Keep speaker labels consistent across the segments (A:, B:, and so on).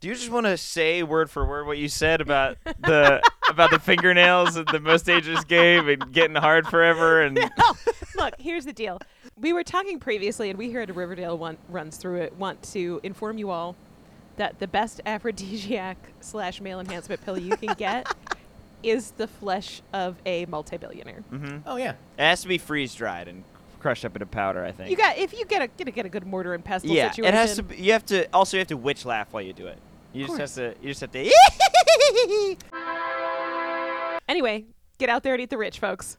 A: Do you just want to say word for word what you said about the about the fingernails at the most dangerous game and getting hard forever and
B: No. Oh, Look, here's the deal. We were talking previously, and we here at Riverdale want, runs through it want to inform you all that the best aphrodisiac slash male enhancement pill you can get is the flesh of a multi-billionaire.
A: Mm-hmm.
C: Oh yeah.
A: It has to be freeze dried and crushed up into powder, I think.
B: You got if you get a get a, get a good mortar and pestle
A: yeah,
B: situation.
A: it has to. Be, you have to also you have to witch laugh while you do it. You just have
B: course.
A: to. You just have to.
B: Anyway, get out there and eat the rich, folks.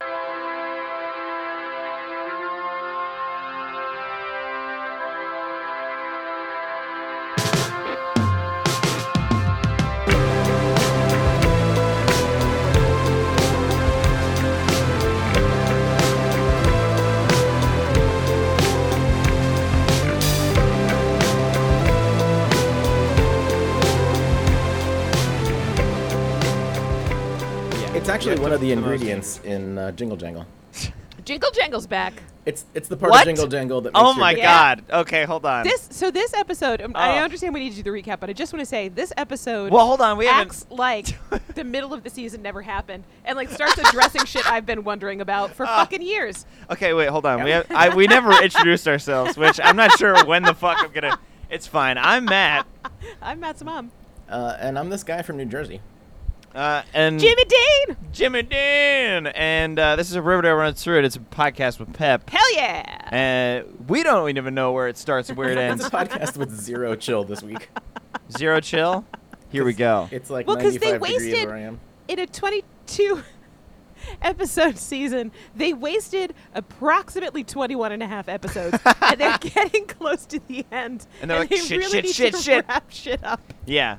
C: It's actually one of the ingredients in uh, Jingle Jangle.
B: Jingle jangles back.
C: It's it's the part
A: What?
C: of Jingle Jangle that. Makes
A: Oh
C: your
A: my
C: dick-
A: god. Okay, hold on.
B: This so this episode. um, I
A: Um, Oh.
B: understand we need to do the recap, but I just want to say this episode.
A: well, hold on. We haven't.
B: acts like the middle of the season never happened and like starts addressing shit I've been wondering about
A: Ah.
B: for fucking years.
A: Okay, wait, hold on. We have, I, we never introduced ourselves, which I'm not sure when the fuck I'm gonna. It's fine. I'm Matt,
B: I'm Matt's mom.
C: Uh, and I'm this guy from New Jersey.
A: uh, and
B: Jimmy Dean!
A: Jimmy Dan, and uh, this is a Riverdale runs through it. It's a podcast with Pep,
B: Hell yeah!
A: and we don't even know where it starts and where it
C: It's
A: ends.
C: a podcast with zero chill this week.
A: Zero chill. Here we go.
C: It's like
B: Well, 'cause
C: 95
B: they
C: degrees
B: wasted-
C: where I am.
B: In a 22 episode season, they wasted approximately 21 and a half episodes and they're getting close to the end.
A: And they're like,
B: they
A: "Shit,
B: really
A: shit,
B: need
A: shit,
B: to
A: shit."
B: wrap shit up.
A: Yeah.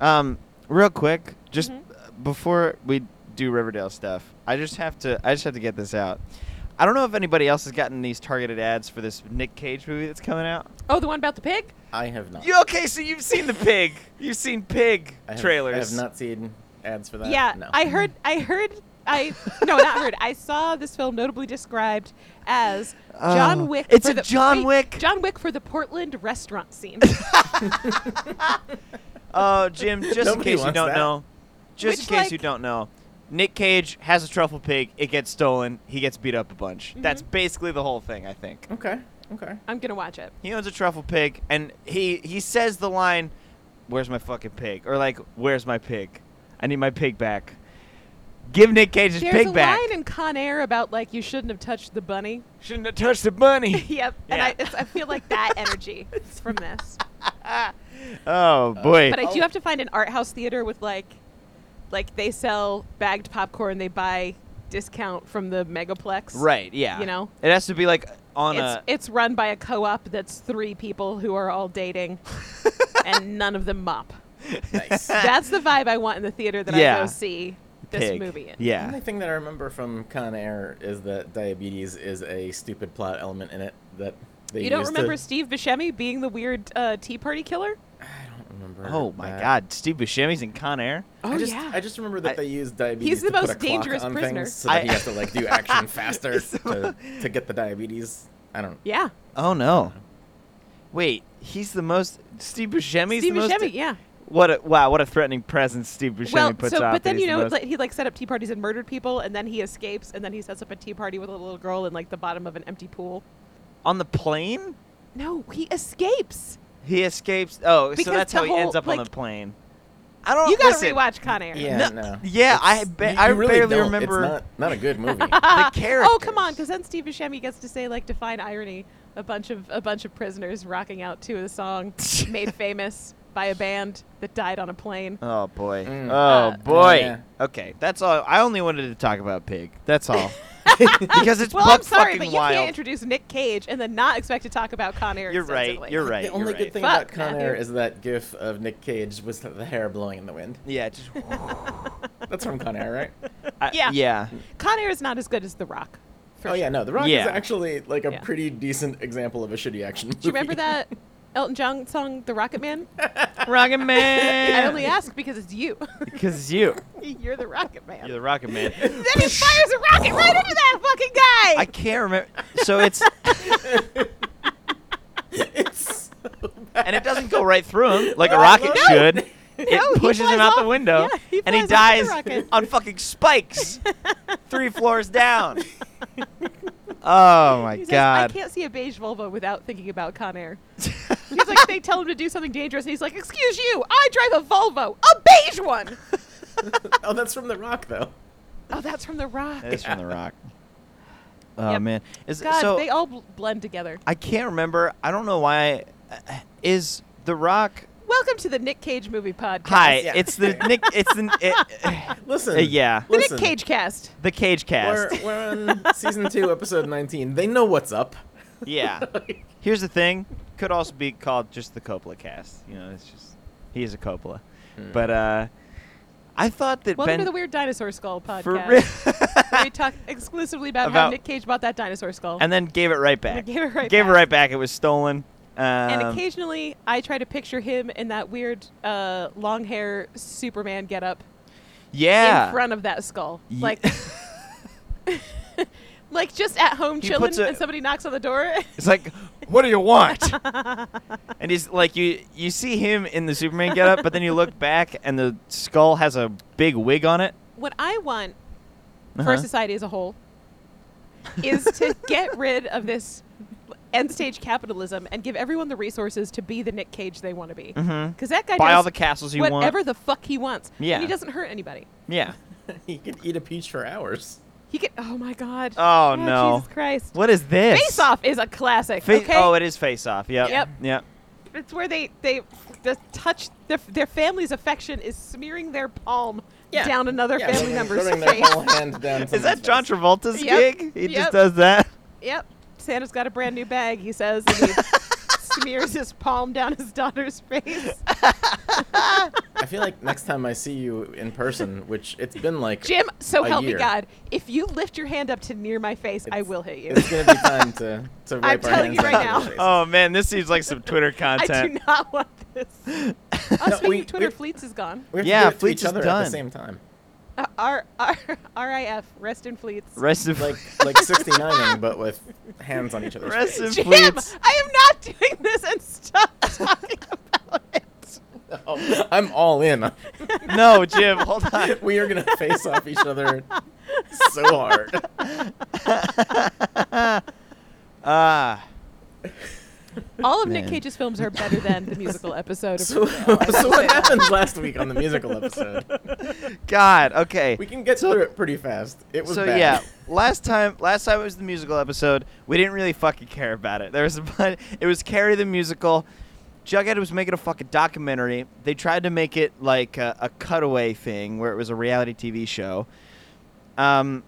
A: Um, real quick, just uh, before we do Riverdale stuff, I just have to I just have to get this out. I don't know if anybody else has gotten these targeted ads for this Nick Cage movie that's coming out.
B: Oh, the one about the pig?
C: I have not.
A: You okay? So you've seen the pig. You've seen pig
C: I have,
A: trailers.
C: I have not seen ads for that.
B: yeah,
C: No.
B: I heard. I heard. I no, not heard. I saw this film notably described as
A: Oh,
B: John Wick.
A: it's
B: for
A: a
B: the-
A: John
B: wait,
A: Wick.
B: John Wick for the Portland restaurant scene,
A: Oh, Jim. Just in
C: Nobody
A: case you
C: wants
A: don't
C: that.
A: know, just in
B: Which,
A: case
B: like-
A: you don't know, Nick Cage has a truffle pig. It gets stolen. He gets beat up a bunch.
B: Mm-hmm.
A: That's basically the whole thing. I think.
C: Okay. Okay.
B: I'm gonna watch it.
A: He owns a truffle pig, and he he says the line, "Where's my fucking pig?" or like, "Where's my pig? I need my pig back." Give Nick Cage his
B: There's
A: pig
B: a
A: back.
B: line in Con Air about like you shouldn't have touched the bunny.
A: Shouldn't have touched the bunny.
B: yep, and
A: Yeah.
B: I, it's, I feel like that energy is from this.
A: oh boy.
B: But I do
C: Oh.
B: have to find an art house theater with like, like they sell bagged popcorn. They buy discount from the megaplex.
A: right, yeah.
B: You know?
A: it has to be like on
B: It's,
A: a.
B: it's run by a co-op that's three people who are all dating, and none of them mop.
C: Nice.
B: That's the vibe I want in the theater that I
A: Yeah.
B: go see this
A: pig.
B: movie in.
C: The
A: Yeah.
C: only thing that I remember from Con Air is that diabetes is a stupid plot element in it that they
B: You don't
C: used
B: remember
C: To,
B: Steve Buscemi being the weird uh, Tea Party killer?
C: I don't remember.
A: Oh my
C: that.
A: God, Steve Buscemi's in Con Air.
C: I
B: Oh,
C: just,
B: yeah.
C: I just remember that
A: I-
C: they used diabetes.
B: He's the
C: to put
B: most
C: a clock
B: dangerous
C: on
B: prisoner.
C: Things so that
A: I-
C: he has to like do action faster to, to get the diabetes. I don't.
B: Yeah,
A: Oh no. Wait, he's the most Steve Buscemi's
B: Steve
A: the most.
B: Buscemi. yeah.
A: What a wow! What a threatening presence Steve Buscemi
B: Well,
A: puts
B: so
A: off. that
B: but then
A: he's
B: you
A: the
B: know
A: most-
B: like, he like set up tea parties and murdered people, and then he escapes, and then he sets up a tea party with a little girl in like the bottom of an empty pool.
A: on the plane.
B: No, he escapes.
A: He escapes. Oh,
B: Because
A: so that's
B: the
A: how he ends
B: whole,
A: up on
B: like-
A: the plane. I don't.
B: You gotta
A: listen,
B: rewatch Con Air.
A: No,
C: Yeah. no.
A: yeah, I
C: It's-
A: ba-
C: you-
A: I
C: you really
A: barely
C: don't.
A: remember-
C: It's not, not a good movie.
A: the character.
B: Oh come on, because then Steve Buscemi gets to say like "Define Irony," a bunch of a bunch of prisoners rocking out to the song made famous by a band that died on a plane.
A: Oh boy.
C: Mm.
A: Oh
B: Uh,
A: boy.
C: Yeah.
A: Okay, that's all. I only wanted to talk about Pig. That's all. because it's
B: well,
A: buck
B: I'm sorry,
A: fucking
B: but you
A: wild.
B: can't introduce Nick Cage and then not expect to talk about Con Air.
A: you're right.
B: extensively.
A: You're right.
C: the only
A: you're
C: good
A: right.
C: thing
B: Fuck,
C: about Con Air
B: Matthew.
C: is that GIF of Nick Cage with the hair blowing in the wind.
A: Yeah. Just.
C: That's from Con Air, right?
A: I-
B: Yeah.
A: Yeah.
B: Con Air is not as good as The Rock. for
C: oh yeah,
B: sure.
C: no, The Rock
A: Yeah.
C: is actually like a
B: Yeah.
C: pretty decent example of a shitty action movie.
B: Do you remember that Elton John song, The Rocket Man?
A: Rocket
B: I
A: Man.
B: only ask because it's you.
A: Because it's you.
B: you're the Rocket Man.
A: You're the Rocket Man.
B: then he fires a rocket right into that fucking guy.
A: I can't remember. So it's
C: it's so Oh,
A: and it doesn't go right through him like a
C: No,
A: rocket
C: no.
A: should.
B: No,
A: it
B: he
A: pushes him
B: flies
A: out the
B: off-
A: window,
B: yeah, he
A: and he
B: flies
A: dies
B: off the rocket.
A: on fucking spikes, three floors down. Oh my
B: He says, I
A: god!
B: can't see a beige Volvo without thinking about Con Air. He's like, they tell him to do something dangerous, and he's like, "Excuse you, I drive a Volvo, a beige one."
C: oh, that's from The Rock, though.
B: Oh, that's from The Rock.
A: It's from The Rock. Oh
B: Yep.
A: man, is
B: God,
A: so
B: they all bl- blend together.
A: I can't remember. I don't know why. Is The Rock?
B: Welcome to the Nick Cage movie podcast.
A: Hi,
C: Yeah.
A: it's the Nick. It's the it,
C: Listen.
A: Uh, yeah.
B: the
C: listen,
B: Nick Cage cast.
A: the Cage
C: We're,
A: Cast.
C: we're on season two, episode 19. They know what's up.
A: Yeah. Here's the thing. Could also be called just the Coppola Cast. You know, it's just he is a Coppola. But uh, I thought that
B: Welcome
A: Ben
B: to the Weird Dinosaur Skull podcast.
A: for real.
B: where we talk exclusively about, how
A: About-
B: Nick Cage bought that dinosaur skull.
A: and then gave it right back.
B: gave it right
A: Gave it
B: back.
A: right back. It was stolen. Um,
B: And occasionally, I try to picture him in that weird uh, long hair Superman getup
A: yeah.
B: in front of that skull,
A: Ye-
B: like like just at home
A: He
B: chilling,
A: puts a-
B: and somebody knocks on the door.
A: It's like, what do you want? and he's like, you you see him in the Superman getup, but then you look back and the skull has a big wig on it.
B: what I want for
A: Uh-huh.
B: society as a whole is to get rid of this end stage capitalism and give everyone the resources to be the Nick Cage they want to be. Because
A: Mhm.
B: that guy
A: Buy
B: does
A: all the castles you want.
B: whatever the fuck he wants.
A: Yeah.
B: And he doesn't hurt anybody.
A: Yeah.
C: you could eat a peach for hours.
B: He can. Oh my God.
A: Oh, no.
B: Jesus Christ.
A: What is this?
B: Face Off is a classic.
A: Fa-
B: okay.
A: Oh, it is Face Off. Yep.
B: Yep.
A: Yep.
B: it's where they they the touch their their family's affection is smearing their palm
C: Yeah.
B: down another
C: Yeah,
B: family
C: putting-
B: member's
C: putting their
B: face.
C: whole hand down
A: Is
C: someone's
A: that John
C: face.
A: Travolta's
B: Yep.
A: gig? He
B: Yep.
A: just does that.
B: Yep. Santa's got a brand new bag, he says, and he smears his palm down his daughter's face.
C: I feel like next time I see you in person, which it's been like
B: Jim, so
C: A
B: help me
C: year.
B: God, if you lift your hand up to near my face, I
C: It's-
B: will hit you.
C: It's gonna be time to to wipe our
B: telling
C: hands
B: you right
C: onto
B: now.
C: their faces.
A: Oh man, this seems like some Twitter
B: I
A: content.
B: do not want this. Oh, speaking
C: we-
B: of Twitter,
C: we-
B: Fleets is gone.
C: we have
A: Yeah,
C: to do it to
A: Fleets
C: each
A: is
C: other at
A: done.
C: the same time.
B: Uh, R- R- RIF, rest in Fleets.
A: Rest in
C: Like like 69ing, but with hands on each other's
A: Rest in
C: face.
B: Jim,
A: Fleets.
B: I am not doing this and stop talking about it.
C: Oh, I'm all in.
A: no, Jim, hold on.
C: We are gonna face off each other so hard.
A: Ah,
B: All of Nick
A: Man.
B: Cage's films are better than the musical episode of
C: So, so what happened last week on the musical episode?
A: God. Okay.
C: We can get through it pretty fast. It was
A: so
C: bad.
A: yeah, last time, last time it was the musical episode. We didn't really fucking care about it. There was a bunch, it was Carrie the musical. Jughead was making a fucking documentary. They tried to make it like a, a cutaway thing where it was a reality TV show. Um,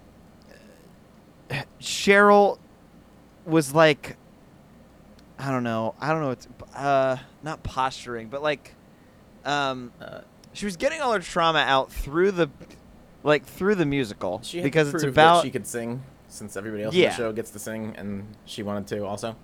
A: Cheryl was like, I don't know, I don't know, it's uh, not posturing, but like, um,
C: Uh,
A: she was getting all her trauma out through the like through the musical
C: she had
A: because
C: to
A: it's
C: prove
A: about
C: that she could sing since everybody else
A: Yeah.
C: on the show gets to sing, and she wanted to also.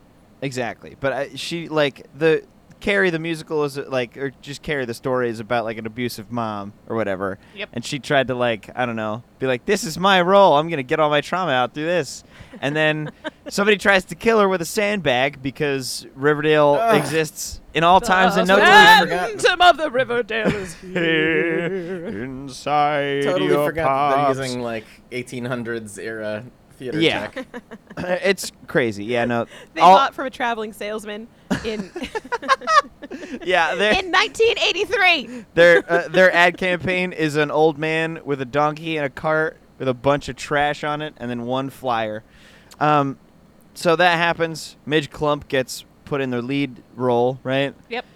A: exactly but I, she like the carrie the musical is like or just carrie the story is about like an abusive mom or whatever
B: Yep.
A: and she tried to like i don't know be like this is my role i'm gonna get all my trauma out through this and then somebody tries to kill her with a sandbag because riverdale
C: Ugh.
A: exists in all times and no
C: totally
A: time
C: forgotten.
B: Phantom Uh, of the Riverdale is
A: Here,
B: here.
A: inside
C: totally
A: your
C: forgot that
A: pops.
C: they're using like 1800s era theater
A: Yeah.
C: tech.
A: it's crazy yeah no
B: They
A: all-
B: bought from a traveling salesman in
A: yeah they're-
B: in 1983.
A: Their uh, their ad campaign is an old man with a donkey and a cart with a bunch of trash on it, and then one flyer. Um, so that happens. Midge Clump gets put in their lead role, right?
B: Yep.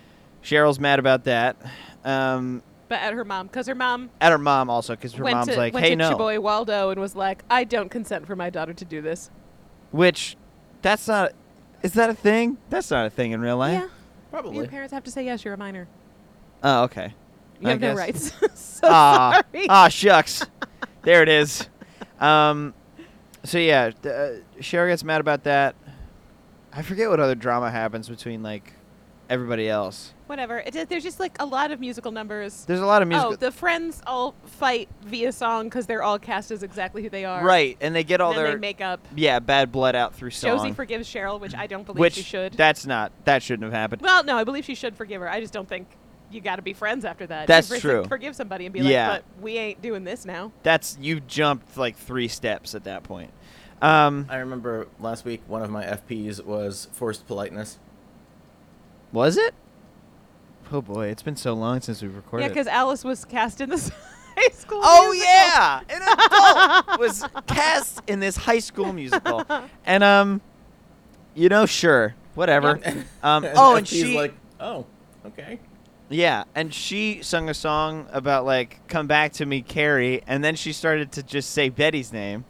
A: Cheryl's mad about that. Um,
B: But at her mom, because her mom
A: at her mom also, because her
B: went
A: mom's
B: to
A: like,
B: went
A: "Hey,
B: to
A: no,"
B: Chiboy Waldo and was like, "I don't consent for my daughter to do this."
A: which that's not. Is that a thing? That's not a thing in real life.
B: Yeah, your
C: Probably.
B: parents have to say yes. You're a minor.
A: Oh, okay.
B: You
A: I
B: have
A: guess.
B: no rights. so
A: Ah,
B: sorry.
A: ah, shucks. there it is. Um, so yeah, th- uh, Cheryl gets mad about that. I forget what other drama happens between like everybody else.
B: Whatever. It, just- there's just like a lot of musical numbers.
A: There's a lot of music.
B: Oh, the friends all fight via song because they're all cast as exactly who they are.
A: right, and they get all
B: And then
A: their
B: they make up.
A: yeah bad blood out through song.
B: Josie forgives Cheryl, which I don't believe
A: which
B: she should.
A: that's not that shouldn't have happened.
B: well, no, I believe she should forgive her. I just don't think you got to be friends after that. You
A: That's
B: forgive-
A: true.
B: Forgive somebody and be
A: Yeah.
B: like, but we ain't doing this now.
A: That's you jumped like three steps at that point. Um,
C: I remember last week one of my FPs was forced politeness.
A: was it? Oh boy, it's been so long since we've
B: Yeah,
A: recorded.
B: because Alice was cast in this high school.
A: Oh
B: musical.
A: yeah, an adult was cast in this high school musical, and um, you know, sure, whatever. Um, oh, and
C: FP's
A: she,
C: like, oh, okay.
A: yeah, and she sung a song about like "Come Back to Me, Carrie," and then she started to just say Betty's name.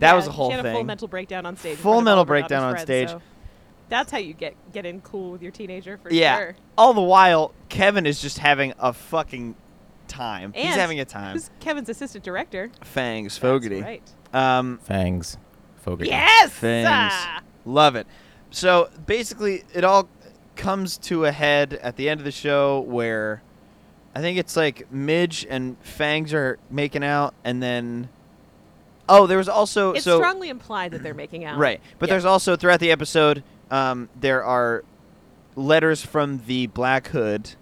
A: That
B: Yeah,
A: was a whole
B: she had A full
A: thing.
B: mental breakdown on stage. in
A: Full
B: front of
A: mental
B: all of her daughter's
A: breakdown on
B: friends,
A: stage.
B: so that's how you get get in cool with your teenager for
A: yeah.
B: sure.
A: All the while, Kevin is just having a fucking time. He's
B: And
A: having a time.
B: Who's Kevin's assistant director?
A: Fangs
B: That's
A: Fogarty.
B: right.
A: Um,
C: Fangs. Fogarty.
B: Yes.
A: things.
B: Ah!
A: Love it. So basically, it all comes to a head at the end of the show where I think it's like Midge and Fangs are making out, and then oh, there was also
B: It's
A: so
B: strongly implied that they're making out.
A: right, but
B: Um, Yeah.
A: there's also throughout the episode um, there are letters from the Black Hood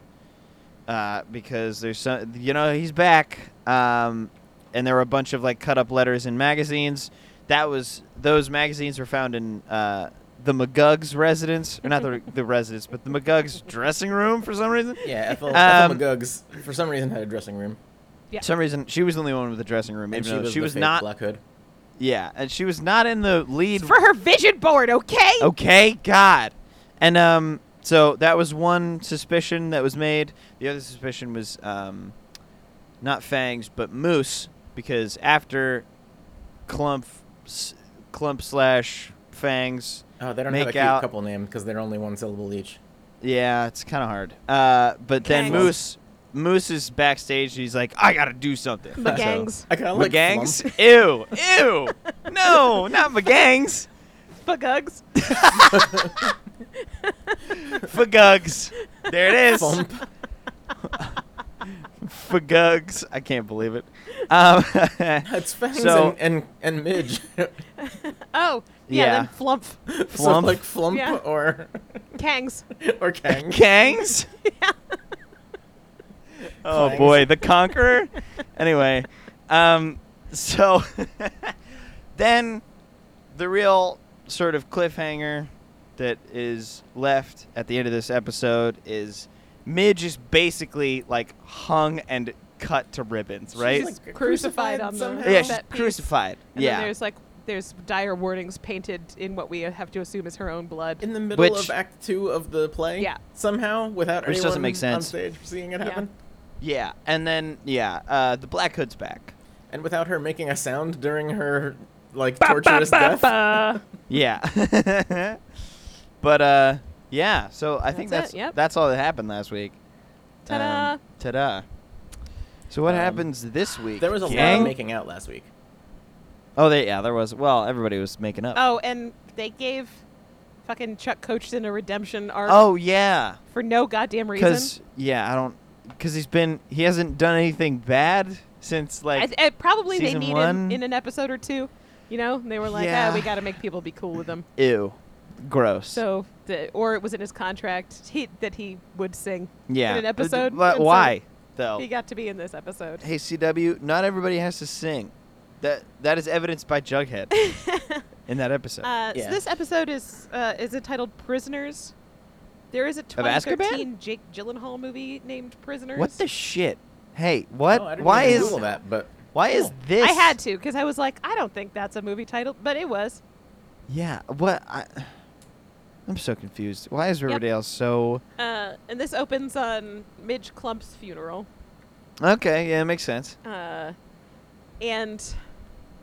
A: uh, because there's some you know he's back, um, and there were a bunch of like cut up letters in magazines. That was those magazines were found in uh, the McGugg's residence, or not the the residence, but the McGugg's dressing room for some reason.
C: Yeah, Ethel,
A: Um,
C: Ethel McGugs, for some reason, had a dressing room.
B: Yeah.
A: For some reason she was the only one with a dressing room, even
C: And she
A: though
C: was,
A: she
C: the
A: was
C: fake
A: not.
C: Black Hood.
A: Yeah, and she was not in the lead Oh.
B: It's for her vision board, okay?
A: Okay, God. And um, so that was one suspicion that was made. The other suspicion was um, not Fangs, but Moose, because after Clump, s- Clump slash Fangs,
C: Oh, they don't
A: Make
C: have a cute
A: out.
C: couple name because they're only one syllable each.
A: yeah, it's kind of hard. Uh, but then
B: Kangs.
A: Moose, Moose is backstage. He's like, I gotta do something.
B: The gangs.
C: I kind of
A: So,
C: like
A: gangs?
C: Flump.
A: Ew, ew. no, not the gangs.
B: Bugugs.
A: Fagugs. There it is.
C: Flump.
A: Fagugs. I can't believe it. Um,
C: That's Fangs
A: So-
C: and, and, and Midge.
B: Oh, yeah,
A: Yeah.
B: then Flump.
C: so
A: Flump.
C: like Flump
B: Yeah.
C: or
B: Kangs.
C: or Kang.
A: Kangs? Oh
C: Kangs.
A: boy, the Conqueror. anyway, um, so then the real sort of cliffhanger that is left at the end of this episode is Midge is basically like hung and cut to ribbons, right?
C: She's, like,
B: Crucified on the-
C: somehow.
A: yeah, she's
B: That piece.
A: crucified.
B: And
A: yeah.
B: then there's like there's dire warnings painted in what we have to assume is her own blood.
C: in the middle
A: Which-
C: of Act Two of the play.
B: Yeah.
C: Somehow, without
A: Which
C: anyone
A: doesn't make
C: on
A: sense.
C: stage seeing it
B: Yeah.
C: happen,
A: Yeah, and then yeah, uh, the Black Hood's back.
C: and without her making a sound during her like
B: Ba, ba,
C: torturous
B: ba,
C: death.
B: ba.
A: Yeah, but uh, yeah. So I think
B: That's
A: that's
B: it, yep.
A: that's all that happened last week.
B: Ta-da.
A: Um, ta-da. So what
C: Um,
A: happens this week?
C: There was a lot
A: gang?
C: of making out last week.
A: Oh, they, yeah, there was. Well, everybody was making up.
B: Oh, and they gave fucking Chuck Coachton a redemption arc
A: Oh, yeah,
B: for no goddamn reason.
A: because yeah, I don't because he's been he hasn't done anything bad since like
B: I, I, probably they
A: season
B: need him
A: one?
B: in an episode or two, you know. And they were like,
A: Yeah.
B: "Ah, we got to make people be cool with him."
A: ew, gross.
B: So, the, or it was in his contract he, that he would sing
A: yeah,
B: in an episode.
A: But
B: and so
A: why though?
B: He got to be in this episode.
A: hey CW, not everybody has to sing. That that is evidenced by Jughead in that episode.
B: Uh,
C: Yeah.
B: So this episode is uh, is entitled "Prisoners." There is a
A: Azkaban?
B: 2013 Jake Gyllenhaal movie named "Prisoners."
A: what the shit? Hey, what?
C: No, Oh, I didn't
A: why
C: even
A: is
C: Google that? But
A: why is
C: Cool.
A: this?
B: I had to because I was like, I don't think that's a movie title, but it was.
A: Yeah. What? I, I'm so confused. Why is Riverdale so?
B: Uh, and this opens on Midge Clump's funeral,
A: Okay. Yeah, it makes sense.
B: uh, and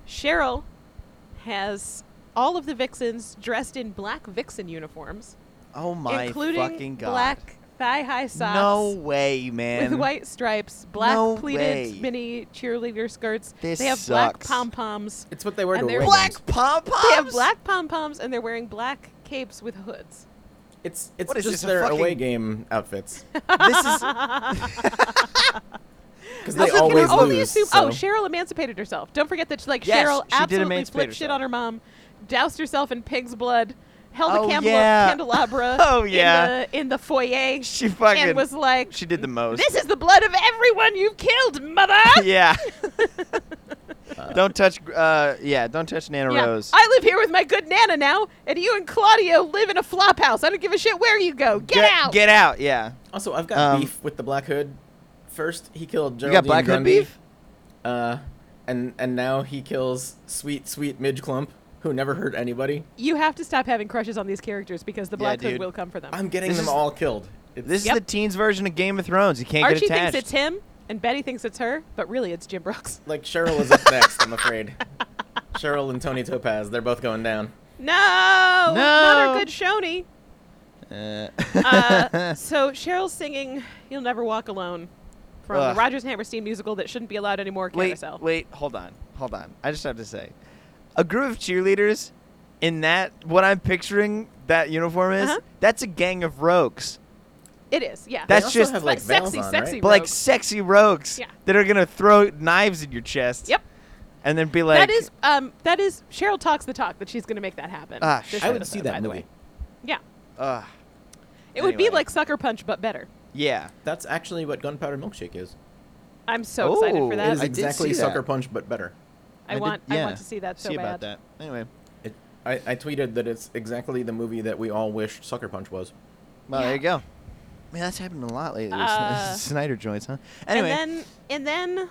B: Cheryl has all of the vixens dressed in black vixen uniforms,
A: Oh my
B: including
A: fucking god.
B: black thigh-high socks.
A: no way, man.
B: with white stripes, black
A: No
B: pleated
A: way.
B: mini cheerleader skirts.
A: This
B: they have black
A: sucks.
B: pom poms.
C: it's what they were
B: And
C: to
B: they're
C: Wiggins.
A: Black pom poms.
B: They have black pom poms, and they're wearing black capes with hoods.
C: It's it's
A: What is
C: just
A: this, a
C: their away
A: fucking-
C: game outfits
A: this is
C: because
B: I
C: they
B: was gonna
C: always
B: only
C: lose.
B: assume-
C: so.
B: Oh, Cheryl emancipated herself. Don't forget that, like
A: Yes,
B: Cheryl
A: she did
B: absolutely
A: emancipate
B: flipped shit
A: herself.
B: on her mom, doused herself in pig's blood, held
A: Oh,
B: a candela-
A: yeah.
B: candelabra.
A: Oh, yeah.
B: in the, in the foyer,
A: she fucking
B: and was like,
A: she did the most.
B: "This is the blood of everyone you've killed, mother."
A: yeah.
C: Uh,
A: don't touch. Uh, yeah, don't touch Nana Rose.
B: I live here with my good Nana now, and you and Claudio live in a flop house. I don't give a shit where you go. Get, out.
A: Get out. Yeah.
C: Also, I've got
A: Um,
C: beef with the Black Hood. First, he killed
A: You
C: Geraldine
A: got black hood
C: Grundy,
A: beef.
C: Uh, and and now he kills sweet sweet Midge Clump, who never hurt anybody.
B: you have to stop having crushes on these characters because the
A: Yeah,
B: Black Hood
A: dude.
B: will come for them.
C: I'm getting
A: This
C: them
A: is-
C: all killed. It's,
A: This
B: Yep.
A: is the teens version of Game of Thrones. You can't
B: Archie
A: get attached.
B: thinks it's him, and Betty thinks it's her, but really it's Jim Brooks.
C: like Cheryl is up next. I'm afraid. Cheryl and Tony Topaz, they're both going down.
B: No, another
A: No.
B: good Shoney.
A: Uh,
B: Uh, so Cheryl's singing "You'll Never Walk Alone" from
A: Ugh.
B: the Rogers and Hammerstein musical that shouldn't be allowed anymore.
A: wait,
B: Carousel.
A: wait, hold on, hold on. I just have to say, a group of cheerleaders in that what I'm picturing that uniform is
B: Uh-huh.
A: that's a gang of rogues,
B: It is, yeah.
A: That's
C: they also
A: just-
C: have like
B: Like
C: veils
B: sexy,
C: on,
B: sexy
C: right?
A: but like
B: Rogues.
A: sexy rogues
B: Yeah.
A: that are gonna throw knives in your chest.
B: yep.
A: And then be like,
B: that is um that is Cheryl talks the talk that she's going to make that happen.
A: Ah,
B: This
A: shit.
C: I would
B: episode,
C: see that
B: by the
C: movie.
B: way. Yeah.
A: Ugh.
B: It would be
A: Anyway.
B: like Sucker Punch but better.
A: yeah.
C: That's actually what Gunpowder Milkshake is.
B: I'm so excited for
A: Oh,
C: It
B: that.
C: is
A: I did
C: exactly
A: see that.
C: Sucker Punch, but better.
B: I,
A: did-
B: want I
A: yeah.
B: want to see that so
A: See
B: bad.
A: about that. Anyway.
C: It, I, I tweeted that it's exactly the movie that we all wished Sucker Punch was.
A: Well,
B: Yeah.
A: there you go. Man, that's happened a lot lately. with
B: Uh,
A: Snyder joints, huh? Anyway,
B: And then and then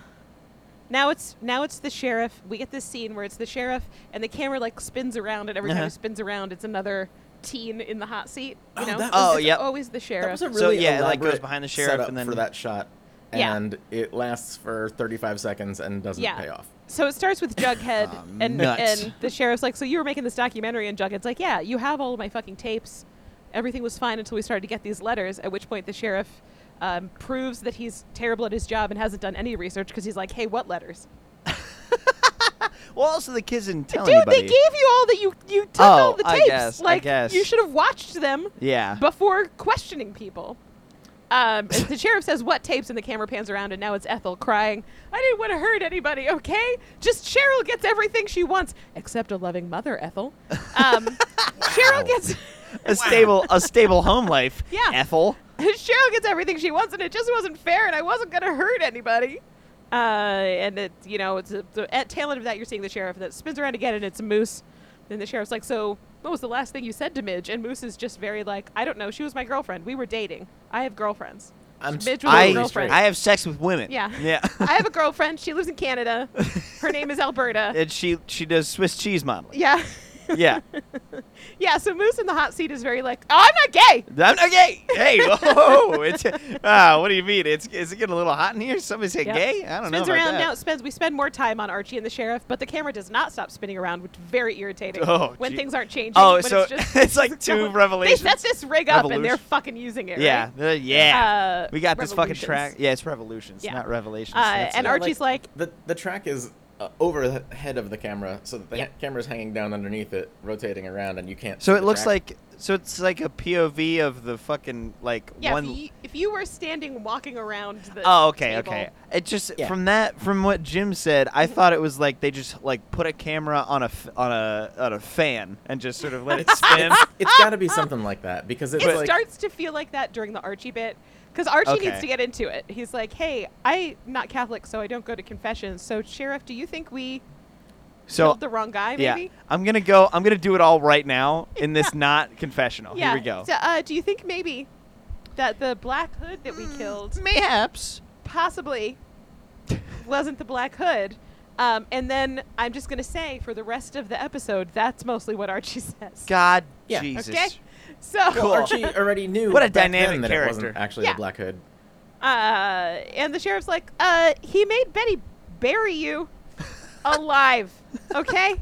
B: now it's now it's the sheriff. We get this scene where it's the sheriff and the camera like spins around and every time
A: Uh-huh.
B: it spins around it's another teen in the hot seat. You
C: Oh,
B: know?
A: was-
C: that
A: Oh,
B: it's
A: yep.
B: always the sheriff.
C: That was a
A: So,
C: really
A: yeah, it, like, goes
C: elaborate
A: behind the sheriff
C: setup
A: and then-
C: for that shot,
B: Yeah.
C: and it lasts for 35 seconds and doesn't
B: Yeah.
C: pay off.
B: So it starts with Jughead
A: Aw,
B: and
A: Ah, nuts.
B: and the sheriff's like, "So you were making this documentary?" And Jughead's like, "Yeah, you have all of my fucking tapes. Everything was fine until we started to get these letters." At which point the sheriff um, proves that he's terrible at his job and hasn't done any research because he's like, "Hey, what letters?"
A: well, also the kids didn't tell
B: Dude,
A: anybody.
B: they gave you all that you you took all
A: Oh,
B: the
A: I
B: tapes.
A: guess, I
B: like
A: guess.
B: you should have watched them
A: yeah.
B: before questioning people. Um, and the sheriff says, "What tapes?" And the camera pans around, and now it's Ethel crying, "I didn't want to hurt anybody. Okay, just Cheryl gets everything she wants, except a loving mother, Ethel. Um, Cheryl gets
A: a stable, a stable home life.
B: Yeah.
A: Ethel.
B: Cheryl gets everything she wants, and it just wasn't fair, and I wasn't gonna hurt anybody." Uh, and it, you know, it's a, the at tail end of that, you're seeing the sheriff that spins around again, and it's Moose. Then the sheriff's like, "So, what was the last thing you said to Midge?" And Moose is just very like, "I don't know. She was my girlfriend. We were dating. I have girlfriends.
C: I'm
B: Bitch with a
A: I,
B: girlfriend.
A: I have sex with women.
B: Yeah.
A: Yeah.
B: I have a girlfriend. She lives in Canada. Her name is Alberta.
A: and she she does Swiss cheese modeling.
B: Yeah."
A: Yeah.
B: yeah, so Moose in the hot seat is very like, oh, I'm not gay.
A: I'm not gay. Hey, whoa! It's ah, what do you mean? It's is it getting a little hot in here? Somebody say
B: Yep.
A: gay? I don't know
B: spins
A: about
B: around
A: that.
B: now. It spends we spend more time on Archie and the sheriff, but the camera does not stop spinning around, which is very irritating
A: Oh,
B: when
A: gee.
B: things aren't changing.
A: Oh,
B: when
A: so
B: it's, just,
A: it's like two
B: going-
A: revelations.
B: They set this rig up and they're
A: Revolution.
B: fucking using it.
A: yeah,
B: right?
A: uh, yeah.
B: Uh,
A: we got this fucking
B: revolutions.
A: track. Yeah, it's revolutions,
B: Yeah.
A: not revelations.
B: Uh,
A: That's
B: and
A: it.
C: Yeah,
B: Archie's like,
C: The, the track is uh, over the head of the camera, so that the
B: Yeah.
C: ha- camera's hanging down underneath it, rotating around, and you can't.
A: So
C: see
A: it
C: the
A: looks
C: track.
A: like so it's like a POV of the fucking like
B: yeah,
A: one
B: if, you, if you were standing walking around the
A: Oh, okay,
B: table-
A: okay. It just
C: Yeah.
A: from that from what Jim said, I thought it was like they just like put a camera on a f- on a on a fan and just sort of let it spin.
C: it's got to be something like that because it's
B: Ah! it
C: like
B: starts to feel like that during the Archie bit because Archie needs
A: Okay.
B: to get into it. He's like, "Hey, I'm not Catholic, so I don't go to confessions. So, sheriff, do you think we
A: so
B: killed the wrong guy?
A: yeah,
B: Maybe?
A: I'm gonna go. I'm gonna do it all right now in this not confessional. Oh, Here we go.
B: So, uh, do you think maybe that the black hood that we
A: Hmm,
B: killed
A: Mayhaps.
B: possibly wasn't the black hood?" Um, and then I'm just gonna say for the rest of the episode, that's mostly what Archie says.
A: God,
C: Yeah.
A: Jesus.
B: Okay, so
C: Well, Archie already knew.
A: What a
C: back then
A: dynamic
C: that It wasn't
A: character.
C: actually
B: Yeah.
C: the Black Hood.
B: Uh, and the sheriff's like, uh, he made Betty bury you alive. Okay?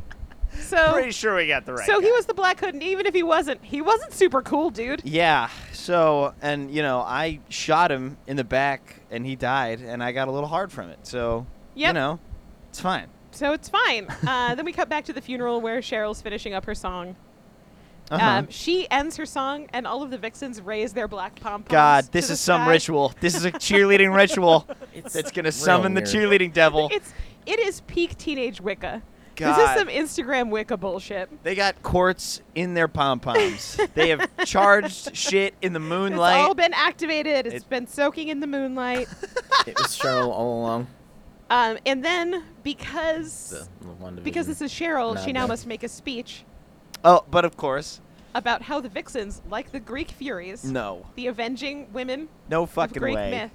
B: So
A: Pretty sure we got the right.
B: so he
A: guy.
B: was the Black Hood, and even if he wasn't, he wasn't super cool, dude.
A: Yeah. So and you know I shot him in the back and he died and I got a little hard from it. So you
B: Yep.
A: know, it's fine.
B: So it's fine. Uh, then we cut back to the funeral where Cheryl's finishing up her song.
A: Uh-huh.
B: Um, she ends her song, and all of the vixens raise their black pom poms.
A: God, this is some ritual. This is a cheerleading ritual
C: It's
A: that's
C: real
A: gonna summon the
C: weird.
A: cheerleading devil.
B: It's it is peak teenage Wicca. This
A: God.
B: is some Instagram Wicca bullshit.
A: They got quartz in their pom poms. they have charged shit in the
B: It's
A: moonlight.
B: all been activated. it's
A: It-
B: been soaking in the moonlight.
C: It was Cheryl all along.
B: um, and then because
C: The, the one
B: because this is Cheryl,
C: Not
B: she now
C: bad.
B: must make a speech
A: oh, but of course,
B: about how the vixens, like the Greek Furies,
A: no,
B: the avenging women
A: no
B: of
A: fucking
B: Greek
A: way.
B: myth,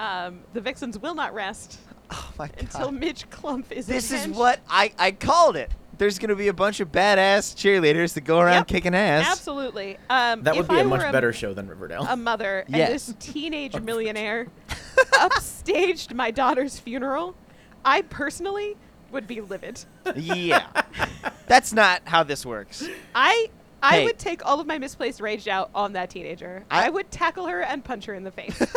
B: um, the vixens will not rest
A: Oh my god.
B: until Midge Clump is.
A: this is
B: avenged.
A: what I I called it. There's gonna be a bunch of badass cheerleaders that go around
B: Yep.
A: kicking ass.
B: Absolutely. Um,
C: that would
B: if
C: be
B: I
C: a much
B: were
C: better show than Riverdale.
B: a mother
A: Yes.
B: and this teenage millionaire upstaged my daughter's funeral, I personally would be livid.
A: yeah. That's not how this works.
B: I I
A: Hey.
B: would take all of my misplaced rage out on that teenager.
A: I-
B: I, would tackle her and punch her in the face.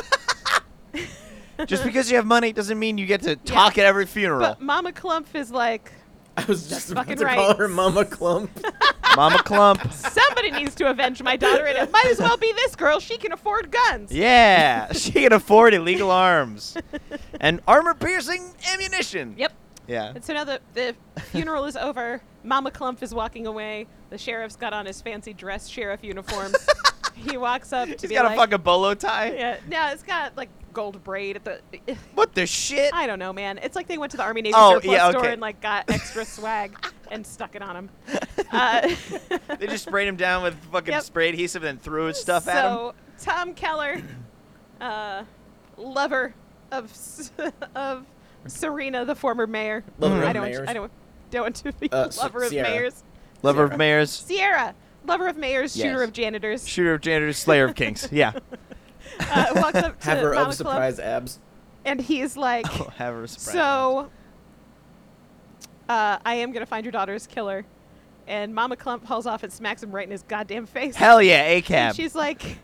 A: Just because you have money doesn't mean you get to talk at every funeral.
B: but Mama Clump is like,
C: I was just about
B: fucking
C: to call
B: right.
C: her Mama Clump.
A: Mama Clump.
B: somebody needs to avenge my daughter, and it might as well be this girl. She can afford guns.
A: Yeah. She can afford illegal arms and armor piercing ammunition.
B: Yep.
A: Yeah.
B: And so now the, the funeral is over. Mama Clump is walking away. The sheriff's got on his fancy dress sheriff uniforms. he walks up to
A: He's
B: be
A: got
B: like,
A: a fucking bolo tie.
B: Yeah, no, it's got like gold braid at the.
A: What the shit?
B: I don't know, man. It's like they went to the Army Navy
A: Oh,
B: surplus
A: yeah,
B: store
A: okay.
B: and like got extra swag and stuck it on him. Uh,
A: they just sprayed him down with fucking
B: Yep.
A: spray adhesive and then threw stuff
B: so,
A: at him.
B: Tom Keller, uh, lover of S- of Serena, the former mayor.
C: Lover
A: Mm.
B: I
C: of
B: don't.
C: mayors.
B: I don't. Don't want to be
C: Uh, S-
B: lover of
C: Sierra.
B: mayors.
A: Lover of
C: Sierra.
A: mayors,
B: Sierra, lover of mayors, shooter
C: Yes.
B: of janitors,
A: shooter of janitors, slayer of kings. Yeah.
B: uh, walks up to
C: Have her
B: Mama
C: of
B: Clump,
C: surprise abs.
B: and he's like,
A: Oh, have her surprise.
B: So, uh, I am gonna find your daughter's killer, and Mama Clump hauls off and smacks him right in his goddamn face.
A: hell yeah,
B: And
A: ACAB.
B: she's like,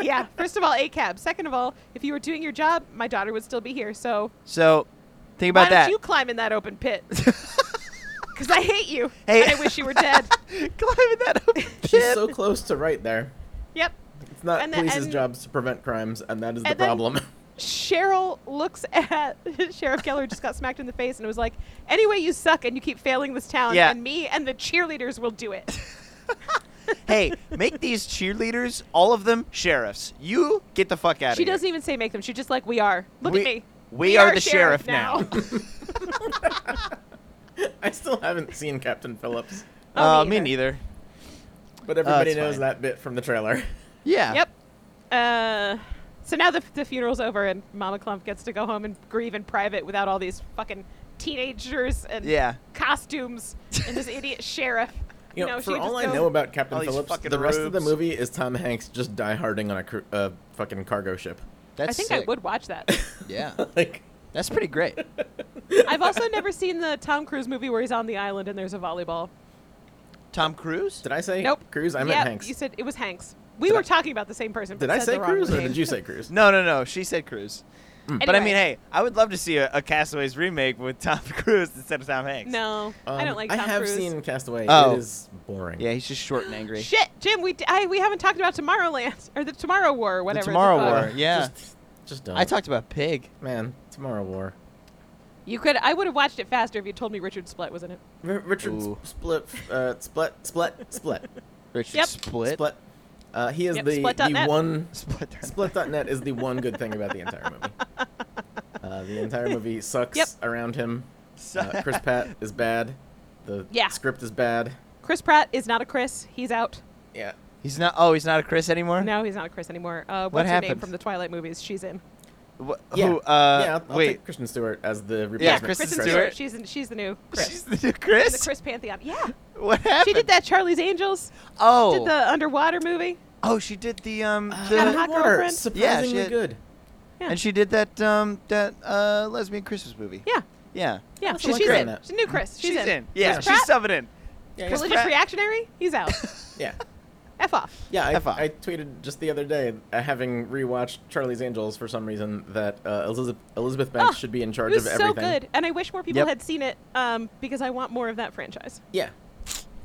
B: "Yeah, first of all, a cab. Second of all, if you were doing your job, my daughter would still be here. So
A: so, think
B: why
A: about
B: don't
A: that.
B: you climb in that open pit? Because I hate you.
A: Hey.
B: and I wish you were dead.
A: Climbing that up.
C: She's so close to right there.
B: yep.
C: It's not
B: And the-
C: police's
B: and-
C: jobs to prevent crimes, and that is the
B: and then-
C: problem.
B: Cheryl looks at Sheriff Keller just got smacked in the face and was like, "Anyway, you suck and you keep failing this town,
A: Yeah.
B: and me and the cheerleaders will do it."
A: hey, make these cheerleaders, all of them, sheriffs. You get the fuck out of
B: She
A: here.
B: doesn't even say make them. She's just like, we are. Look
A: We-
B: at me.
A: we are the sheriff
C: I still haven't seen Captain Phillips,
B: Oh,
A: uh, me
B: neither.
A: neither.
C: but everybody
A: it's
C: knows
A: fine.
C: that bit from the trailer.
A: Yeah.
B: yep. Uh, so now the, the funeral's over and Mama Clump gets to go home and grieve in private without all these fucking teenagers and
A: Yeah.
B: costumes and this idiot sheriff.
C: You know,
B: she
C: for
B: could
C: all
B: just
C: I
B: go-
C: know about
A: All
C: Captain
A: these
C: Phillips,
A: fucking
C: the rest of the
A: rubes.
C: movie is Tom Hanks just dieharding on a cru- uh, fucking cargo ship.
A: That's
B: I think I
A: sick.
B: would watch that.
A: Yeah.
C: like,
A: That's pretty great.
B: I've also never seen the Tom Cruise movie where he's on the island and there's a volleyball.
A: Tom Cruise?
C: did I say
B: Nope.
C: Cruise? I meant
B: Yep,
C: Hanks.
B: You said it was Hanks. We
C: Did
B: were
C: I-
B: talking about the same person. but
C: did I
B: said the
C: say
B: wrong
C: Cruise or
B: name.
C: did you say Cruise?
A: No, no, no. She said Cruise. But I
B: Anyway,
A: mean, hey, I would love to see a, a Castaways remake with Tom Cruise instead of Tom Hanks.
B: no, I
C: Um,
B: don't like
C: I
B: Tom
C: have
B: Cruise.
C: seen Castaway.
A: Oh.
C: It is boring.
A: Yeah, he's just short and angry.
B: Shit, Jim, we, d I we haven't talked about Tomorrowland or the Tomorrow War or whatever.
A: Tomorrow
B: fuck.
A: War. yeah.
C: Just, just don't.
A: I talked about Pig.
C: Man, Tomorrow War.
B: You could. I would have watched it faster if you told me Richard Splett was in it.
C: R- Richard
A: Ooh.
C: S- Split, uh, Split, Split, Split,
A: Richard
B: Yep.
A: Split.
C: Split. Uh, he is
B: Yep,
C: the, the
B: Split.net.
C: one.
A: Split.
C: Split.net is the one good thing about the entire movie. Uh, the entire movie sucks
B: Yep.
C: around him. Uh, Chris Pat is bad. The
B: Yeah.
C: script is bad.
B: Chris Pratt is not a Chris. He's out.
C: Yeah.
A: He's not. Oh, he's not a Chris anymore.
B: No, he's not a Chris anymore. Uh, what's
A: What
B: her name
A: happened?
B: from the Twilight movies? She's in.
A: Wh-
C: Yeah.
A: Who? Uh,
C: yeah, I'll, I'll
A: wait.
C: take Kristen Stewart as the replacement.
A: Yeah,
B: Kristen,
A: Kristen
B: Stewart.
A: Stewart.
B: She's in, she's the new Chris.
A: She's the new
B: in the
A: Chris.
B: Chris pantheon. Yeah,
A: What happened?
B: she did that Charlie's Angels.
A: Oh.
B: Did the Uh, underwater movie.
A: oh, she did the um. The,
B: got a hot
C: Water,
B: girlfriend?
C: Surprisingly
A: Yeah, she-
C: good.
B: Yeah.
A: And she did that um that uh lesbian Christmas movie.
B: Yeah,
A: Yeah.
B: yeah.
C: What's
B: She's,
C: the
B: she's
C: one
B: in.
C: girl in that?
B: She's new Chris. She's, in.
A: Yeah,
B: Chris
A: she's
B: Pratt?
A: subbing in.
C: Yeah, yeah.
A: Chris
B: Religious
A: Pratt.
B: reactionary. He's out.
C: yeah.
B: F off.
C: Yeah,
A: High five.
C: I, I tweeted just the other day, uh, having rewatched Charlie's Angels for some reason, that uh, Elizabeth, Elizabeth Banks
B: Oh,
C: should be in
B: It
C: charge
B: was
C: of
B: so
C: everything.
B: good, and I wish more people
A: Yep.
B: had seen it um, because I want more of that franchise.
C: Yeah.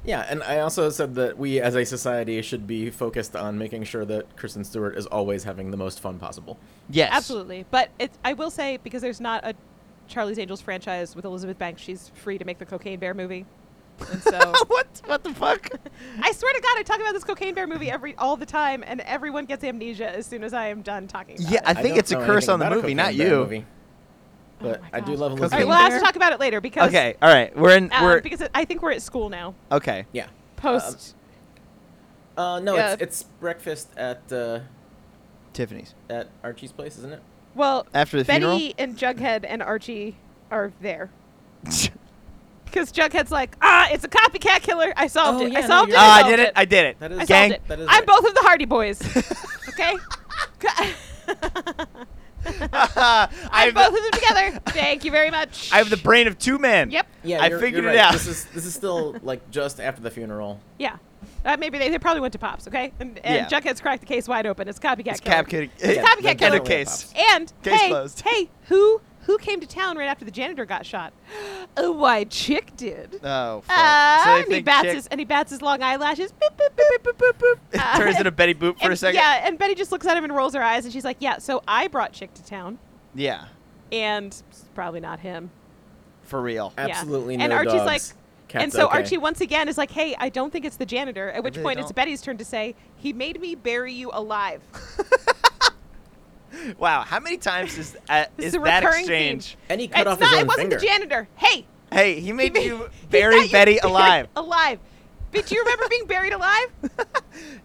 C: Yeah, and I also said that we as a society should be focused on making sure that Kristen Stewart is always having the most fun possible.
A: Yes.
B: Absolutely. But it, I will say, because there's not a Charlie's Angels franchise with Elizabeth Banks, she's free to make the Cocaine Bear movie. And so
A: what? What the fuck?
B: I swear to God, I talk about this Cocaine Bear movie every all the time, and everyone gets amnesia as soon as I am done talking about
A: Yeah, I
B: it.
A: think
C: don't
A: it's a
C: know
A: curse
C: anything
A: on the
C: about a
A: movie,
C: Cocaine
A: not
C: Bear
A: you.
C: movie, but
B: Oh my
C: I do
B: gosh. all
C: love Elizabeth.
B: right,
A: Cocaine
B: we'll have to
A: Bear?
B: talk about it later because
A: Okay. All right. We're in.
B: uh,
A: we're Um,
B: because I think we're at school now.
A: okay.
C: Yeah.
B: Post
C: Uh, no,
B: Yeah.
C: it's it's breakfast at uh,
A: Tiffany's
C: at Archie's place, isn't it?
B: well,
A: after the
B: Betty and Jughead and Archie are there
A: funeral.
B: because Jughead's like, ah, it's a copycat killer. I solved
C: Oh,
B: it.
C: yeah,
B: I
C: no,
B: solved
C: you're
B: it.
A: oh,
B: I
A: I
B: solved
A: did it. I did it.
C: That
B: I
C: is
A: Gang.
B: solved it.
C: That is
B: I'm
C: right.
B: both of the Hardy Boys. okay. I'm
A: I'm
B: both of them together. Thank you very much.
A: I have the brain of two men.
B: Yep.
C: Yeah,
A: I
C: you're-
A: figured
C: you're
A: it
C: right.
A: out.
C: This is this is still like just after the funeral.
B: Yeah. Uh, maybe they, they probably went to Pops, okay? And, and
A: Yeah.
B: Jughead's cracked the case wide open. It's copycat
A: It's
B: killer.
A: cap kid.
C: Yeah,
B: Copycat
C: the
B: killer.
A: End of case.
B: And
A: Case
B: hey,
A: closed.
B: hey, who who came to town right after the janitor got shot? A white chick did.
A: Oh. Fuck.
B: Uh,
A: so they
B: and, he
A: think
B: bats
A: chick-
B: his, and he bats his long eyelashes. Boop, boop, boop, boop, boop, boop,
A: it
B: boop.
A: turns
B: Uh,
A: into Betty Boop for
B: and-
A: a second.
B: Yeah, and Betty just looks at him and rolls her eyes, and she's like, "Yeah, so I brought Chick to town,
A: Yeah,
B: and it's probably not him."
A: For real.
B: Yeah.
C: Absolutely
B: And
C: no
B: Archie's
C: dogs.
B: like-
C: Cats
B: and so
C: okay.
B: Archie once again is like, "Hey, I don't think it's the janitor." At which
A: really
B: point, it's
A: don't.
B: Betty's turn to say, "He made me bury you alive."
A: Wow. How many times is uh,
B: This
A: is
B: is a
A: that
B: recurring
A: exchange?
C: and he cut
B: it's
C: off
B: not.
C: his own
B: It wasn't
C: finger.
B: the janitor. Hey,
A: Hey, he made
B: he made-
A: you
B: he
A: bury
B: got you
A: Betty
B: buried
A: alive.
B: Alive. Bitch, you remember being buried alive?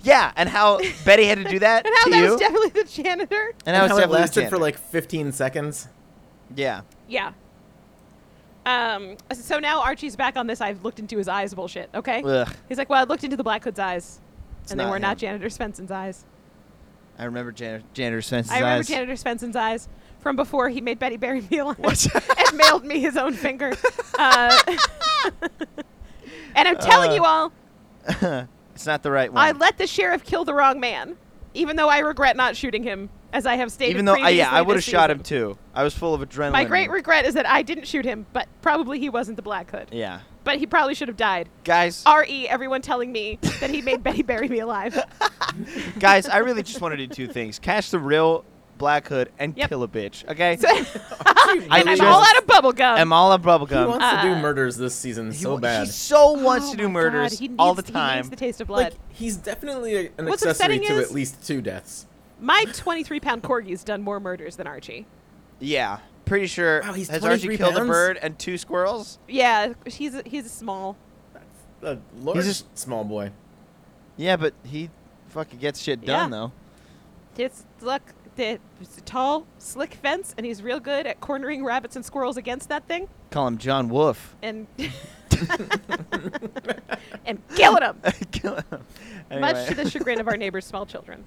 A: Yeah, and how Betty had to do that
B: and how
A: to
B: that
A: you.
B: was definitely the janitor.
A: and
C: And
A: how it's
C: how it
A: definitely the
C: lasted for
A: janitor.
C: like 15 seconds.
A: yeah.
B: Yeah. Um. So now Archie's back on this. I've looked into his eyes bullshit. Okay.
A: Ugh.
B: He's like, well, I looked into the Black Hood's eyes, and they
A: not
B: were not
A: him.
B: Janitor Svensson's eyes.
A: I remember Jan- janitor Spence's
B: I remember
A: eyes.
B: Janitor Svensson's eyes from before he made Betty bury me alive
A: What?
B: and mailed me his own finger. Uh, and I'm telling
A: Uh,
B: you all,
A: it's not the right one.
B: I let the sheriff kill the wrong man, even though I regret not shooting him, as I have stated.
A: Even though, I, yeah,
B: previously
A: I would have
B: this
A: shot him
B: season.
A: too. I was full of adrenaline.
B: My great regret is that I didn't shoot him, but probably he wasn't the Black Hood.
A: yeah,
B: But he probably should have died.
A: guys,
B: R.E. E, Everyone telling me that he made Betty bury me alive.
A: guys, I really just want to do two things: catch the real Black Hood and
B: Yep.
A: kill a bitch. Okay,
B: So-
A: I
B: and I'm
A: just-
B: all out of bubble gum.
A: I'm all on
C: He
A: bubblegum.
C: wants to do
B: Uh,
C: murders this season so
A: wa-
C: bad.
A: He so wants
B: Oh
A: to do
B: my
A: murders
B: God, he
A: all the
B: needs- He
A: time.
B: needs the taste of blood.
C: like he's definitely a, an
B: What's
C: accessory
B: upsetting
C: to
B: is-
C: at least two deaths.
B: My 23 pound corgi's done more murders than Archie.
A: yeah, pretty sure.
C: Wow, he's
A: Has Archie
C: 23
A: killed a
C: pounds?
A: bird and two squirrels?
B: Yeah, he's he's small.
C: A large,
A: He's just-
C: small boy.
A: Yeah, but he fucking gets shit done
B: Yeah.
A: though.
B: It's look, the it's a tall, slick fence, and he's real good at cornering rabbits and squirrels against that thing
A: Call him John Wolf.
B: and and killing them.
A: kill him.
B: Much
A: Anyway.
B: to the chagrin of our neighbors' small children.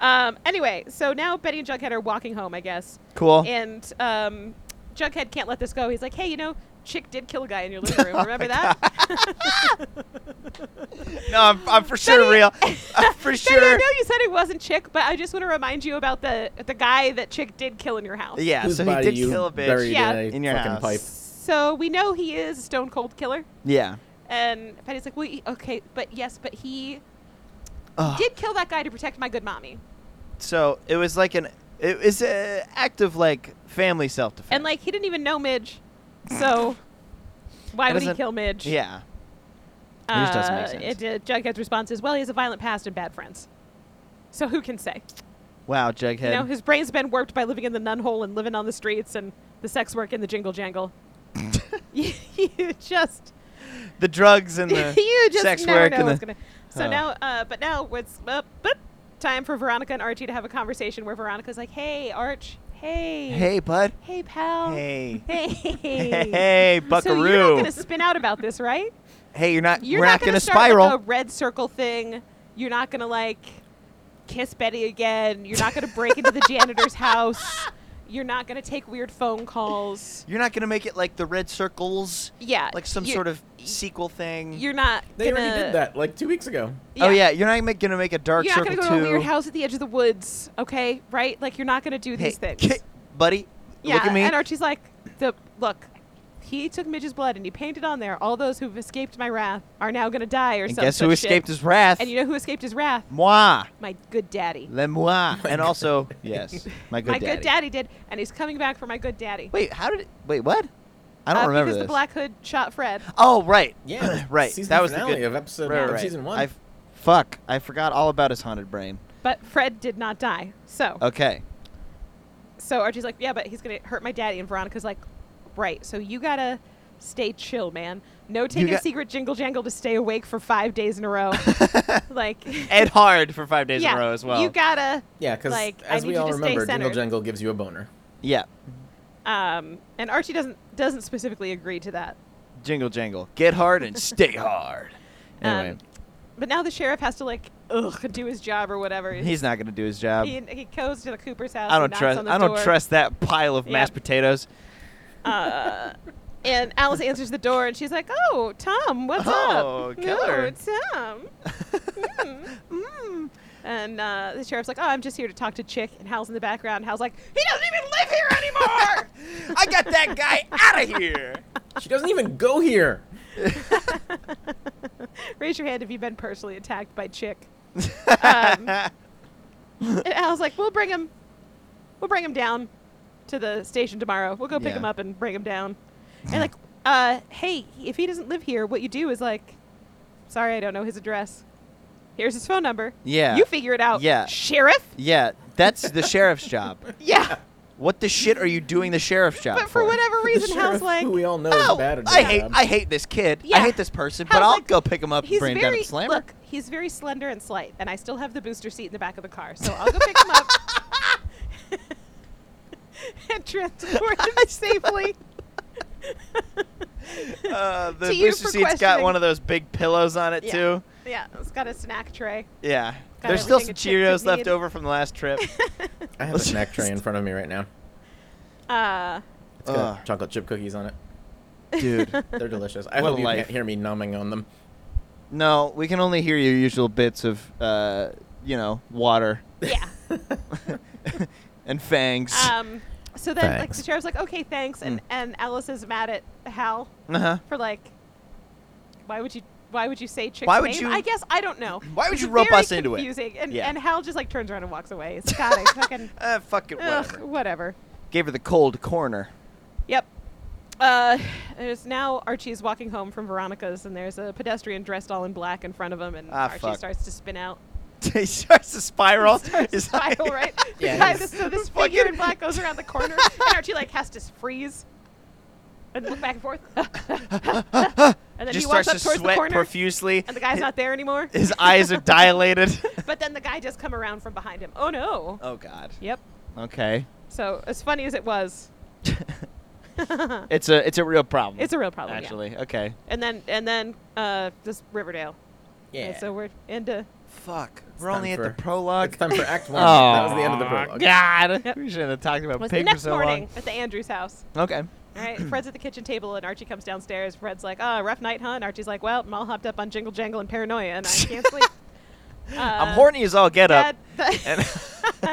B: Um, anyway, so now Betty and Jughead are walking home, I guess,
A: cool.
B: and um, Jughead can't let this go. He's like, "Hey, you know, Chick did kill a guy in your living room.
A: Oh
B: Remember that?"
A: No, I'm, I'm for sure
B: Betty-
A: real. I'm for
B: Betty, I
A: sure.
B: know you said it wasn't Chick, but I just want to remind you about the the guy that Chick did kill in your house.
A: Yeah,
C: Whose
A: so he
C: body
A: did
C: you
A: kill a bitch.
C: buried
B: Yeah.
C: in, a
A: In your
C: fucking
A: house.
C: pipe.
B: So we know he is a stone cold killer.
A: Yeah.
B: And Betty's like, well, okay, but yes, but he
A: Ugh.
B: did kill that guy to protect my good mommy.
A: So it was like an it was an act of like family self defense.
B: And like, he didn't even know Midge. So why
A: That
B: would he
A: doesn't-
B: kill Midge?
A: yeah, it just doesn't make
B: Uh,
A: sense.
B: It, uh, Jughead's response is, well, he has a violent past and bad friends. So who can say?
A: wow, Jughead.
B: You know, his brain's been warped by living in the nun hole and living on the streets and the sex work and the jingle jangle. you just,
A: the drugs and the
B: you just
A: sex
B: never
A: work
B: know
A: and
B: what's
A: the
B: gonna. So
A: Huh.
B: now, uh, but now what's uh, but time for Veronica and Archie to have a conversation where Veronica's like, "Hey, Arch, hey,
A: hey, bud.
B: hey, pal,
A: Hey.
B: hey,
A: Hey, hey,
B: So you're
A: buckaroo.
B: not gonna spin out about this, right?
A: hey, you're not.
B: You're
A: we're not,
B: gonna,
A: gonna
B: start,
A: spiral.
B: Like, a red circle thing. You're not gonna like kiss Betty again. You're not gonna break into the janitor's house. You're not gonna take weird phone calls.
A: you're not gonna make it like the red circles,
B: Yeah,
A: like some
B: Uh, you-
A: sort of sequel thing.
B: You're not.
C: They
B: gonna,
C: already did that like two weeks ago.
A: Oh yeah, you're not ma- gonna make a dark
B: You're not
A: circle
B: gonna go
A: too.
B: to a weird house at the edge of the woods, okay? Right? Like you're not gonna do
A: Hey,
B: these things.
A: buddy.
B: yeah,
A: look at me.
B: and Archie's like, the look, He took Midge's blood and he painted on there all those who've escaped my wrath are now going to die or
A: and
B: some
A: guess who
B: such
A: escaped
B: shit.
A: his wrath?
B: And you know who escaped his wrath?
A: Moi,
B: My good daddy.
A: le moi, and also yes, my good
B: Oh my
A: daddy.
B: good daddy did, and he's coming back for my good daddy.
A: Wait, how did? Wait, what? I don't
B: Uh,
A: remember
B: because
A: this.
B: the Black Hood shot Fred.
A: oh right,
C: Yeah,
A: right.
C: Season
A: that was
C: finale
A: the good.
C: of episode
A: right,
C: of
A: right.
C: season one.
A: I f- fuck, I forgot all about his haunted brain.
B: But Fred did not die. So
A: Okay,
B: so Archie's like, yeah, but he's gonna hurt my daddy, and Veronica's like, right. So you gotta stay chill, man. No taking
A: got-
B: secret jingle jangle to stay awake for five days in a row. like
A: and hard for five days
B: yeah,
A: in a row as well.
B: You gotta
C: yeah, because
B: like, I
C: as
B: need
C: we
B: you
C: all
B: to stay
C: remember, Jingle
B: centered.
C: Jangle gives you a boner.
A: yeah,
B: um, and Archie doesn't doesn't specifically agree to that.
A: jingle jangle, get hard and stay hard. Anyway,
B: Um, but now the sheriff has to like ugh do his job or whatever.
A: he's not gonna do his job.
B: he, he goes to the Cooper's house.
A: I
B: and
A: don't
B: knocks
A: trust.
B: On the
A: I don't
B: door.
A: trust that pile of
B: Yeah.
A: mashed potatoes.
B: Uh, and Alice answers the door, and she's like, "Oh, Tom, what's
A: Oh,
B: up?
A: killer.
B: Oh, Tom." Mm.
A: Mm.
B: And uh, the sheriff's like, "Oh, I'm just here to talk to Chick." And Hal's in the background. Hal's like, "He doesn't even live here anymore."
A: I got that guy out of here.
C: She doesn't even go here.
B: Raise your hand if you've been personally attacked by Chick. Um, and Hal's like, "We'll bring him. We'll bring him down to the station tomorrow. We'll go pick
A: Yeah.
B: him up and bring him down." And like, uh, "Hey, if he doesn't live here, what you do is like, sorry, I don't know his address. Here's his phone number.
A: Yeah.
B: you figure it out.
A: Yeah.
B: sheriff.
A: yeah, that's the sheriff's job.
B: Yeah."
A: What the shit are you doing the sheriff's job
B: But for whatever reason, Hal's
C: Sheriff,
B: like,
C: who we all know
A: Oh,
C: is bad at
A: I
C: his
A: hate
C: job.
A: I hate this kid. I
B: Yeah.
A: hate this person,
B: Hal's
A: but I'll
B: like-
A: go pick him up and
B: he's
A: bring him down
B: very
A: to Slammer.
B: look. He's very slender and slight, and I still have the booster seat in the back of the car, so I'll go pick him up and transport him safely.
A: Uh, the
B: To you
A: booster
B: for
A: seat's got
B: questioning.
A: one of those big pillows on it
B: Yeah.
A: too.
B: yeah, it's got a snack tray.
A: Yeah. There's still some
B: everything a chick
A: Cheerios
B: could
A: left
B: need.
A: over from the last trip.
C: I have a
A: Let's
C: snack tray
A: just-
C: in front of me right now.
B: Uh,
C: It's got
A: Ugh.
C: chocolate chip cookies on it.
A: Dude.
C: They're delicious. I
A: What a
C: hope you
A: life.
C: can't hear me numbing on them.
A: No, we can only hear your usual bits of uh, you know, water
B: yeah.
A: and fangs.
B: Um, so then, like, the
C: Thanks.
B: sheriff's like, "Okay, thanks," and
A: Mm.
B: and Alice is mad at Hal
A: uh-huh.
B: for like, why would you? Why would you say chick's
A: Why would
B: name?
A: you-
B: I guess I don't know.
A: Why would
B: It's
A: you rope
B: very
A: us into it?
B: confusing, And,
A: Yeah.
B: and Hal just like turns around and walks away. He's like, God, I fucking
A: Uh, fuck it,
B: Ugh,
A: whatever.
B: whatever.
A: Gave her the cold corner.
B: Yep. Uh, there's now Archie's walking home from Veronica's, and there's a pedestrian dressed all in black in front of him, and
A: Ah,
B: Archie
A: fuck.
B: starts to spin out.
A: he starts to spiral.
B: Starts to
A: He's like-
B: spiral, right?
C: Yeah,
B: The guy-
C: he's-
B: so this figure in
A: Fucking-
B: black goes around the corner, and Archie like has to freeze and look back and forth, and then
A: Just
B: he walks
A: starts
B: up
A: to
B: towards
A: sweat
B: the corner,
A: profusely.
B: and the guy's not there anymore.
A: His eyes are dilated.
B: but then the guy does come around from behind him. Oh no!
A: oh God.
B: Yep.
A: Okay.
B: So as funny as it was,
A: it's a it's a real problem.
B: it's a real problem. yeah.
A: actually. Okay.
B: And then and then uh, this Riverdale.
C: Yeah.
B: so we're into
A: Fuck.
C: It's
A: We're only
C: time
A: at the
C: for-
A: prologue.
C: It's time for Act One.
A: oh
C: That was the end of the prologue.
A: God.
B: Yep.
A: We should have talked about
B: was the
A: pig
B: next
A: for so
B: morning at the Andrews house.
A: long. Okay.
B: All right, Fred's at the kitchen table and Archie comes downstairs. Fred's like, "Oh, rough night, huh?" And Archie's like, "Well, I'm all hopped up on jingle jangle and paranoia, and I can't sleep." Uh,
A: I'm horny as all get
B: Dad,
A: up.
B: the,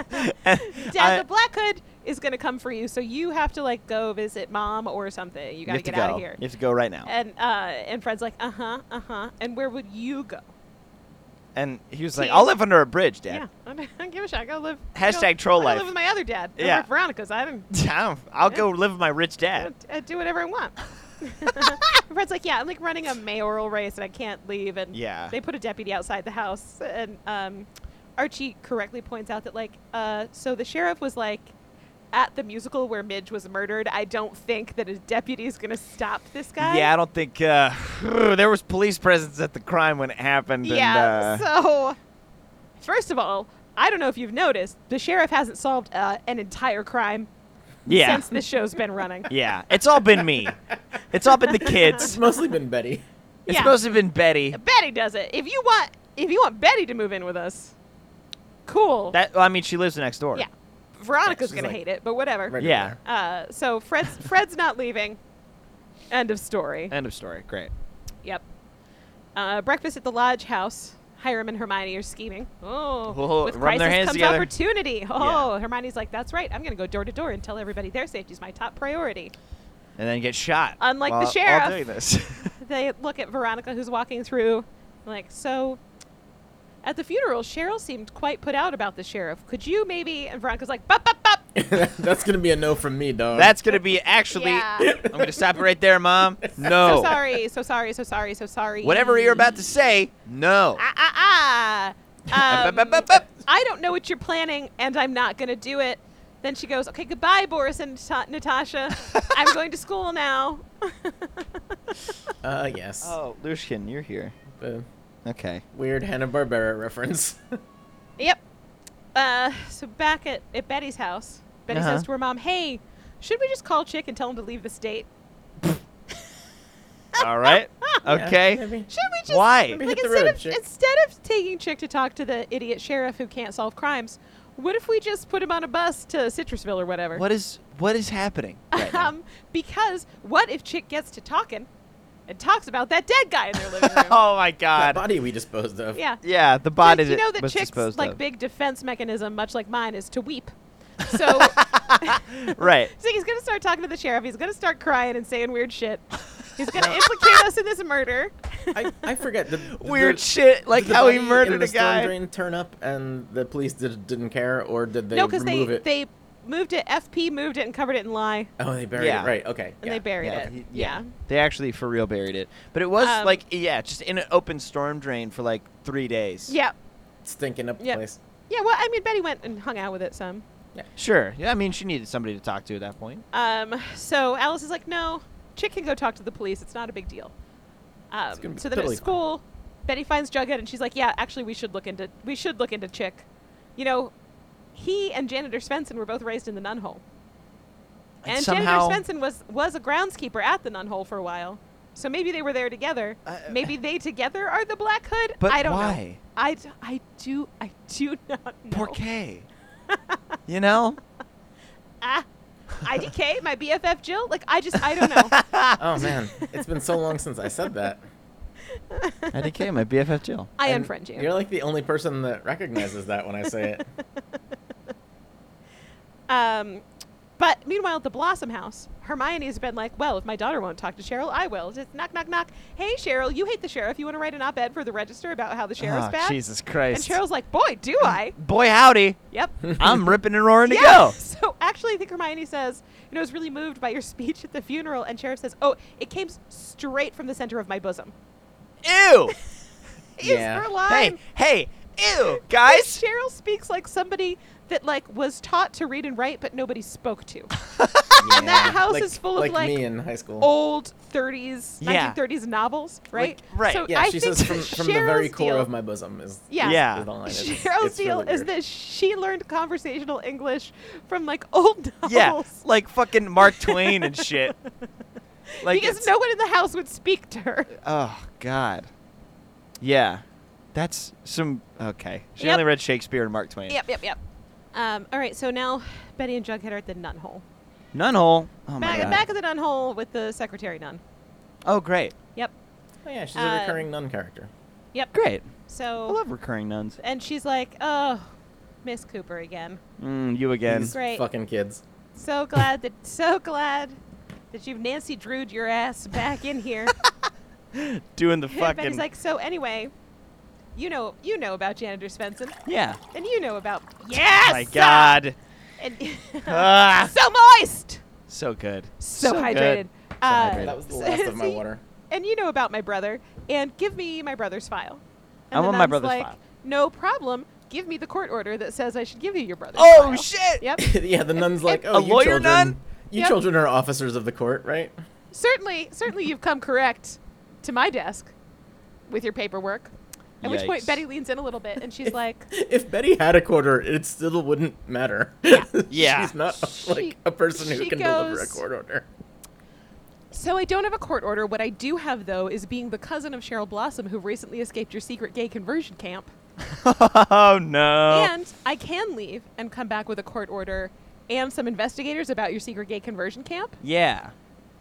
A: And, and
B: Dad,
A: I-
B: the Black Hood is gonna come for you, so you have to like go visit mom or something. You
A: you
B: gotta
A: have to
B: get
A: go.
B: out of here.
A: You have to go right now.
B: And uh, and Fred's like, "Uh huh, uh huh." And where would you go?
A: And he was like,
B: Tea.
A: "I'll live under a bridge, Dad."
B: Yeah, I mean, I don't give a shit. I go live.
A: Hashtag
B: I go,
A: troll
B: I go
A: life.
B: live with my other dad. over
A: Yeah.
B: at Veronica's. I don't.
A: I'll, I'll go live with my rich dad.
B: I do whatever I want. Fred's like, yeah, I'm like running a mayoral race and I can't leave. And
A: Yeah.
B: they put a deputy outside the house. And um, Archie correctly points out that like, uh, so the sheriff was like, at the musical where Midge was murdered, I don't think that a deputy is gonna stop this guy.
A: Yeah, I don't think uh, there was police presence at the crime when it happened.
B: yeah.
A: and, uh,
B: so, first of all, I don't know if you've noticed, the sheriff hasn't solved uh, an entire crime
A: yeah,
B: since this show's been running.
A: yeah. It's all been me. It's all been the
C: It's
A: kids.
C: mostly been Betty.
A: It's
B: Yeah.
A: mostly been Betty.
B: Betty does it. If you want, if you want Betty to move in with us, cool.
A: That well, I mean, she lives next door.
B: yeah, Veronica's
C: She's
B: gonna
C: like-
B: hate it, but whatever.
C: Right
A: Yeah.
C: over there.
B: Uh, so Fred's Fred's not leaving. End of story.
A: End of story. Great.
B: yep. Uh, breakfast at the lodge house. Hiram and Hermione are scheming. Oh,
A: Whoa,
B: with
A: rubbing
B: crisis
A: their hands
B: comes
A: together.
B: opportunity. Oh, Hermione's like, that's right. I'm gonna go door to door and tell everybody their safety's my top priority.
A: and then get shot.
B: Unlike the
A: while- while
B: sheriff.
A: doing this.
B: They look at Veronica, who's walking through, like, so at the funeral, Cheryl seemed quite put out about the sheriff. Could you maybe? And Veronica's like, bup, bup, bup.
C: That's gonna be a no from me, dog.
A: That's gonna be actually.
B: Yeah.
A: I'm gonna stop it right there, mom. No.
B: So sorry, so sorry, so sorry, so sorry.
A: Oh. Whatever you're about to say, no.
B: Ah, ah,
A: Bup,
B: ah.
A: bup, bup,
B: Um,
A: bup.
B: I don't know what you're planning, and I'm not going to do it. Then she goes, okay, goodbye, Boris and Ta- Natasha. I'm going to school now.
C: uh yes.
A: Oh, Lucian, you're here.
C: The
A: Okay.
C: weird Hanna Barbera reference.
B: Yep. Uh, so back at, at Betty's house, Betty
A: Uh-huh.
B: says to her mom, "Hey, should we just call Chick and tell him to leave the state?
A: All right.
C: Yeah,
A: Okay.
C: maybe.
B: Should we just
A: Why?
B: like
A: Maybe
C: hit the
B: instead
C: road,
B: of
C: Chick.
B: instead of taking Chick to talk to the idiot sheriff who can't solve crimes, what if we just put him on a bus to Citrusville or whatever?
A: What is what is happening? right now?
B: um, because what if Chick gets to talking and talks about that dead guy in their living room?
A: oh my
C: That
A: God.
C: body we disposed of.
B: Yeah.
A: Yeah, the body
B: Like, you know that
A: was
B: Chick's
A: disposed
B: like
A: of.
B: big defense mechanism, much like mine, is to weep. So
A: right.
B: So he's gonna start talking to the sheriff. He's gonna start crying and saying weird shit. He's gonna implicate us in this murder.
C: I, I forget. The,
A: Weird
C: the-
A: shit, like
C: did the
A: how he
C: body in
A: murdered
C: the
A: a guy.
C: Storm drain turn up, and the police did, didn't care, or did they
B: no, because they
C: remove it?
B: they moved it. FP moved it and covered it in lie,
C: oh, they buried
A: Yeah.
C: it. Right. Okay.
B: and they buried it.
A: he-
B: yeah.
A: They actually for real buried it. But it was
B: Um,
A: like yeah, just in an open storm drain for like 3 days.
B: Yeah.
C: Stinking up the
B: Yep.
C: place.
B: Yeah. Well, I mean, Betty went and hung out with it some.
A: Sure. Yeah, I mean she needed somebody to talk to at that point.
B: Um. So Alice is like, no, Chick can go talk to the police. It's not a big deal.
C: gonna
B: Um,
C: be
B: so then
C: totally
B: at
C: fine.
B: school, Betty finds Jughead, and she's like, yeah, actually, we should look into we should look into Chick. You know, he and janitor Svensson were both raised in the nun hole. And
A: somehow
B: Janitor Svensson was was a groundskeeper at the nun hole for a while, so maybe they were there together.
A: Uh,
B: maybe they together are the Black Hood.
A: But
B: I don't know.
A: why?
B: I, d- I do I do not know.
A: Poor Kay. you know?
B: Ah, IDK, my BFF Jill. Like I just I don't know.
C: Oh man, it's been so long since I said that.
A: IDK, my BFF Jill.
B: I
C: And
B: unfriend you.
C: You're like the only person that recognizes that when I say it.
B: Um, but meanwhile, at the Blossom House, Hermione's been like, "Well, if my daughter won't talk to Cheryl, I will." Just knock, knock, knock. Hey, Cheryl, you hate the sheriff. You want to write an op-ed for the Register about how the sheriff's
A: oh,
B: bad?
A: Jesus
B: And
A: Christ.
B: Cheryl's like, "Boy, do I!"
A: Boy howdy.
B: Yep.
A: I'm ripping and roaring to
B: Yeah.
A: go.
B: So actually, I think Hermione says, "You know, I was really moved by your speech at the funeral," and Sheriff says, "Oh, it came s- straight from the center of my bosom."
A: Ew.
B: Is
C: Yeah.
B: her line?
A: hey, hey. Ew,
B: Like,
A: guys.
B: Cheryl speaks like somebody that like was taught to read and write, but nobody spoke to. And that house
C: Like-
B: is full of,
C: like
B: like,
C: me in high school.
B: old 30s,
A: Yeah.
B: 1930s novels, right?
A: Like, right,
B: So
C: yeah,
B: I
C: she
B: think
C: says from,
B: that
C: from the very
B: Cheryl's
C: core
B: deal-
C: of my bosom is
B: Yeah.
A: Yeah.
C: is the line. It's-
B: Cheryl's
C: it's
B: deal
C: really
B: is
C: weird.
B: that she learned conversational English from like old novels.
A: Yeah, like fucking Mark Twain and shit. Like
B: because
A: it's-
B: no one in the house would speak to her.
A: Oh God. Yeah, that's some okay. She
B: Yep.
A: only read Shakespeare and Mark Twain.
B: Yep, yep, yep. Um, all right, so now Betty and Jughead are at the nun hole.
A: Nunhole. Oh my
B: back,
A: God.
B: back at the nun hole with the secretary nun.
A: Oh great,
B: Yep,
C: Oh yeah, she's
B: uh,
C: a recurring nun character.
B: yep.
A: great. I
B: So,
A: love recurring nuns.
B: and she's like, oh, Miss Cooper again.
A: Mm, you again.
C: These
B: Great.
C: Fucking kids.
B: So glad that so glad that you've Nancy Drewed your ass back in here.
A: Doing the
B: But
A: fucking.
B: Betty's like, so anyway, you know you know about janitor Svensson,
A: yeah.
B: and you know about yes,
A: Oh my God.
B: and
A: Ah,
B: so moist,
A: so good.
B: so,
A: good.
B: hydrated.
A: hydrated.
C: That was the last of my
B: so you-
C: water.
B: And you know about my brother, and give me my brother's file.
A: I
B: And the
A: want my
B: nun's
A: brother's
B: like,
A: file.
B: No problem. Give me the court order that says I should give you your brother's
A: Oh
B: file."
A: shit.
B: Yep.
C: yeah, the nun's like,
A: A
C: oh, you
A: lawyer
C: children,
A: nun?
C: you
B: Yep.
C: children are officers of the court, right?
B: certainly, certainly you've come correct to my desk with your paperwork. At which point
A: Yikes.
B: Betty leans in a little bit and she's like,
C: If Betty had a quarter, it still wouldn't matter.
A: Yeah.
C: she's not
B: She-
C: like a person who
B: she
C: can deliver a
B: goes-
C: court order.
B: So I don't have a court order. What I do have, though, is being the cousin of Cheryl Blossom, who recently escaped your secret gay conversion camp.
A: oh no.
B: And I can leave and come back with a court order and some investigators about your secret gay conversion camp.
A: yeah.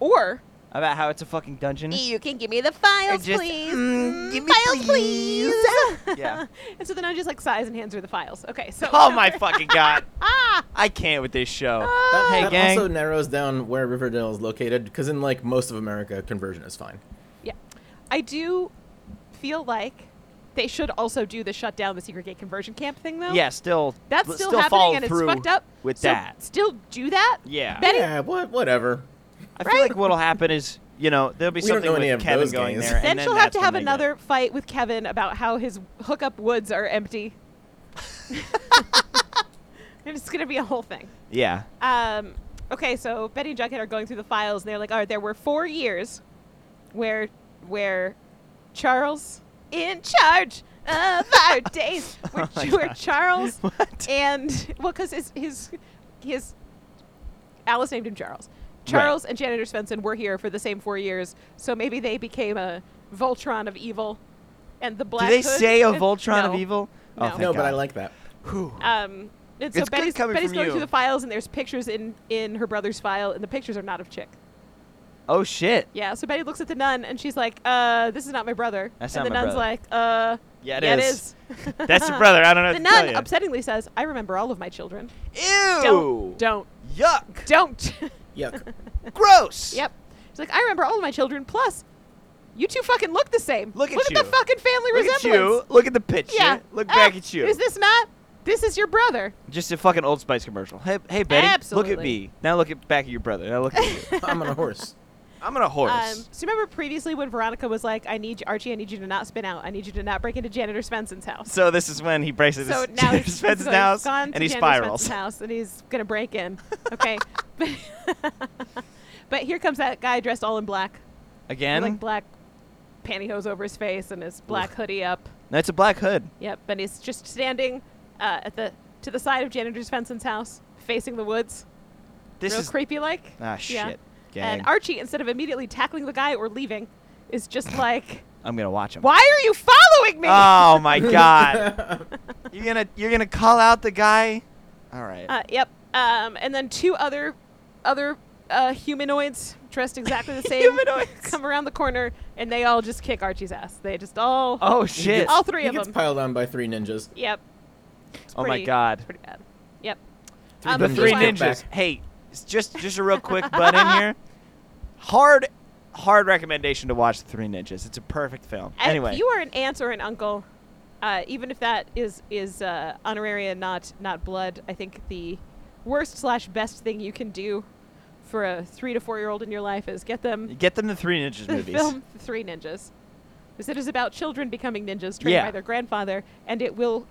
B: Or
A: about how it's a fucking dungeon.
D: You can give me the files,
A: just,
D: please.
A: mm, give me
D: files, please.
A: Yeah.
B: and so then I just like sighs and hands her the files. Okay, so
A: Oh my fucking god.
B: Ah.
A: I can't with this show.
C: That,
A: hey
C: that
A: gang.
C: also narrows down where Riverdale is located, because in like most of America, conversion is fine.
B: Yeah. I do feel like they should also do the shut down the secret gate conversion camp thing though.
A: yeah, still
B: That's
A: but
B: still,
A: follow
B: happening and it's
A: through
B: fucked up.
A: with
B: So
A: that.
B: Still do that?
A: Yeah.
B: Betty
C: Yeah, what, whatever.
A: I feel like what'll happen is, you know, there'll be
C: We don't
A: something
C: know any
A: with
C: of
A: Kevin
C: those
A: going
C: games.
A: there.
B: then,
A: and
B: she'll have
A: that's
B: to
A: when
B: have
A: they get-
B: another fight with Kevin about how his hookup woods are empty. and it's gonna be a whole thing.
A: Yeah.
B: Um, okay, so Betty and Jughead are going through the files, and they're like, "All right, there were four years where where Charles in charge of our days, where,
A: Oh my
B: where
A: God.
B: Charles
A: What?
B: and well, because his his his Alice named him Charles.
A: Right.
B: Charles and Janitor Svensson were here for the same four years, so maybe they became a Voltron of evil, and the
A: Do
B: Black.
A: they
B: Hood-
A: say a
B: and-
A: Voltron of
B: no.
A: evil?
B: No.
A: Oh, thank
C: no, but I
A: God.
C: like that.
A: Whew.
B: Um, and
A: It's
B: so
A: good
B: Betty's,
A: coming
B: Betty's
A: from
B: going
A: you.
B: through the files, and there's pictures in in her brother's file, and the pictures are not of Chick.
A: Oh shit.
B: Yeah. So Betty looks at the nun, and she's like, "Uh, this is not my brother."
A: That's
B: and
A: not
B: the
A: my
B: nun's
A: brother.
B: like, "Uh,
A: Yeah, it
B: yeah,
A: is.
B: it is."
A: That's the brother. I don't know.
B: The
A: what to tell
B: nun
A: ya.
B: upsettingly says, "I remember all of my children."
A: Ew.
B: Don't, don't,
A: Yuck.
B: don't.
C: Yuck.
A: Gross.
B: yep. She's like, "I remember all of my children." Plus, you two fucking look the same.
A: Look at
B: Look at
A: you.
B: the fucking family
A: Look at
B: resemblance.
A: you. Look at the picture.
B: Yeah.
A: Look
B: Ah,
A: back at you.
B: Is this not? This is your brother.
A: Just a fucking Old Spice commercial. Hey, hey Betty. Look at
B: Absolutely.
A: me. Now look at back at your brother. Now look at you.
C: I'm on a horse.
A: I'm on a horse.
B: Um, so remember previously when Veronica was like, "I need you, Archie. I need you to not spin out. I need you to not break into janitor Svensson's house."
A: so this is when he breaks into
B: so
A: his-
B: now he's,
A: his fence
B: so he's
A: house
B: gone
A: and
B: to
A: he
B: Janitor
A: spirals.
B: Svensson's house and he's gonna break in. Okay, but, but here comes that guy dressed all in black, with,
A: Again.
B: like black pantyhose over his face and his black hoodie up.
A: That's a black hood.
B: Yep, and he's just standing uh, at the to the side of janitor Svensson's house, facing the woods,
A: This
B: real
A: is
B: creepy like.
A: ah shit. Gang.
B: And Archie, instead of immediately tackling the guy or leaving, is just like.
A: I'm gonna watch him.
B: Why are you following me?
A: Oh my god. You're gonna you're gonna call out the guy. All right.
B: Uh, yep. Um, and then two other other uh, humanoids dressed exactly the same
A: Humanoids.
B: come around the corner, and they all just kick Archie's ass. They just all
A: oh
C: He
A: shit.
C: gets-
B: All three
C: he
B: of
C: gets
B: them.
C: piled on by three ninjas.
B: yep.
A: oh my
B: pretty-
A: god.
B: It's pretty bad. Yep.
C: Three
B: Um,
A: The
C: ninjas
A: three
B: meanwhile-
C: get
A: ninjas.
C: back.
A: Hey, it's just just a real quick butt in here. Hard, hard recommendation to watch the Three Ninjas. It's a perfect film.
B: And
A: anyway,
B: If Uh, you are an aunt or an uncle, uh, even if that is is uh, honoraria, not not blood, I think the worst slash best thing you can do for a three to four year old in your life is get them
A: get them the Three Ninjas
B: the
A: movies.
B: film The Three Ninjas. Because it is about children becoming ninjas trained
A: Yeah.
B: by their grandfather, and it will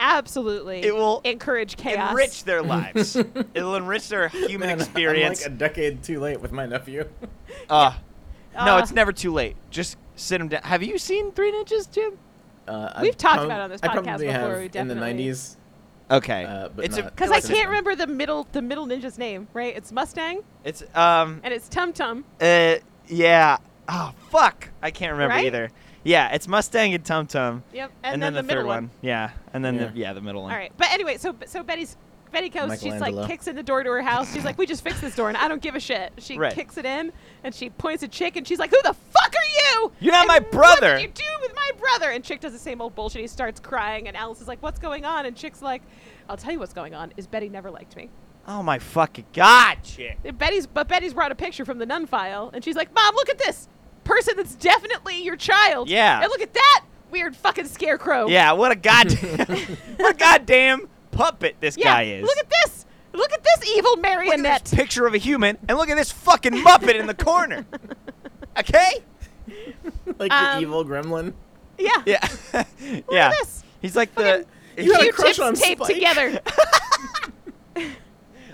B: absolutely
A: It will
B: encourage chaos.
A: Enrich their lives. It'll enrich their human
C: Man,
A: experience.
C: I'm like a decade too late with my nephew.
A: uh, no,
B: Uh,
A: it's never too late. Just sit them down. Have you seen Three Ninjas, Jim?
C: Uh, I
B: We've talked
C: prob-
B: about it on this
C: I
B: podcast
C: probably
B: before,
C: have
B: we
C: in the
B: definitely-
C: 90s.
A: Okay,
C: Uh, but
A: it's a
C: not-
B: Because I
C: It was-
B: can't remember the middle the middle ninja's name, right? It's Mustang
A: it's um
B: and it's Tum Tum.
A: uh yeah oh fuck I can't remember
B: Right?
A: either. Yeah, it's Mustang and Tum Tum.
B: Yep.
A: And, then, the,
B: middle
A: third one. Yeah, and then
C: Yeah.
A: the yeah the middle one.
B: All right, but anyway, so so Betty's Betty goes. She's
C: Michelangelo.
B: like kicks in the door to her house. She's like, "We just fixed this door, and I don't give a shit." She
A: Right.
B: kicks it in, and she points at Chick, and she's like, "Who the fuck are you?
A: You're not
B: And
A: my brother."
B: What did you do with my brother?" And Chick does the same old bullshit. He starts crying, and Alice is like, "What's going on?" And Chick's like, "I'll tell you what's going on. Is Betty never liked me?"
A: Oh my fucking god, chick.
B: And Betty's but Betty's brought a picture from the nun file, and she's like, "Mom, look at this person. That's definitely your child.
A: Yeah.
B: And look at that weird fucking scarecrow.
A: Yeah, what a goddamn what a goddamn puppet this
B: Yeah,
A: guy is.
B: Look at this. Look at this evil
A: Look at
B: marionette.
A: this picture of a human and look at this fucking muppet in the corner. Okay?
C: like
B: Um,
C: the evil gremlin.
B: Yeah.
A: Yeah. yeah.
B: this.
A: He's like the
C: You had a crush
B: Q-tips
C: on
B: taped
C: Spike?
B: together.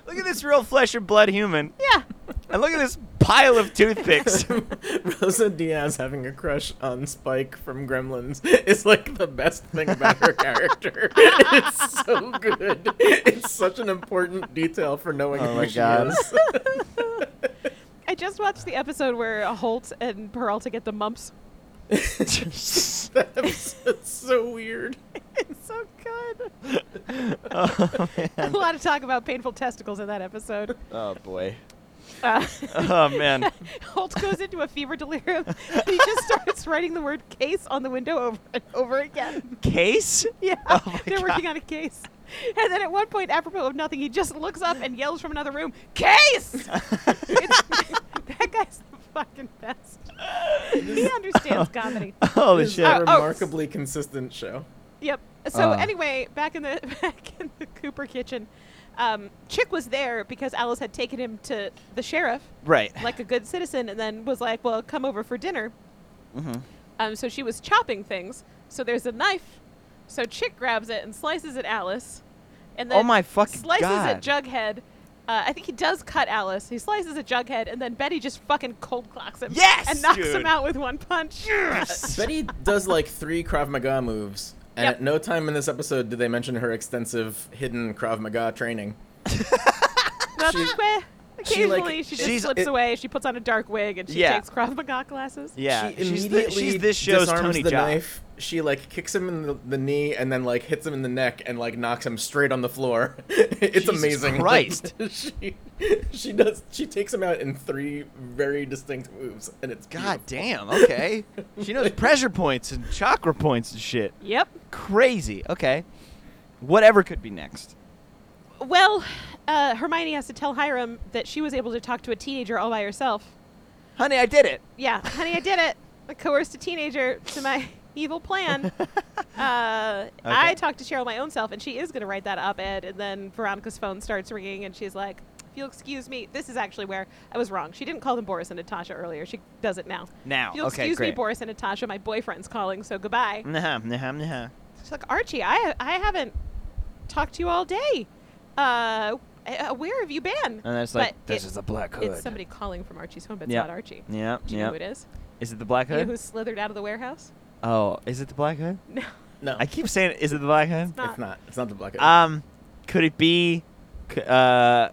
A: look at this real flesh and blood human.
B: yeah.
A: And look at this pile of toothpicks.
C: Rosa Diaz having a crush on Spike from Gremlins is like the best thing about her character. it's so good. It's such an important detail for knowing
A: Oh
C: who
A: my
C: she
A: God.
C: is.
B: I just watched the episode where Holt and Peralta get the mumps.
C: that episode's so weird.
B: It's so good.
A: oh,
B: A
A: man. Oh,
B: lot of talk about painful testicles in that episode.
A: oh boy.
B: Uh,
A: Oh, man.
B: Holt goes into a fever delirium. And he just starts writing the word case on the window over and over again.
A: Case?
B: Yeah,
A: Oh my
B: they're working on a case. And then at one point, apropos of nothing, he just looks up and yells from another room, "Case!" It's- that guy's the fucking best. He understands comedy.
A: Holy
C: This is
A: shit.
B: Uh,
C: a
B: oh.
C: remarkably consistent show.
B: Yep. So
A: Uh.
B: anyway, back in the back in the Cooper kitchen, um, Chick was there because Alice had taken him to the sheriff
A: Right.
B: like a good citizen, and then was like, "Well, come over for dinner."
A: Mm-hmm.
B: Um, so she was chopping things. So there's a knife. So Chick grabs it and slices at Alice, and then
A: Oh my fucking
B: slices at
A: God.
B: Jughead. Uh, I think he does cut Alice. He slices at Jughead, and then Betty just fucking cold clocks him.
A: Yes,
B: and knocks
A: dude.
B: him out with one punch.
C: Betty does like three Krav Maga moves, and
B: Yep.
C: at no time in this episode did they mention her extensive hidden Krav Maga training.
B: That's
C: She-
B: where
C: she, like,
B: occasionally she just
A: she's-
B: slips
A: it-
B: away. She puts on a dark wig and she
A: Yeah.
B: takes Krav Maga classes.
A: Yeah.
C: she
A: she's,
C: immediately
A: the, she's this show's
C: disarms
A: Tony
C: the
A: Jaa.
C: knife. She like kicks him in the, the knee and then like hits him in the neck and like knocks him straight on the floor. it's
A: Jesus
C: amazing.
A: Christ.
C: she she does she takes him out in three very distinct moves and it's
A: God
C: beautiful.
A: damn. Okay. she knows pressure points and chakra points and shit.
B: Yep.
A: Crazy. Okay. Whatever could be next.
B: Well, uh, Hermione has to tell Hiram that she was able to talk to a teenager all by herself.
A: Honey, I did it.
B: Yeah, honey, I did it. I coerced a teenager to my evil plan. Uh, I talked to Cheryl my own self, and she is going to write that op ed. And then Veronica's phone starts ringing, and she's like, if you'll excuse me, this is actually where I was wrong. She didn't call them Boris and Natasha earlier. She does it now.
A: Now.
B: If you'll
A: okay,
B: excuse
A: great. Mm.
B: me, Boris and Natasha, my boyfriend's calling, so goodbye.
A: Nah, nah, nah.
B: She's like, Archie, I, I haven't talked to you all day. Uh, uh, where have you been?
A: And it's like,
B: But
A: this
B: it-
A: is the Black Hood.
B: It's somebody calling from Archie's home, but it's
A: Yeah.
B: not Archie.
A: Yeah,
B: Do you know
A: yeah.
B: who it is?
A: Is it the Black
B: You know
A: Hood?
B: who slithered out of the warehouse?
A: oh, is it the Black Hood?
B: No.
C: No,
A: I keep saying, is it the Black Hood?
B: not.
C: it's not. It's not the black.
A: Um, could it be? c- Uh,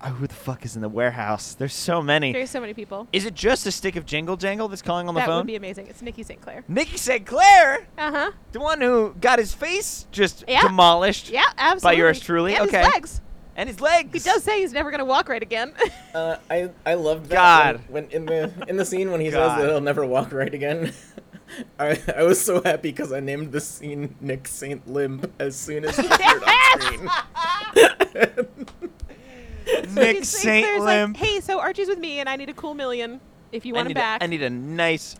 A: uh, who the fuck is in the warehouse? There's so many.
B: There's so many people.
A: Is it just a stick of jingle jangle that's calling on the
B: that
A: phone?
B: would be amazing. It's Nikki St. Clair.
A: Nikki St. Clair,
B: Uh huh.
A: the one who got his face just
B: Yeah.
A: demolished,
B: Yeah, absolutely.
A: yours truly?
B: And
A: Okay.
B: his legs.
A: and his legs.
B: He does say he's never going to walk right again.
C: Uh, I I love that
A: God.
C: When, when in the in the scene when he
A: God.
C: says that he'll never walk right again. I, I was so happy because I named the scene Nick Saint Limb as soon as he appeared on screen.
A: Nick
B: St.
A: St.
B: Clair's
A: Limp.
B: like, hey, so Archie's with me, and I need a cool million if you
A: I
B: want him
A: need
B: back.
A: A, I need a nice,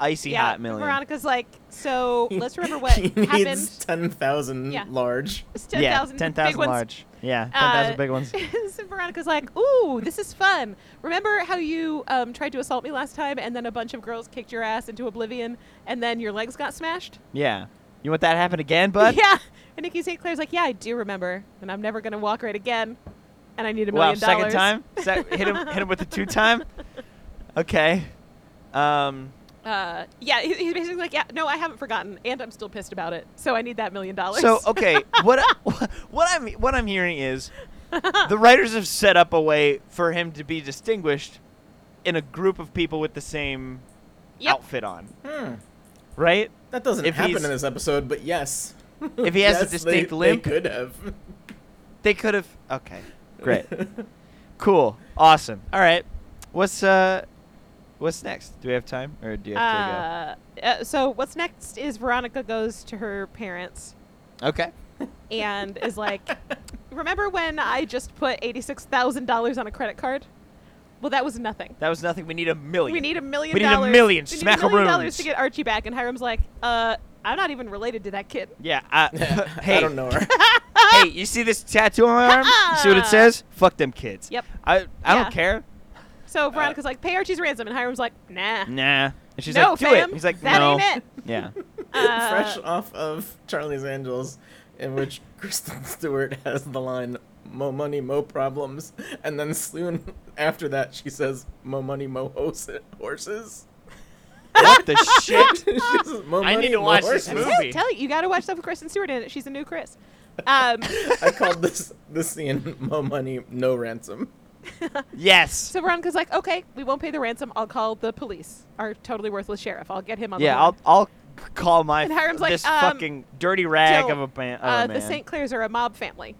A: icy
B: yeah.
A: hot million.
B: Veronica's like, so let's remember what
C: he
B: happened.
C: needs ten thousand
B: Yeah.
C: large.
B: It's
A: yeah,
B: 10,000
A: ten
B: big
A: thousand
B: ones.
A: large. Yeah, ten thousand
B: Uh,
A: big ones.
B: so Veronica's like, "Ooh, this is fun. Remember how you um, tried to assault me last time, and then a bunch of girls kicked your ass into oblivion, and then your legs got smashed."
A: Yeah, you want that to happen again, bud?
B: yeah. And Nikki St. Clair's like, "Yeah, I do remember, and I'm never gonna walk right again, and I need a
A: Wow,
B: million
A: second
B: dollars."
A: time? Sec- hit him hit him with the two time? Okay. Um
B: Uh, yeah, he- he's basically like, "Yeah, no, I haven't forgotten, and I'm still pissed about it, so I need that million dollars."
A: so okay, what I- what I'm what I'm hearing is the writers have set up a way for him to be distinguished in a group of people with the same
B: Yep.
A: outfit on.
C: Hmm.
A: Right?
C: That doesn't
A: If
C: happen
A: he's-
C: in this episode, but yes.
A: If he has
C: yes,
A: a distinct
C: they,
A: limp,
C: they could have.
A: they could have Okay. Great. cool. Awesome. All right. What's uh what's next? Do we have time or do you have
B: Uh, uh, so what's next is Veronica goes to her parents.
A: to go? Okay.
B: and is like, "Remember when I just put eighty-six thousand dollars on a credit card? Well, that was nothing.
A: That was nothing. We need a million.
B: We need a million.
A: We need a
B: dollars.
A: million
B: We need a million dollars
A: smackaroons.
B: to get Archie back." And Hiram's like, "Uh, I'm not even related to that kid."
A: Yeah. I, hey,
C: I don't know her.
A: hey, you see this tattoo on my arm? You see what it says? Fuck them kids.
B: Uh-huh. Yep.
A: I, I
B: Yeah.
A: don't care.
B: So Veronica's like, "Pay Archie's ransom," and Hiram's like, "Nah."
A: Nah. And she's
B: no,
A: like, do
B: fam.
A: it. He's like,
B: that
A: no.
B: ain't it.
A: Yeah.
B: Uh,
C: fresh off of Charlie's Angels, in which Kristen Stewart has the line "Mo money, mo problems," and then soon after that she says "Mo money, mo hos- horses."
A: what the shit?
C: She says, "Mo
A: I need
C: money,
A: to
C: mo
A: watch this
C: horses."
B: I
A: movie.
B: tell you, you got to watch stuff with Kristen Stewart in it. She's a new Chris. Um,
C: I called this this scene "Mo money, no ransom."
A: Yes.
B: so Veronica's like, "Okay, we won't pay the ransom. I'll call the police. Our totally worthless sheriff. I'll get him on
A: yeah,
B: the horn."
A: I'll, I'll call my
B: And Hiram's like,
A: this
B: um,
A: fucking dirty rag
B: Jill,
A: of a oh, man. Of
B: uh,
A: a man.
B: the St. Clairs are a mob family.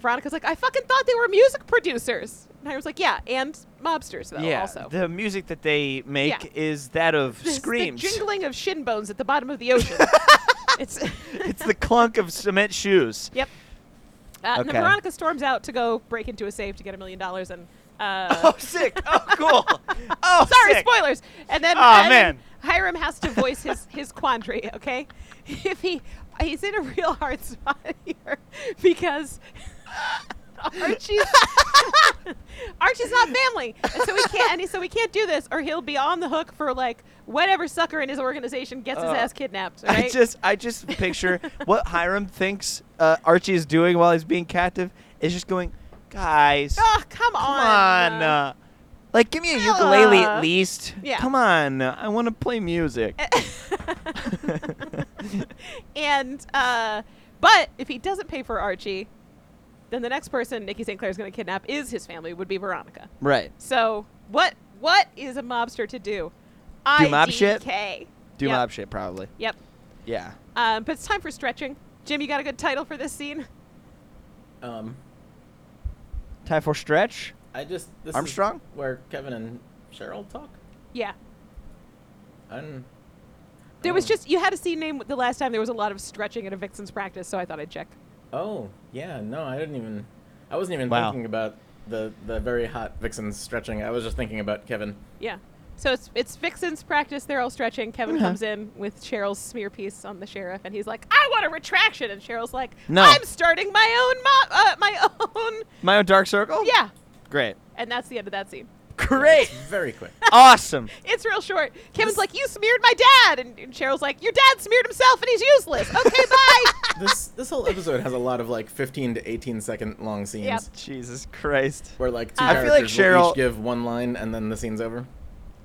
B: Veronica's like, I fucking thought they were music producers. And I was like, yeah, and mobsters though.
A: yeah,
B: also,
A: the music that they make
B: Yeah.
A: is that of
B: This-
A: screams.
B: the jingling of shin bones at the bottom of the ocean. it's
A: it's the clunk of cement shoes.
B: yep. Uh, And then
A: Okay.
B: Veronica storms out to go break into a safe to get a million dollars and. Uh,
A: Oh, sick! Oh, cool! Oh,
B: Sorry,
A: sick.
B: spoilers. And then,
A: Aw,
B: and
A: man.
B: Hiram has to voice his, his quandary. Okay, if he he's in a real hard spot here because Archie's Archie's not family, and so we can't. And he, so we can't do this, or he'll be on the hook for like whatever sucker in his organization gets
A: Uh,
B: his ass kidnapped.
A: I
B: Right?
A: just, I just picture what Hiram thinks uh, Archie is doing while he's being captive is just going, guys,
B: oh, come
A: come
B: on.
A: on, uh, like give me a ukulele
B: uh,
A: at least.
B: yeah.
A: Come on, uh, I want to play music.
B: and uh, but if he doesn't pay for Archie, then the next person Nikki St. Clair is going to kidnap is his family. Would be Veronica.
A: right.
B: So what what is a mobster to do?
A: Do mob shit?
B: IDK.
A: Do
B: Yep.
A: mob shit probably.
B: Yep.
A: Yeah.
B: Um, but it's time for stretching. Jim, you got a good title for this scene?
C: Um,
A: Time for stretch.
C: I just this
A: Armstrong?
C: is where Kevin and Cheryl talk.
B: Yeah.
C: I don't.
B: There was
C: Oh.
B: just you had a scene name the last time. There was a lot of stretching at a vixen's practice, so I thought I'd check.
C: Oh yeah, no, I didn't even. I wasn't even
A: Wow.
C: thinking about the the very hot vixens stretching. I was just thinking about Kevin.
B: Yeah. So it's it's Vixen's practice. They're all stretching. Kevin
A: Uh-huh.
B: comes in with Cheryl's smear piece on the sheriff, and he's like, "I want a retraction," and Cheryl's like,
A: No.
B: I'm starting my own mo- uh, my own."
A: My own dark circle.
B: Yeah.
A: Great.
B: And that's the end of that scene.
A: Great.
C: Very quick.
A: awesome.
B: It's real short. Kevin's like, "You smeared my dad," and, and Cheryl's like, "Your dad smeared himself, and he's useless." Okay, bye.
C: this this whole episode has a lot of like 15 to 18 second long scenes
B: Yep.
A: Jesus Christ.
C: where like two
B: I
C: characters
A: feel like
C: will
A: Cheryl-
C: each give one line and then the scene's over.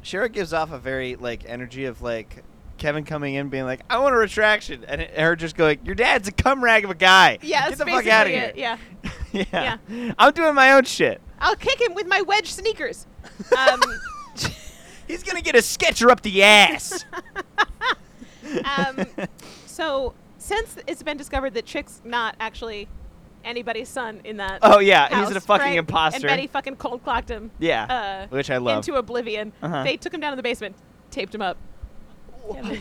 A: Shara gives off a very like energy of like Kevin coming in being like, "I want a retraction," and it- her just going, "Your dad's a cum rag of a guy.
B: yeah,
A: get
B: that's
A: the fuck
B: basically
A: out of here."
B: it. Yeah.
A: Yeah. I'm doing my own shit.
B: I'll kick him with my wedge sneakers. Um,
A: He's gonna get a sketcher up the ass.
B: um, so since it's been discovered that Chick's not actually anybody's son in that.
A: oh yeah, he's
B: house,
A: a fucking
B: right? And
A: imposter.
B: Betty fucking cold clocked him.
A: yeah,
B: Uh,
A: which I love.
B: Into oblivion.
A: Uh-huh.
B: They took him down to the basement, taped him up.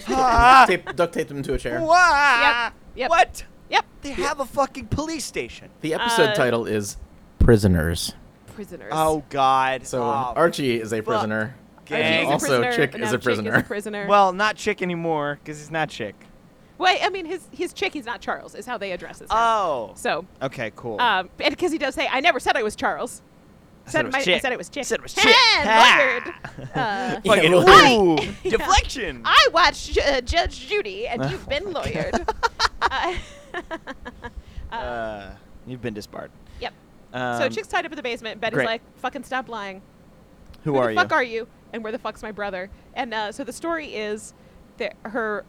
A: Ah,
C: Tape, duct taped him to a chair.
A: wha-
B: Yep.
A: What?
B: Yep.
A: They have a fucking police station.
C: The episode
B: Uh,
C: title is Prisoners.
B: Prisoners.
A: Oh God.
C: So um,
A: oh,
C: Archie is a prisoner.
B: Archie's a
A: gang.
C: Also,
B: prisoner,
C: Chick
B: and
C: is
B: now
C: a prisoner.
B: prisoner.
A: Well, not chick anymore because he's not chick.
B: Wait, I mean, his his chick, he's not Charles, is how they address this. now.
A: Oh.
B: So,
A: Okay. Cool.
B: um, and because he does say, I never said I was Charles.
A: I said it was
B: my- I
A: chick.
B: said it was chick.
A: Said it was
B: Hey,
A: chick.
B: lawyered. Uh,
C: Yeah,
A: Fucking
C: well-
A: ooh, deflection.
B: I watched Ju- uh, Judge Judy, and you've been lawyered. Uh,
A: Uh, you've been disbarred.
B: yep.
A: Um,
B: so Chick's tied up in the basement, and Betty's
A: great.
B: like, fucking stop lying.
A: who,
B: who
A: are
B: the
A: you?
B: fuck are you? And where the fuck's my brother? And uh, so the story is that her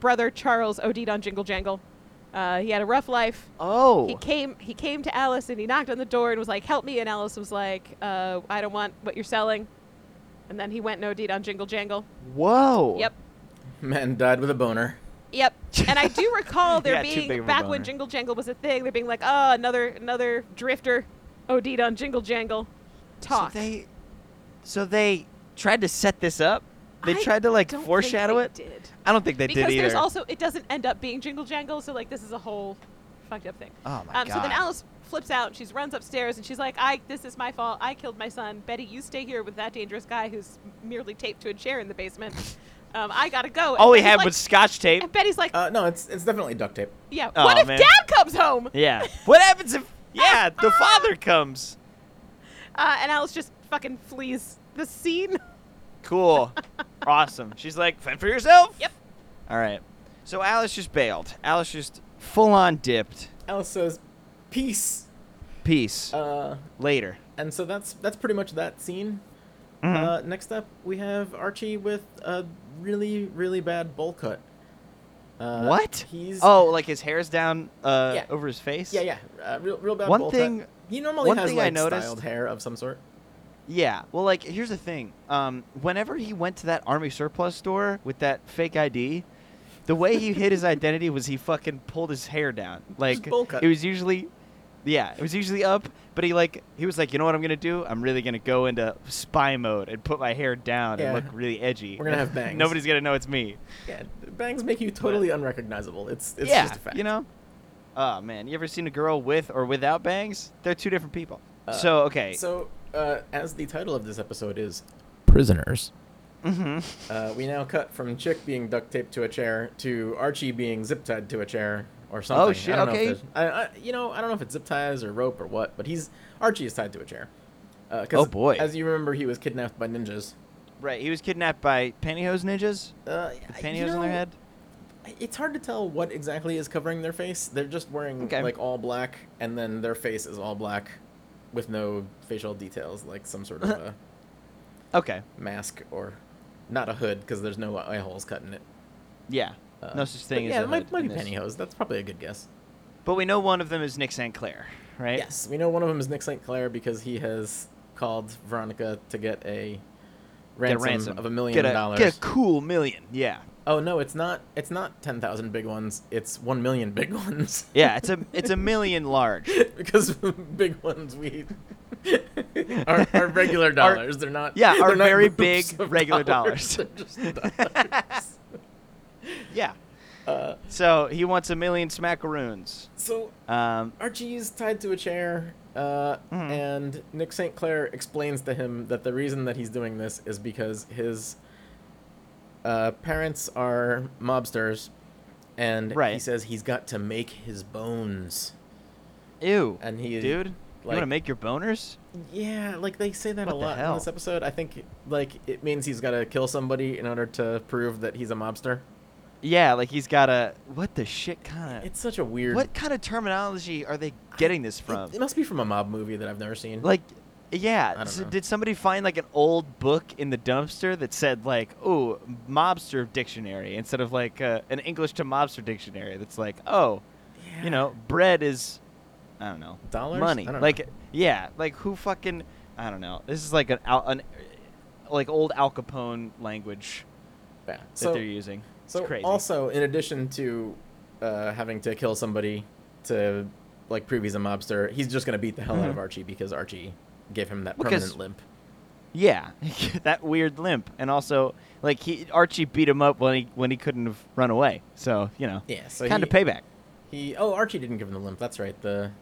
B: brother Charles OD'd on Jingle Jangle. Uh, he had a rough life. He
A: oh,
B: came. He came to Alice and he knocked on the door and was like, "Help me!" And Alice was like, uh, "I don't want what you're selling." And then he went and OD'd on Jingle Jangle.
A: whoa.
B: Yep.
C: Man died with a boner.
B: Yep. And I do recall there
A: Yeah, too big
B: being
A: of a
B: back when
A: boner.
B: Jingle Jangle was a thing, there being like, "Oh, another another drifter OD'd on Jingle Jangle." Talk.
A: So they, so they tried to set this up. They
B: I
A: tried to like
B: don't think
A: foreshadow
B: they
A: it.
B: Did.
A: I don't think they
B: because
A: did either.
B: there's also it doesn't end up being jingle jangle so like this is a whole fucked up thing
A: oh my
B: um,
A: god.
B: so then alice flips out and she runs upstairs and she's like i this is my fault i killed my son betty you stay here with that dangerous guy who's merely taped to a chair in the basement um, i gotta go And
A: All we
B: Betty's
A: had
B: like-
A: was scotch tape.
B: and betty's like
C: Uh, no, it's it's definitely duct tape.
B: yeah
A: oh,
B: what if
A: man.
B: dad comes home
A: Yeah. what happens if? Yeah,
B: Ah.
A: the father comes.
B: uh, and alice just fucking flees the scene
A: Cool. awesome. She's like, fend for yourself.
B: Yep.
A: All right. So Alice just bailed. Alice just full on dipped.
C: Alice says, "Peace."
A: Peace.
C: Uh,
A: Later.
C: and so that's that's pretty much that scene.
A: Mm-hmm.
C: Uh, next up, we have Archie with a really really bad bowl cut. Uh,
A: What?
C: He's
A: oh, like his hair's down uh,
C: Yeah.
A: over his face.
C: yeah yeah uh, real real bad.
A: One
C: bowl
A: thing-
C: Cut. He normally
A: one
C: has
A: thing I
C: like
A: noticed-
C: styled hair of some sort.
A: Yeah. Well, like here's the thing. Um, whenever he went to that army surplus store with that fake ID, the way he hid his identity was he fucking pulled his hair down. Like
C: bowl cut.
A: it was usually Yeah, it was usually up, but he like he was like, you know what I'm gonna do? I'm really gonna go into spy mode and put my hair down and
C: Yeah.
A: look really edgy.
C: We're gonna have bangs.
A: Nobody's gonna know it's me.
C: Yeah, bangs make you totally unrecognizable. It's it's
A: yeah,
C: just a fact.
A: you know. Oh man, you ever seen a girl with or without bangs? They're two different people.
C: Uh,
A: so okay,
C: So, uh, as the title of this episode is Prisoners,
A: Mm-hmm.
C: uh, we now cut from Chick being duct taped to a chair to Archie being zip tied to a chair or something.
A: Oh, shit,
C: I don't know if
A: okay.
C: there's- I, I, you know, I don't know if it's zip ties or rope or what, but he's Archie is tied to a chair. Uh,
A: Oh,
C: 'cause
A: boy.
C: As you remember, he was kidnapped by ninjas.
A: right, he was kidnapped by pantyhose ninjas.
C: Uh,
A: With
C: I-
A: pantyhose
C: you
A: on their
C: know,
A: head.
C: It's hard to tell what exactly is covering their face. They're just wearing
A: Okay.
C: like all black, and then their face is all black, with no facial details, like some sort of. Uh,
A: Okay,
C: mask or not a hood because there's no eye holes cut in it.
A: yeah,
C: Uh,
A: no such
C: but
A: thing as
C: yeah,
A: a
C: it might,
A: hood
C: might
A: in
C: be
A: this.
C: pantyhose. That's probably a good guess.
A: But we know one of them is Nick St. Clair, right?
C: Yes, we know one of them is Nick St. Clair because he has called Veronica to get
A: Get a
C: a ransom,
A: ransom
C: of a million
A: Get
C: dollars.
A: Get a cool million. Yeah.
C: Oh no, it's not. It's not ten thousand big ones. It's one million big ones.
A: Yeah, it's a it's a million large.
C: because big ones we are, are regular dollars. they're not.
A: yeah, are
C: they're not
A: very
C: groups
A: big
C: of
A: regular dollars.
C: They're just dollars.
A: Yeah.
C: uh,
A: So he wants a million smackaroons.
C: so
A: Um,
C: Archie is tied to a chair, uh,
A: Mhm.
C: and Nick St. Clair explains to him that the reason that he's doing this is because his uh, parents are mobsters, and he
A: Right.
C: says he's got to make his bones.
A: ew.
C: And he,
A: dude, you want
C: like-
A: to make your boners?
C: yeah, like they say that
A: What
C: a
A: the
C: lot in
A: hell?
C: this episode. I think like it means he's got to kill somebody in order to prove that he's a mobster.
A: Yeah, like he's got a what the shit kind of
C: It's such a weird.
A: what kind of terminology are they getting this
C: It-
A: from?
C: It, must be from a mob movie that I've never seen.
A: Like, yeah,
C: don't
A: so
C: know.
A: did somebody find like an old book in the dumpster that said like, oh, mobster dictionary instead of like uh, an English to mobster dictionary that's like, oh,
C: Yeah.
A: you know, bread is, I don't know,
C: Dollars?
A: money.
C: I don't know.
A: Like, yeah, like who fucking, I don't know. This is like an, al- an like old Al Capone language
C: Yeah.
A: that they're using. It's
C: So
A: crazy.
C: also, in addition to uh, having to kill somebody to like prove he's a mobster, he's just gonna beat the hell out of
A: Mhm.
C: Archie because Archie gave him that
A: Because-
C: permanent limp.
A: yeah, that weird limp, and also like he Archie beat him up when he when he couldn't have run away. So you know,
C: Yeah, so
A: kind of
C: he-
A: payback.
C: He oh Archie didn't give him the limp. That's right. The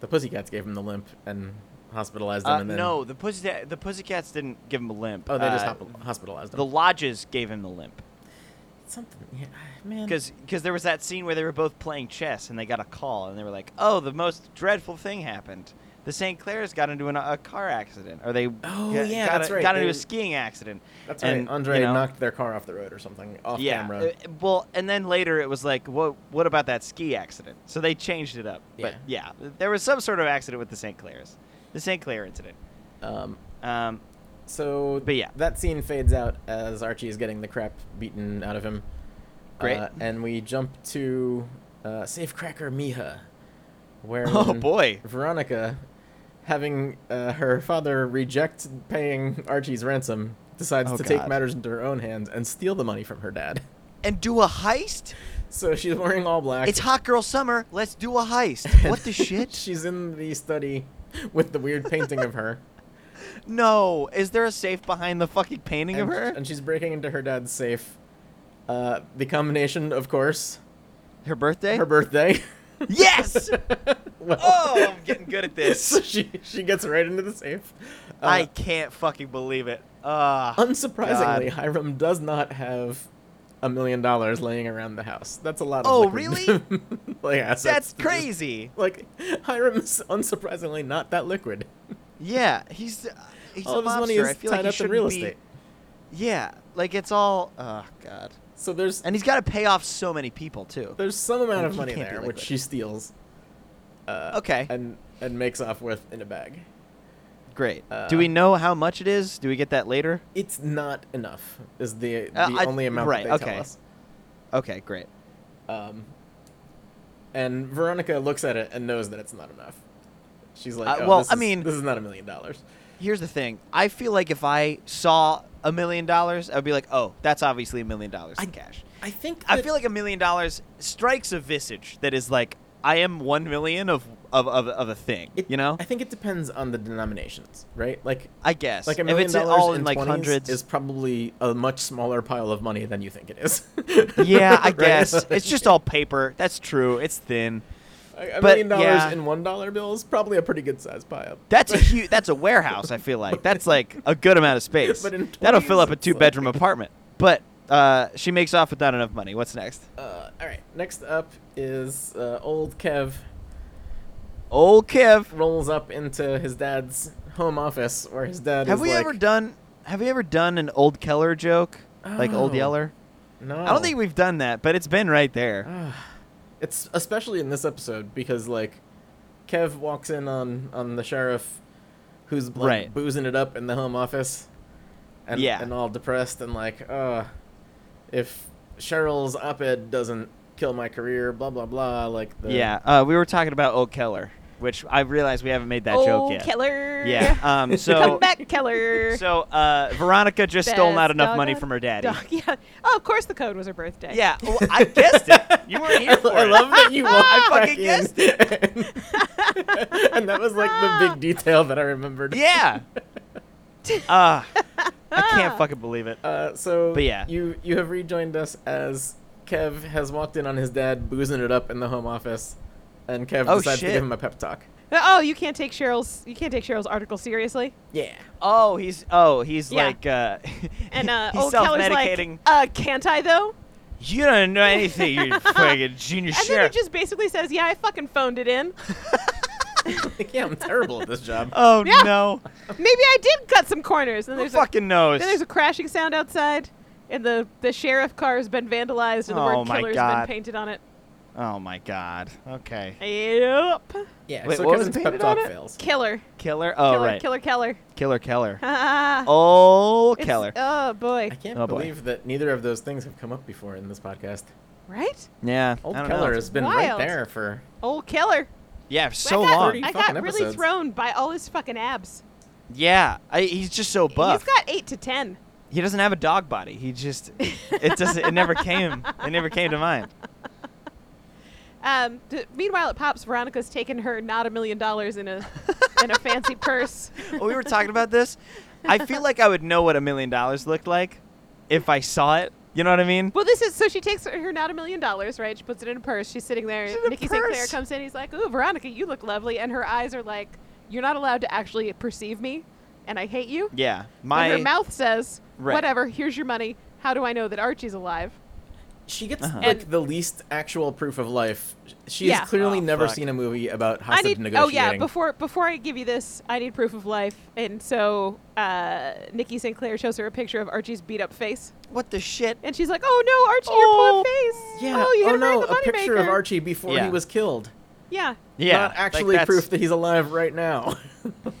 C: the pussycats gave him the limp and hospitalized him.
A: Uh,
C: and then,
A: no, the pussy the pussycats didn't give him a limp.
C: Oh, they just
A: Uh,
C: hop- hospitalized him.
A: the lodges gave him the limp
C: Something. Yeah, man.
A: because there was that scene where they were both playing chess and they got a call and they were like, "Oh, the most dreadful thing happened. The St. Clairs got into an, a car accident, or they
C: Oh,
A: got,
C: yeah,
A: got,
C: that's
A: a-
C: right,
A: got into
C: they-
A: a skiing accident."
C: That's right.
A: and,
C: Andre
A: you know,
C: knocked their car off the road or something off
A: yeah,
C: camera.
A: uh, well, and then later it was like, "What? What about that ski accident?" So they changed it up. But yeah, there was some sort of accident with the St. Clairs, the St. Clair incident.
C: um,
A: Um,
C: So
A: But yeah.
C: that scene fades out as Archie is getting the crap beaten out of him.
A: Great.
C: Uh, and we jump to uh, Safecracker Miha, where
A: Oh, boy.
C: Veronica, having uh, her father reject paying Archie's ransom, decides
A: Oh,
C: to take
A: God.
C: matters into her own hands and steal the money from her dad.
A: and do a heist.
C: So she's wearing all black.
A: It's hot girl summer. Let's do a heist.
C: and
A: What the shit?
C: she's in the study with the weird painting of her.
A: No. Is there a safe behind the fucking painting of
C: and,
A: her?
C: and she's breaking into her dad's safe. Uh, the combination, of course,
A: Her birthday?
C: her birthday.
A: yes.
C: Well,
A: Oh, I'm getting good at
C: so
A: this.
C: she she gets right into the safe. Uh,
A: I can't fucking believe it. Ah.
C: unsurprisingly,
A: God.
C: Hiram does not have a million dollars laying around the house. That's a lot. Of
A: Oh,
C: liquid, really? like assets.
A: that's
C: to just-
A: crazy.
C: Like Hiram's unsurprisingly not that liquid.
A: Yeah, he's uh, he's
C: All
A: a
C: of his
A: mobster.
C: money
A: I
C: is
A: feel like
C: tied
A: he
C: up in
A: shouldn't
C: real
A: be-
C: estate.
A: Yeah, like it's all. Oh god.
C: So there's
A: And he's got to pay off so many people too.
C: there's some amount
A: Like,
C: of
A: he
C: money
A: can't be
C: there,
A: liquid.
C: which she steals. Uh,
A: Okay.
C: And and makes off with in a bag.
A: Great.
C: uh,
A: do we know how much it is? Do we get that later?
C: It's not enough. Is the the
A: Uh, I-
C: only amount
A: right,
C: that they
A: okay.
C: tell us.
A: Okay, great.
C: Um, and Veronica looks at it and knows that it's not enough. She's like,
A: Uh,
C: oh,
A: well,
C: this
A: I
C: is-
A: mean-
C: this is not a million dollars.
A: Here's the thing. I feel like if I saw a million dollars, I'd be like, "Oh, that's obviously a million dollars in
C: I-
A: cash."
C: I think
A: I feel like a million dollars strikes a visage that is like, "I am one million of of of, of a thing.
C: It-
A: you know,
C: I think it depends on the denominations, right? Like,
A: I guess
C: like a
A: if
C: million
A: it's
C: dollars
A: all in
C: and
A: like
C: 20s
A: hundreds,
C: is probably a much smaller pile of money than you think it is.
A: yeah, I
C: Right?
A: guess
C: Like,
A: it's just all paper. That's true. It's thin.
C: a a
A: but,
C: million dollars
A: yeah.
C: in one dollar bills. Probably a pretty good sized pile.
A: That's a huge. That's a warehouse. I feel like that's like a good amount of space.
C: But in
A: That'll fill
C: 20s,
A: up a
C: it's
A: two bedroom
C: like-
A: apartment. But uh, she makes off with not enough money. What's next?
C: Uh, all right, next up is uh, old Kev
A: Old Kev.
C: rolls up into his dad's home office where his dad
A: Have
C: is
A: we
C: like,
A: ever done? Have we ever done an old Keller joke? Like old
C: Oh.
A: Yeller?
C: No,
A: I don't think we've done that, but it's been right there.
C: Ah. it's especially in this episode because like Kev walks in on on the sheriff who's like
A: Right.
C: boozing it up in the home office and
A: Yeah.
C: and all depressed and like uh if Cheryl's op-ed doesn't kill my career blah blah blah like the
A: Yeah, uh, we were talking about old Keller, which I realize we haven't made that joke
B: oh,
A: yet.
B: Keller.
A: Yeah. Um,
B: Come
A: so
B: back, Keller.
A: so uh, Veronica just stole
B: Best
A: not enough
B: dog
A: money
B: on-
A: from her daddy.
B: Dog, yeah. Oh, of course the code was her birthday.
A: Yeah, well, I guessed it. You weren't
C: I,
A: here for
C: I
A: it.
C: love that you walked
A: I
C: back
A: fucking
C: in.
A: guessed
C: and, that was like the big detail that I remembered.
A: Yeah. Uh, I
B: Ah.
A: can't fucking believe it.
C: Uh, so
A: But yeah.
C: you you have rejoined us as Kev has walked in on his dad boozing it up in the home office, and Kev
A: Oh,
C: decides
A: shit.
C: to give him a pep talk.
B: Oh, you can't take Cheryl's you can't take Cheryl's article seriously.
C: Yeah.
A: Oh, he's oh he's
B: Yeah.
A: like uh,
B: And uh,
A: he's
B: old Keller's
A: self-medicating.
B: like, uh, can't I though?
A: you don't know anything, you fucking junior
B: And then
A: sheriff.
B: he just basically says, "Yeah, I fucking phoned it in.
C: Like, yeah, I'm terrible at this job.
A: oh
B: Yeah.
A: no,
B: Maybe I did cut some corners." And
A: who
B: there's
A: fucking
B: a,
A: knows?
B: then there's a crashing sound outside, and the the sheriff car has been vandalized, and the
A: Oh,
B: word
A: my
B: "killer's"
A: God.
B: been painted on it.
A: oh my god. Okay,
B: Yep,
C: Yeah.
A: Wait,
C: so
A: what was
C: Kevin's
A: painted
C: pep
A: on
C: talk
A: it?
C: fails.
B: killer,
A: killer. Oh
B: killer,
A: right,
B: killer, Keller.
A: killer, killer.
B: Ah,
A: Oh,
B: it's-
A: Keller.
B: Oh boy,
C: I can't
A: Oh, boy.
C: believe that neither of those things have come up before in this podcast.
B: right?
A: yeah,
C: Old
A: I don't
C: Keller
A: know.
C: has been right
B: Wild.
C: there for.
B: Old Keller.
A: yeah so
B: I got,
A: long.
C: Thirty
B: I got
C: fucking
B: really
C: episodes.
B: thrown by all his fucking abs.
A: Yeah, I, he's just so buff.
B: He's got eight to ten.
A: he doesn't have a dog body. He just it doesn't. It never came. It never came to mind.
B: Um, d- meanwhile, at Pops, Veronica's taken her not a million dollars in a in a fancy purse.
A: Well, we were talking about this. I feel like I would know what a million dollars looked like if I saw it. You know what I mean?
B: Well, this is so she takes her not a million dollars, right? She puts it in a purse. She's sitting there.
A: It's in a
B: Nikki St. Clair
A: purse.
B: comes in. He's like, "Ooh, Veronica, you look lovely," and her eyes are like, "You're not allowed to actually perceive me, and I hate you."
A: Yeah.
B: But
A: My
B: her mouth says,
A: Right.
B: "Whatever. Here's your money. How do I know that Archie's alive?"
C: She gets
A: Uh-huh.
C: like
B: And-
C: the least actual proof of life. She
B: Yeah.
C: has clearly
A: Oh,
C: never
A: fuck.
C: seen a movie about
B: I need.
C: hostage
B: Oh
C: negotiating.
B: yeah. Before before I give you this, I need proof of life, and so uh, Nikki St. Clair shows her a picture of Archie's beat up face.
A: what the shit?
B: And she's like, "Oh no, Archie, your poor face!
C: yeah.
B: Oh, you hit
C: oh
B: him right
C: no,
B: in the
C: a picture
B: moneymaker."
C: of Archie before
A: Yeah.
C: he was killed.
B: Yeah.
A: Yeah.
C: Not
A: like
C: actually
A: that's-
C: proof that he's alive right now.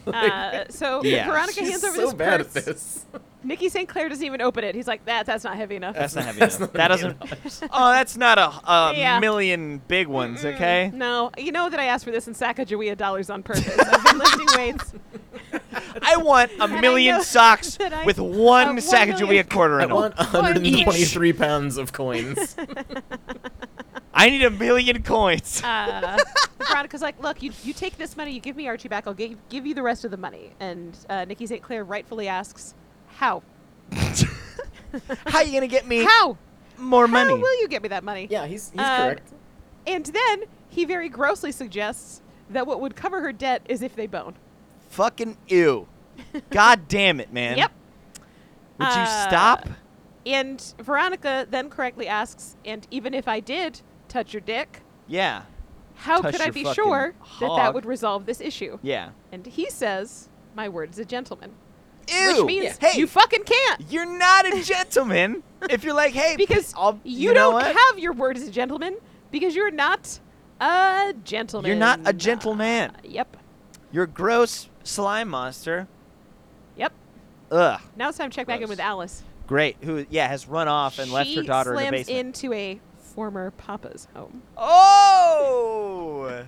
C: Like,
B: Uh, so
A: Yeah.
B: Veronica
C: She's
B: hands over
C: so
B: this
C: bad
B: purse.
C: at this.
B: Nikki St. Clair doesn't even open it. He's like, "That that's not heavy enough."
A: That's not heavy
C: That's
A: enough.
C: not
A: That
C: heavy
A: doesn't. Oh, that's not a, a
B: Yeah.
A: million big ones, okay?
B: no, you know that I asked for this in Sacagawea dollars on purpose. I've been lifting weights.
A: I want a
B: I
A: million
B: know
A: socks
B: that I-
A: with
B: uh,
A: one
B: one
A: Sacagawea
B: million-
A: quarter
C: I
A: in them.
C: want 123 pounds of coins.
A: I need a million coins.
B: Uh, Veronica's like, "Look, you, you take this money, you give me Archie back. I'll give give you the rest of the money." And uh, Nikki St. Clair rightfully asks, "How?
A: How you gonna get me
B: Uh, How?
A: more money?
B: How will you get me that money?"
C: yeah, he's, he's
B: Uh,
C: correct.
B: And then he very grossly suggests that what would cover her debt is if they bone.
A: Fucking ew. God damn it, man.
B: Yep.
A: Would you
B: Uh,
A: stop?
B: And Veronica then correctly asks, and even if I did touch your dick,
A: Yeah.
B: how
A: Touch
B: could I
A: your
B: be
A: fucking
B: sure that that
A: hog."
B: would resolve this issue?
A: Yeah.
B: And he says, my word is a gentleman.
A: Ew.
B: Which means
A: hey,
B: you fucking can't.
A: you're not a gentleman if you're like, hey,
B: Because
A: I'll, you
B: you,
A: know
B: don't
A: what?
B: have your word as a gentleman because you're not a gentleman. Uh,
A: You're not a gentleman.
B: Yep.
A: You're a gross slime monster.
B: Yep.
A: Ugh.
B: Now it's time to check back in
A: Gross.
B: with Alice.
A: Great. Who? Yeah, has run off and left her
B: She
A: daughter in the
B: slams
A: basement.
B: into a former papa's home.
A: Oh,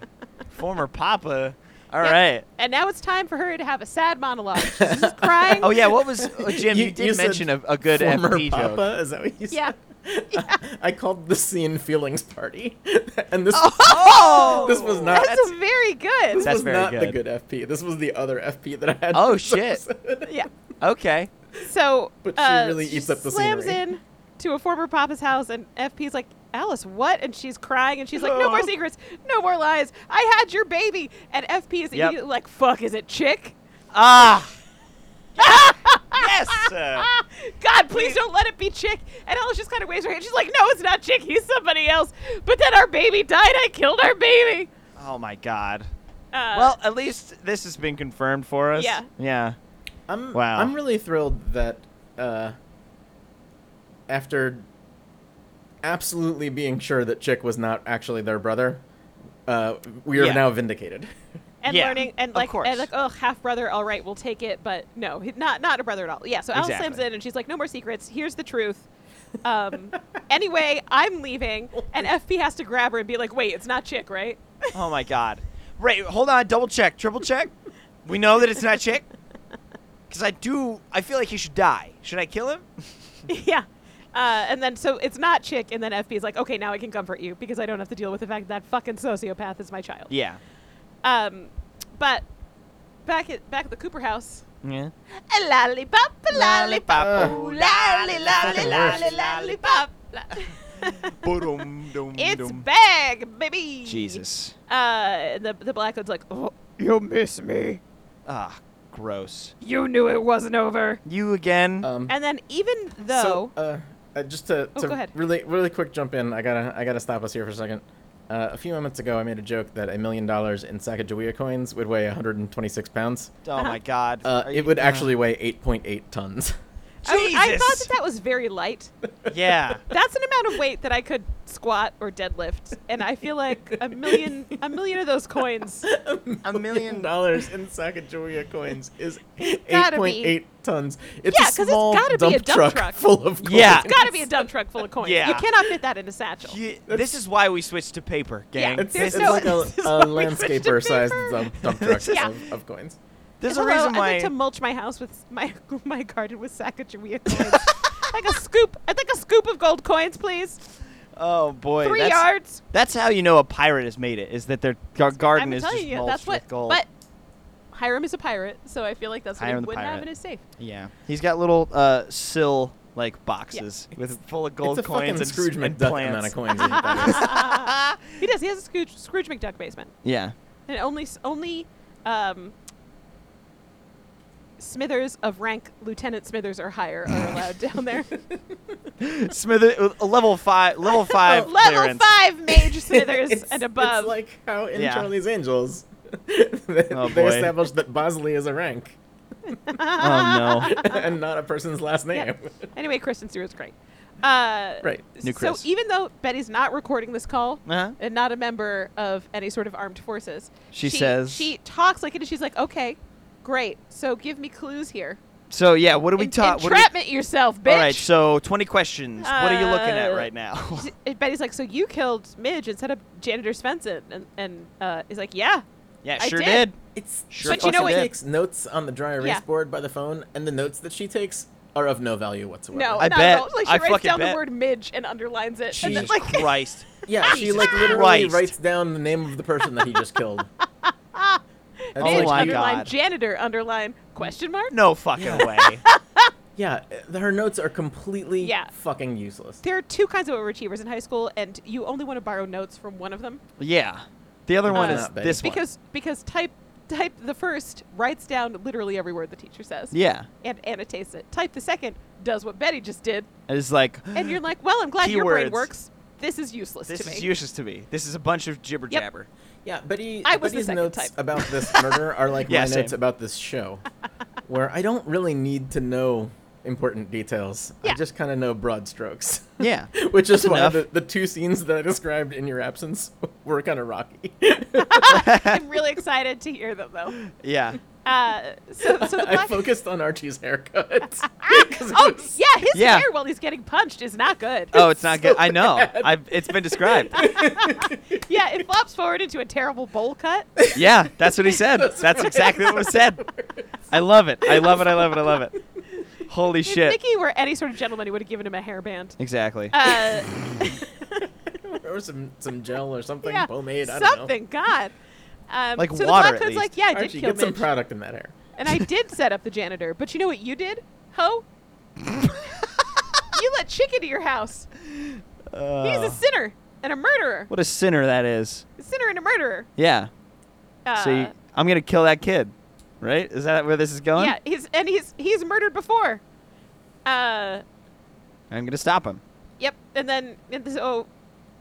A: former Papa. All right.
B: Yep. And now it's time for her to have a sad monologue. She's just crying.
A: Oh yeah. What was oh, Jim? You,
C: You-
A: did
C: you said
A: mention a, a good
C: Former
A: FP joke.
C: Papa, is that what you
B: Yeah.
C: said? I called the scene feelings party, and this
A: Oh,
C: this was not
B: That's, very good.
C: this
A: That's
C: was
A: very
C: not the
A: good.
C: good FP. This was the other FP that I had.
A: Oh,
C: for this
A: shit.
C: episode.
B: yeah.
A: okay.
B: So,
C: But she
B: uh,
C: really eats up the
B: slams
C: scenery.
B: in to a former papa's house, and FP's like, Alice, what? And she's crying, and she's like, No more secrets, no more lies. I had your baby, and FP
A: Yep.
B: is immediately like, Fuck, is it chick?
A: Ah. yes. uh,
B: Ah, God, please don't let it be chick. And Alice just kind of waves her hand. She's like, No, it's not chick. He's somebody else. But then our baby died. I killed our baby.
A: oh my God.
B: Uh,
A: well, at least this has been confirmed for us.
B: Yeah.
A: Yeah.
C: I'm
A: Wow.
C: I'm really thrilled that uh, after absolutely being sure that Chick was not actually their brother, uh, we are
A: Yeah.
C: now vindicated.
B: and
A: Yeah,
B: learning and
A: of
B: like
A: course.
B: and like oh half brother all right we'll take it but no he- not not a brother at all yeah so alice
A: Exactly.
B: slams in and she's like no more secrets here's the truth um anyway i'm leaving and fp has to grab her and be like wait it's not chick right
A: Oh my God. Right. Hold on. Double check. Triple check. We know that it's not chick. Because I do. I feel like he should die. Should I kill him?
B: yeah uh, and then so it's not chick and then fp's like okay now i can comfort you because i don't have to deal with the fact that that fucking sociopath is my child
A: Yeah.
B: um but back at back at the cooper house
A: Yeah.
D: A lollipop, a lollipop,
A: Uh.
C: Ugh.
D: ooh, lolly, lolly,
C: Fucking
D: lolly,
C: worst.
D: lollipop.
B: it's bag baby
A: Jesus.
B: uh and the, the black hood's like oh you miss me
A: Ah, gross. Uh,
B: You knew it wasn't over.
A: You again?
C: Um,
B: And then even though
C: so, uh, uh, just to,
B: Oh,
C: to
B: go ahead.
C: really really quick jump in, I gotta I gotta stop us here for a second. Uh, a few moments ago, I made a joke that a million dollars in Sacagawea coins would weigh 126 pounds.
A: oh my God.
C: Uh,
A: Are
C: it
A: you-
C: would actually weigh 8.8 tons.
B: I, I thought
A: Jesus.
B: that that was very light.
A: Yeah.
B: That's an amount of weight that I could squat or deadlift, and I feel like a million, a million of those coins.
A: A million
C: dollars in Sacagawea coins is
B: gotta
C: 8.8 tons. It's
B: Yeah,
C: a
B: 'cause it's
C: small
B: gotta be a
C: dump,
B: dump
C: truck,
B: truck.
C: full of coins.
A: Yeah.
B: It's got to be a dump truck full of coins. You
A: Yeah.
B: cannot fit that in a satchel.
A: You- this is why we switched to paper,
B: Yeah,
A: gang.
C: It's,
B: There's
C: it's
A: this
B: no-
A: is,
C: like a,
B: this is
C: a
B: why we switched to
C: landscaper-sized
B: paper.
C: dump, dump truck
A: Yeah.
C: of, of coins.
A: there's a
B: Hello,
A: reason
B: I
A: why.
B: like to mulch my house with my my garden with Sacagawea coins. like a scoop. I'd like a scoop of gold coins, please.
A: oh boy,
B: Three
A: that's,
B: yards.
A: That's how you know a pirate has made it. Is that their gar- garden
B: I'm
A: is
B: telling
A: just
B: you,
A: mulched
B: that's what.
A: with gold.
B: But Hiram is a pirate, so I feel like that's what
A: Hiram
B: he
A: the
B: would have
A: pirate.
B: in his safe.
A: yeah, he's got little uh, sill like boxes with full of gold
C: it's a
A: coins
C: fucking
A: and,
C: Scrooge
A: and
C: McDuck
A: plants.
C: amount of coins. I think that is.
B: He does. He has a Scrooge, Scrooge McDuck basement,
A: Yeah.
B: and only s- only um, Smithers of rank Lieutenant Smithers or higher are allowed down there.
A: Smith, a level five, level five
B: Level
A: clearance.
B: five Mage Smithers
C: It's-
B: and above.
C: It's like how in
A: Yeah.
C: Charlie's Angels, they,
A: Oh,
C: they
A: boy.
C: established that Bosley is a rank
A: Oh no.
C: and not a person's last name.
B: Yep. anyway, Kristen Stewart's great. Uh,
C: Right.
A: New
B: so
A: Chris.
B: even though Betty's not recording this call
A: Uh-huh.
B: and not a member of any sort of armed forces,
A: She says-
B: she talks like it. and She's like, okay, great. So give me clues here.
A: So yeah, what do we
B: En-
A: talk? What do we-
B: entrapment yourself, bitch.
A: All right, so 20 questions. what are you looking at
B: Uh,
A: right now?
B: She- and Betty's like, so you killed Midge and set up janitor Svensson, and and uh, is like, yeah,
A: yeah,
B: I
A: sure
B: did.
A: did.
C: It's
A: Sure
B: But you know fucking what-
C: She
B: did.
C: takes notes on the dry erase
B: Yeah.
C: board by the phone, and the notes that she takes are of no value whatsoever.
B: no,
A: I
B: not at
A: bet.
B: all. Like she
A: I
B: writes
A: fucking
B: down the
A: bet.
B: word Midge and underlines it, and then
A: Jesus
B: like
A: Christ.
C: Yeah, she
A: Jesus
C: like literally
A: Christ.
C: writes down the name of the person that he just killed.
A: Oh
C: And
B: Midge
A: my
B: underline
A: God.
B: janitor underline question mark.
A: No fucking way.
C: Yeah, uh, her notes are completely
B: Yeah.
C: fucking useless.
B: There are two kinds of overachievers in high school, and you only want to borrow notes from one of them
A: yeah. The other one
B: Uh,
A: is
C: Not bad.
A: this one.
B: because because type type the first writes down literally every word the teacher says
A: yeah.
B: and annotates it. Type the second does what Betty just did,
A: It's like
B: and you're like, well, I'm glad your brain
A: Keywords.
B: works. This is useless
A: this
B: to me.
A: is useless to me. This is a bunch of jibber
B: Yep.
A: jabber.
C: Yeah, Betty.
B: I was the
C: Betty's
B: second
C: notes
B: type.
C: about this murder are like
A: Yeah,
C: my
A: same.
C: notes about this show, where I don't really need to know important details.
B: Yeah.
C: I just kind of know broad strokes,
A: Yeah.
C: which is
A: That's
C: why
A: enough.
C: the, the two scenes that I described in your absence were kind of rocky.
B: I'm really excited to hear them though.
A: Yeah.
B: Uh, so, so the
C: I
B: black.
C: focused on Archie's haircut.
B: Oh yeah, his
A: Yeah.
B: hair while he's getting punched is not good.
A: Oh, it's not good. I know. I've, it's been described.
B: yeah, it flops forward into a terrible bowl cut.
A: yeah, that's what he said. That's exactly what was said. I love it. I love it. I love it. I love it. Holy
B: If
A: shit.
B: Mickey were any sort of gentleman, he would have given him a hairband.
A: Exactly.
B: Uh,
C: or some some gel or something,
B: yeah,
C: pomade. I don't know.
B: something. God. Um,
A: Like
B: so the
A: water,
B: black
A: at
B: hood's like,
A: least.
B: yeah, I did
C: Archie,
B: kill
C: get some
B: Mitch,
C: product in that hair.
B: and I did set up the janitor. But you know what you did, ho? you let Chick into your house. He's
A: Uh,
B: a sinner and a murderer.
A: what a sinner that is.
B: A sinner and a murderer.
A: Yeah.
B: Uh,
A: so you, I'm gonna kill that kid, right? Is that where this is going?
B: yeah, he's and he's he's murdered before. Uh,
A: I'm gonna stop him.
B: Yep. And then and so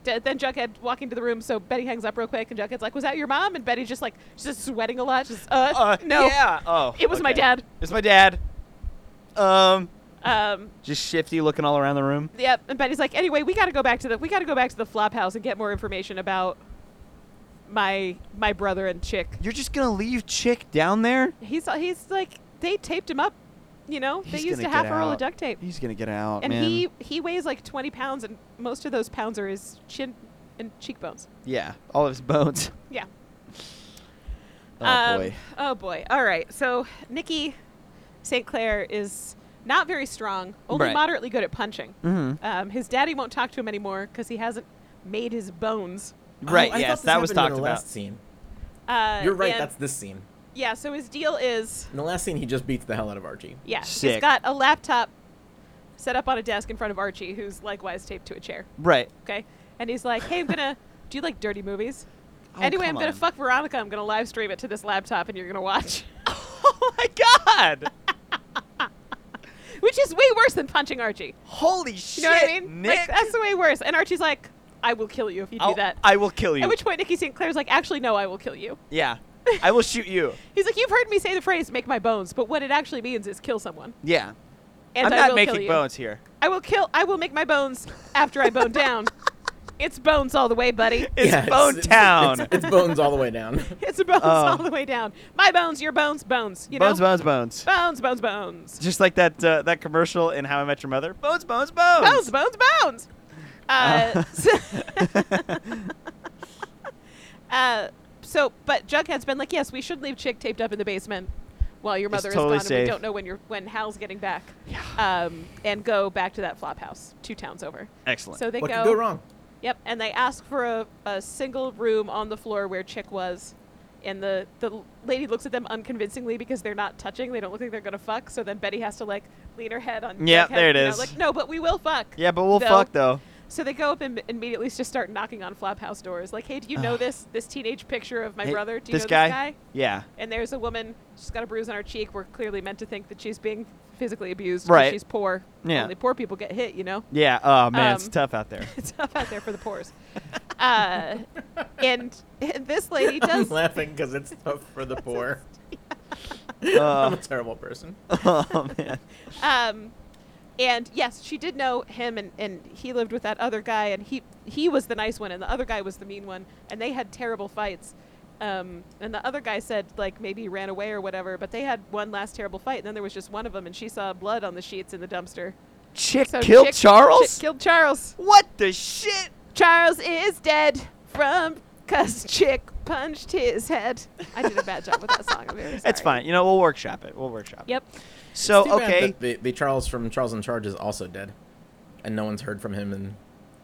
B: d- then Jughead walk into the room. So Betty hangs up real quick, and Jughead's like, "Was that your mom?" And Betty just like just sweating a lot. Just uh, no.
A: Yeah. Oh.
B: It was my
A: okay.
B: dad.
A: It's my dad. Um,
B: Um.
A: just shifty looking all around the room.
B: Yep. And Betty's like, "Anyway, we got to go back to the we got to go back to the flop house and get more information about my my brother and Chick.
A: You're just gonna leave Chick down there?
B: He's he's like they taped him up. You know,
A: He's
B: they used
A: gonna
B: a half
A: get
B: a roll of
A: out.
B: duct tape.
A: He's gonna get out,
B: and
A: man.
B: he he weighs like 20 pounds, and most of those pounds are his chin and cheekbones.
A: yeah, all of his bones.
B: Yeah.
A: Oh
B: Um,
A: boy.
B: Oh boy. All right. So Nikki St. Clair is not very strong, only
A: Right.
B: moderately good at punching.
A: Mm-hmm.
B: Um, his daddy won't talk to him anymore because he hasn't made his bones.
A: Right.
C: Oh, I thought
A: yes,
C: this
A: that was
C: happened in
A: talked
C: the
A: about.
C: Last scene.
B: Uh,
C: You're right.
B: and-
C: That's this scene.
B: yeah. So his deal is
C: In the last scene, he just beats the hell out of Archie.
B: yeah. He's
A: Sick.
B: got a laptop set up on a desk in front of Archie, who's likewise taped to a chair.
A: Right.
B: Okay. And he's like, "Hey, I'm gonna. do you like dirty movies?
A: Oh,
B: anyway, I'm
A: come
B: gonna
A: on.
B: fuck Veronica. I'm gonna live stream it to this laptop, and you're gonna watch."
A: Oh my god!
B: Which is way worse than punching Archie.
A: Holy
B: You
A: shit!
B: know what I mean?
A: Nick,
B: Like, that's the way worse. And Archie's like, I will kill you if you do
A: I'll-
B: that.
A: I will kill you.
B: At which point, Nikki St. Clair's like, actually, no, I will kill you.
A: yeah, I will shoot you.
B: He's like, you've heard me say the phrase, make my bones, but what it actually means is kill someone.
A: Yeah,
B: And
A: I'm
B: I
A: not
B: will kill
A: making
B: you.
A: bones here.
B: I will kill, I will make my bones after I bone down. It's bones all the way, buddy.
A: It's
C: Yeah,
A: Bone
C: it's-
A: Town.
C: It's, it's bones all the way down.
B: It's bones
A: Oh.
B: all the way down. My bones, your bones, bones. You
A: bones,
B: know?
A: bones, bones.
B: Bones, bones, bones.
A: Just like that uh, that commercial in How I Met Your Mother. Bones, bones, bones.
B: Bones, bones, bones. Uh, Uh, so, but Jughead's been like, yes, we should leave Chick taped up in the basement while your
A: It's
B: mother
A: totally
B: is gone, and we
A: safe.
B: don't know when you're when Hal's getting back. Um, and go back to that flop house two towns over.
A: Excellent.
B: So they
C: What
B: go.
C: could go wrong?
B: Yep, and they ask for a, a single room on the floor where Chick was. And the, the l- lady looks at them unconvincingly because they're not touching. They don't look like they're gonna fuck. So then Betty has to like lean her head on.
A: Yep,
B: Jughead,
A: there it
B: you know,
A: is.
B: like no, but we will fuck.
A: yeah, but we'll
B: Though-
A: fuck though.
B: So they go up and immediately just start knocking on Flophouse doors. Like, hey, do you know this this teenage picture of my
A: Hey,
B: brother? Do you
A: this
B: know
A: guy?
B: this guy?
A: Yeah.
B: And there's a woman. She's got a bruise on her cheek. We're clearly meant to think that she's being physically abused. 'cause
A: Right.
B: She's poor.
A: Yeah.
B: Only poor people get hit, you know.
A: Yeah. Oh man, it's
B: Um,
A: tough out there.
B: It's tough out there for the poor's. uh, and, and this lady
C: I'm
B: does.
C: laughing because it's tough for the poor. I'm a
A: Uh,
C: terrible person.
A: oh man.
B: Um, and yes, she did know him, and, and he lived with that other guy, and he he was the nice one, and the other guy was the mean one, and they had terrible fights. Um, and the other guy said like maybe he ran away or whatever, but they had one last terrible fight, and then there was just one of them, and she saw blood on the sheets in the dumpster.
A: Chick
B: So
A: killed
B: Chick-
A: Charles.
B: Chick killed Charles.
A: what the shit?
B: Charles is dead from cause Chick punched his head. I did a bad job with that song. I'm very sorry.
A: It's fine. You know, we'll workshop it. We'll workshop. it.
B: Yep.
A: So
C: It's too bad
A: okay.
C: that The, the Charles from Charles in Charge is also dead, and no one's heard from him in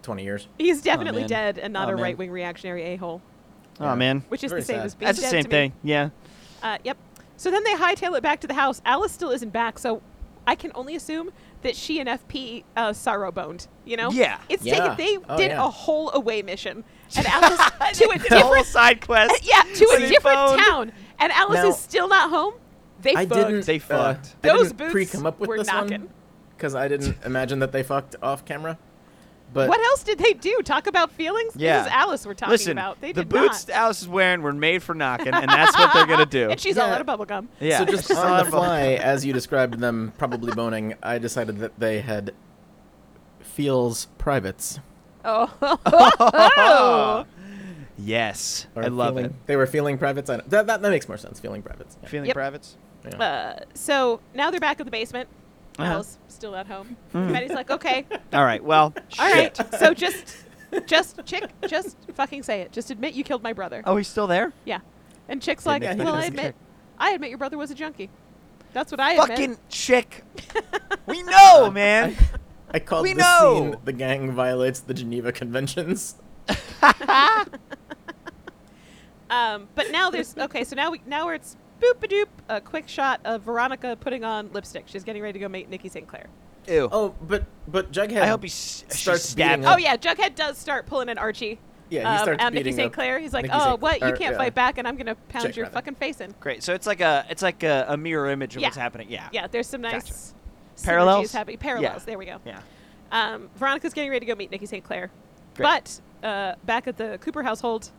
C: 20 years.
B: He's definitely
A: man.
B: dead and not
C: Oh,
B: a
C: man.
B: right wing reactionary a hole.
A: Oh man.
B: Which is
C: Very
B: the same
C: sad.
B: as being
A: That's the
B: dead
A: same
B: to me.
A: thing. Yeah.
B: Uh, yep. So then they hightail it back to the house. Alice still isn't back, so I can only assume that she and FP uh, sorrow boned. You know?
A: Yeah.
B: It's
C: Yeah.
B: taken. They
C: Oh,
B: did
C: yeah.
B: a whole away mission, and Alice to a
A: The whole
B: different
A: side quest.
B: yeah to
A: They
B: a different
A: phoned.
B: town, and Alice
C: Now-
B: is still not home. They
C: I
B: fucked.
C: didn't. uh,
A: They fucked.
C: I
B: Those
C: didn't
B: boots
C: pre come up with
B: were
C: this
B: knocking.
C: because I didn't imagine that they fucked off camera. But
B: What else did they do? Talk about feelings?
A: Yeah.
B: This is Alice we're talking
A: Listen,
B: about. They
A: the
B: did
A: boots
B: not.
A: Alice is wearing were made for knocking, and that's what they're gonna do.
B: And she's all
C: Yeah.
B: out of bubblegum.
A: yeah.
C: So just
A: She's all
C: on
A: out
C: the
A: of-
C: fly, as you described them probably boning, I decided that they had feels privates.
B: Oh.
A: Yes,
C: Oh. Or
A: I love
C: feeling-
A: it.
C: They were feeling privates. I don't, that, that that makes more sense. Feeling privates. Yeah.
A: Feeling
B: Yep.
A: privates.
C: Yeah.
B: Uh, so now they're back in the basement.
A: Uh-huh.
B: Alice still at home. Betty's like, okay,
A: All right. Well,
B: all
A: shit.
B: right. So just, just chick, just fucking say it. Just admit you killed my brother.
A: Oh, he's still there.
B: Yeah. And chick's
A: Didn't
B: like,
A: expect
B: well,
A: it
B: I
A: as a
B: admit,
A: chick.
B: I admit your brother was a junkie. That's what I admit.
A: Fucking chick. We know, man.
C: I called
A: We
C: this
A: know!
C: scene "The Gang Violates the Geneva Conventions."
B: Um, but now there's okay. So now we now where it's boop a doop a quick shot of Veronica putting on lipstick. She's getting ready to go meet Nikki St. Clair.
A: Ew.
C: Oh, but but Jughead.
A: I hope he s- she
C: Starts
A: stabbed
C: beating
B: Oh
C: up.
A: him.
B: yeah, Jughead does start pulling an Archie.
C: Yeah, he
B: um,
C: starts
B: at Nikki
C: beating
B: St.
C: up
B: Clair. He's like,
C: Nikki
B: "Oh,
C: St.
B: what? You
C: or,
B: can't
C: yeah.
B: fight back, and I'm gonna pound
C: Jake
B: your
C: rather.
B: fucking face in."
A: Great. So it's like a it's like a, a mirror image of
B: Yeah.
A: what's happening. Yeah.
B: Yeah, there's some nice
A: Ah. Gotcha.
B: synergies
A: Parallels?
B: happening. Parallels.
A: Yeah.
B: There we go.
A: Yeah.
B: Um, Veronica's getting ready to go meet Nikki St. Clair,
A: Great.
B: but uh, back at the Cooper household,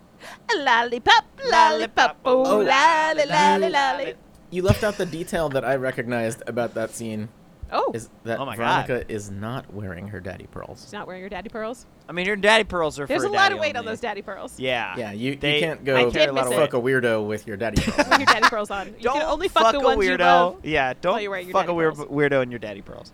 D: Lollipop, lollipop, oh,
A: Oh.
D: lolly, lolly, lolly.
C: You left out the detail that I recognized about that scene
B: oh,
C: is that
A: Oh my God.
C: Veronica is not wearing her daddy pearls.
B: she's not wearing her daddy pearls.
A: I mean, your daddy pearls are.
B: There's
A: for
B: a lot
A: daddy
B: of weight on
A: only.
B: those daddy pearls.
A: Yeah.
C: Yeah, you,
A: They-
C: you can't
A: I
C: go
A: carry a lot
B: miss
A: of
B: it.
A: weight.
C: fuck a weirdo with your daddy
B: With
C: pearls.
B: your daddy pearls on, you
A: don't
B: can only fuck, the
A: a
B: ones
A: weirdo.
B: you love. Oh,
A: yeah, don't
B: you're wearing your
A: fuck a
B: daddy
A: weir-
B: pearls.
A: weirdo in your daddy pearls,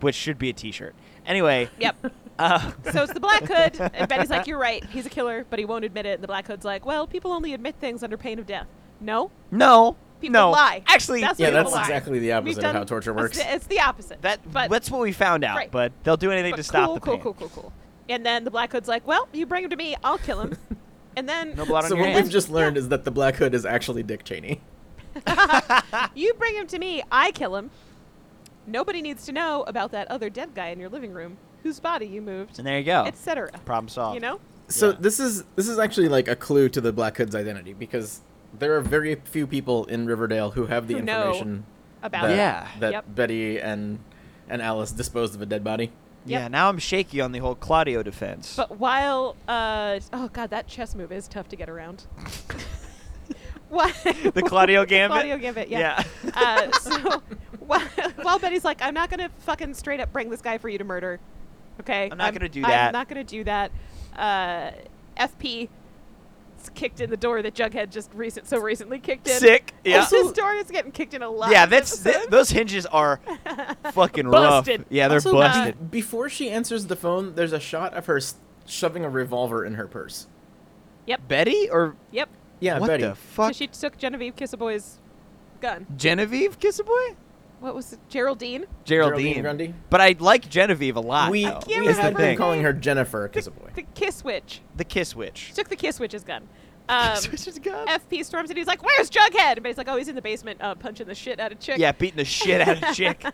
A: which should be a T-shirt. Anyway,
B: Yep.
A: uh,
B: So it's the Black Hood, and Betty's like, "You're right. He's a killer, but he won't admit it." And the Black Hood's like, "Well, people only admit things under pain of death." No,
A: no,
B: People
A: no.
B: lie.
A: Actually,
B: That's
C: yeah,
B: People
C: that's
B: lie.
C: exactly the
B: We've
C: opposite of
B: done-
C: how torture works.
B: It's the, it's the opposite.
A: that
B: but
A: that's what we found out.
B: Right.
A: But they'll do anything
B: but
A: to stop
B: cool,
A: the
B: cool,
A: pain.
B: cool, cool, cool. And then the Black Hood's like, "Well, you bring him to me, I'll kill him." And then
A: No blood on
C: So
A: your
C: what
A: hands.
C: we've just learned is that the Black Hood is actually Dick Cheney.
B: you bring him to me, I kill him. Nobody needs to know about that other dead guy in your living room, whose body you moved,
A: and there you go.
B: etc.
A: Problem solved.
B: You know,
C: So
A: Yeah.
C: this is this is actually like a clue to the Black Hood's identity because there are very few people in Riverdale who have the
B: Who know
C: information
B: about
C: that,
B: it.
A: Yeah.
C: that
B: Yep.
C: Betty and and Alice disposed of a dead body.
A: Yeah.
B: Yep.
A: Now I'm shaky on the whole Claudio defense.
B: But while, uh, oh god, that chess move is tough to get around. Why
A: the Claudio gambit.
B: Claudio Gambit, yeah. uh, so while, while Betty's like, I'm not gonna fucking straight up bring this guy for you to murder. Okay,
A: I'm not gonna do that."
B: I'm not gonna do that. Uh, FP s- kicked in the door that Jughead just recent so recently kicked in.
A: Sick. Yeah.
B: His door is getting kicked in a lot.
A: yeah.
B: this
A: That's th-
B: episode.
A: those hinges are fucking
B: Busted.
A: rough. Yeah, they're
C: Also, be-
A: busted.
C: before she answers the phone, there's a shot of her s- shoving a revolver in her purse.
A: Betty or
B: yep.
C: Yeah,
A: what
C: Betty.
A: the
B: So
A: fuck?
B: she took Genevieve Kissaboy's gun.
A: Genevieve Kissaboy?
B: What was it? Geraldine?
A: Geraldine.
C: Grundy.
A: But I like Genevieve a lot.
C: we
A: though.
B: can't
A: That's
C: we
A: the
C: have
B: remember
C: been
A: thing.
C: calling her Jennifer Kissaboy.
B: The kiss witch.
A: The Kiss Witch.
B: She took the kiss witch's gun. Um,
A: Which is good.
B: FP storms and he's like, "Where's Jughead?" But he's like, "Oh, he's in the basement, uh, punching the shit out of chick."
A: yeah, beating the shit out of chick.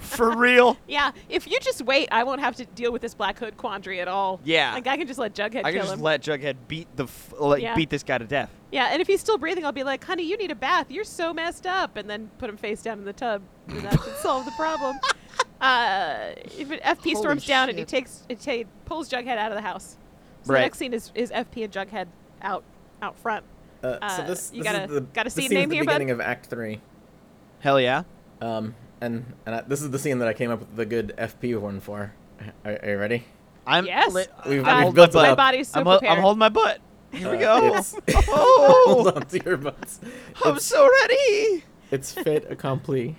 A: For real.
B: Yeah, if you just wait, I won't have to deal with this Black Hood quandary at all.
A: Yeah.
B: Like, I can just let Jughead
A: I can
B: kill
A: just
B: him.
A: let Jughead beat the f- like
B: Yeah.
A: beat this guy to death.
B: yeah, and if he's still breathing, I'll be like, honey, you need a bath. You're so messed up. And then put him face down in the tub. And that should solve the problem. Uh, if it- FP
A: Holy
B: storms down and he
A: shit.
B: takes, it ta- pulls Jughead out of the house. So
A: Right.
B: the next scene is, is FP and Jughead out out front.
C: Uh, so
B: Uh,
C: this,
B: you
C: this
B: gotta-
C: is the,
B: gotta
C: the
B: see a
C: scene at
B: name
C: the
B: here, bud?
C: beginning of Act Three.
A: Hell yeah.
C: Um, and and I, this is the scene that I came up with the good FP one for. Are, are you ready?
A: I'm
B: Yes.
A: lit-
C: We've-
A: I'm
B: God,
C: we've
A: holding
C: built it
B: my
C: up. Uh,
B: body's so
A: I'm, hol- I'm
B: prepared.
A: holding my butt. Here we go.
C: it's-
A: Oh,
C: Hold on to your butts.
A: I'm
C: It's,
A: so ready.
C: it's fait accompli.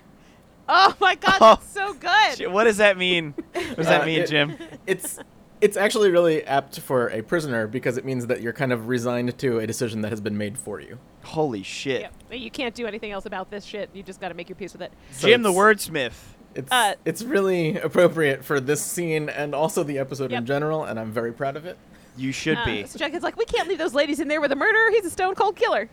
B: Oh my god,
A: Oh.
B: that's so good.
A: Shit, What does that mean? What does that
C: Uh,
A: mean,
C: it-
A: Jim?
C: It's it's actually really apt for a prisoner because it means that you're kind of resigned to a decision that has been made for you.
A: Holy shit.
B: Yep. You can't do anything else about this shit. You just got to make your peace with it.
C: So
A: Jim the
C: it's-
A: wordsmith.
C: It's
B: Uh,
C: it's really appropriate for this scene and also the episode
B: Yep.
C: in general, and I'm very proud of it.
A: You should
B: Uh,
A: be.
B: So Jughead's like, we can't leave those ladies in there with a murderer. He's a stone cold killer.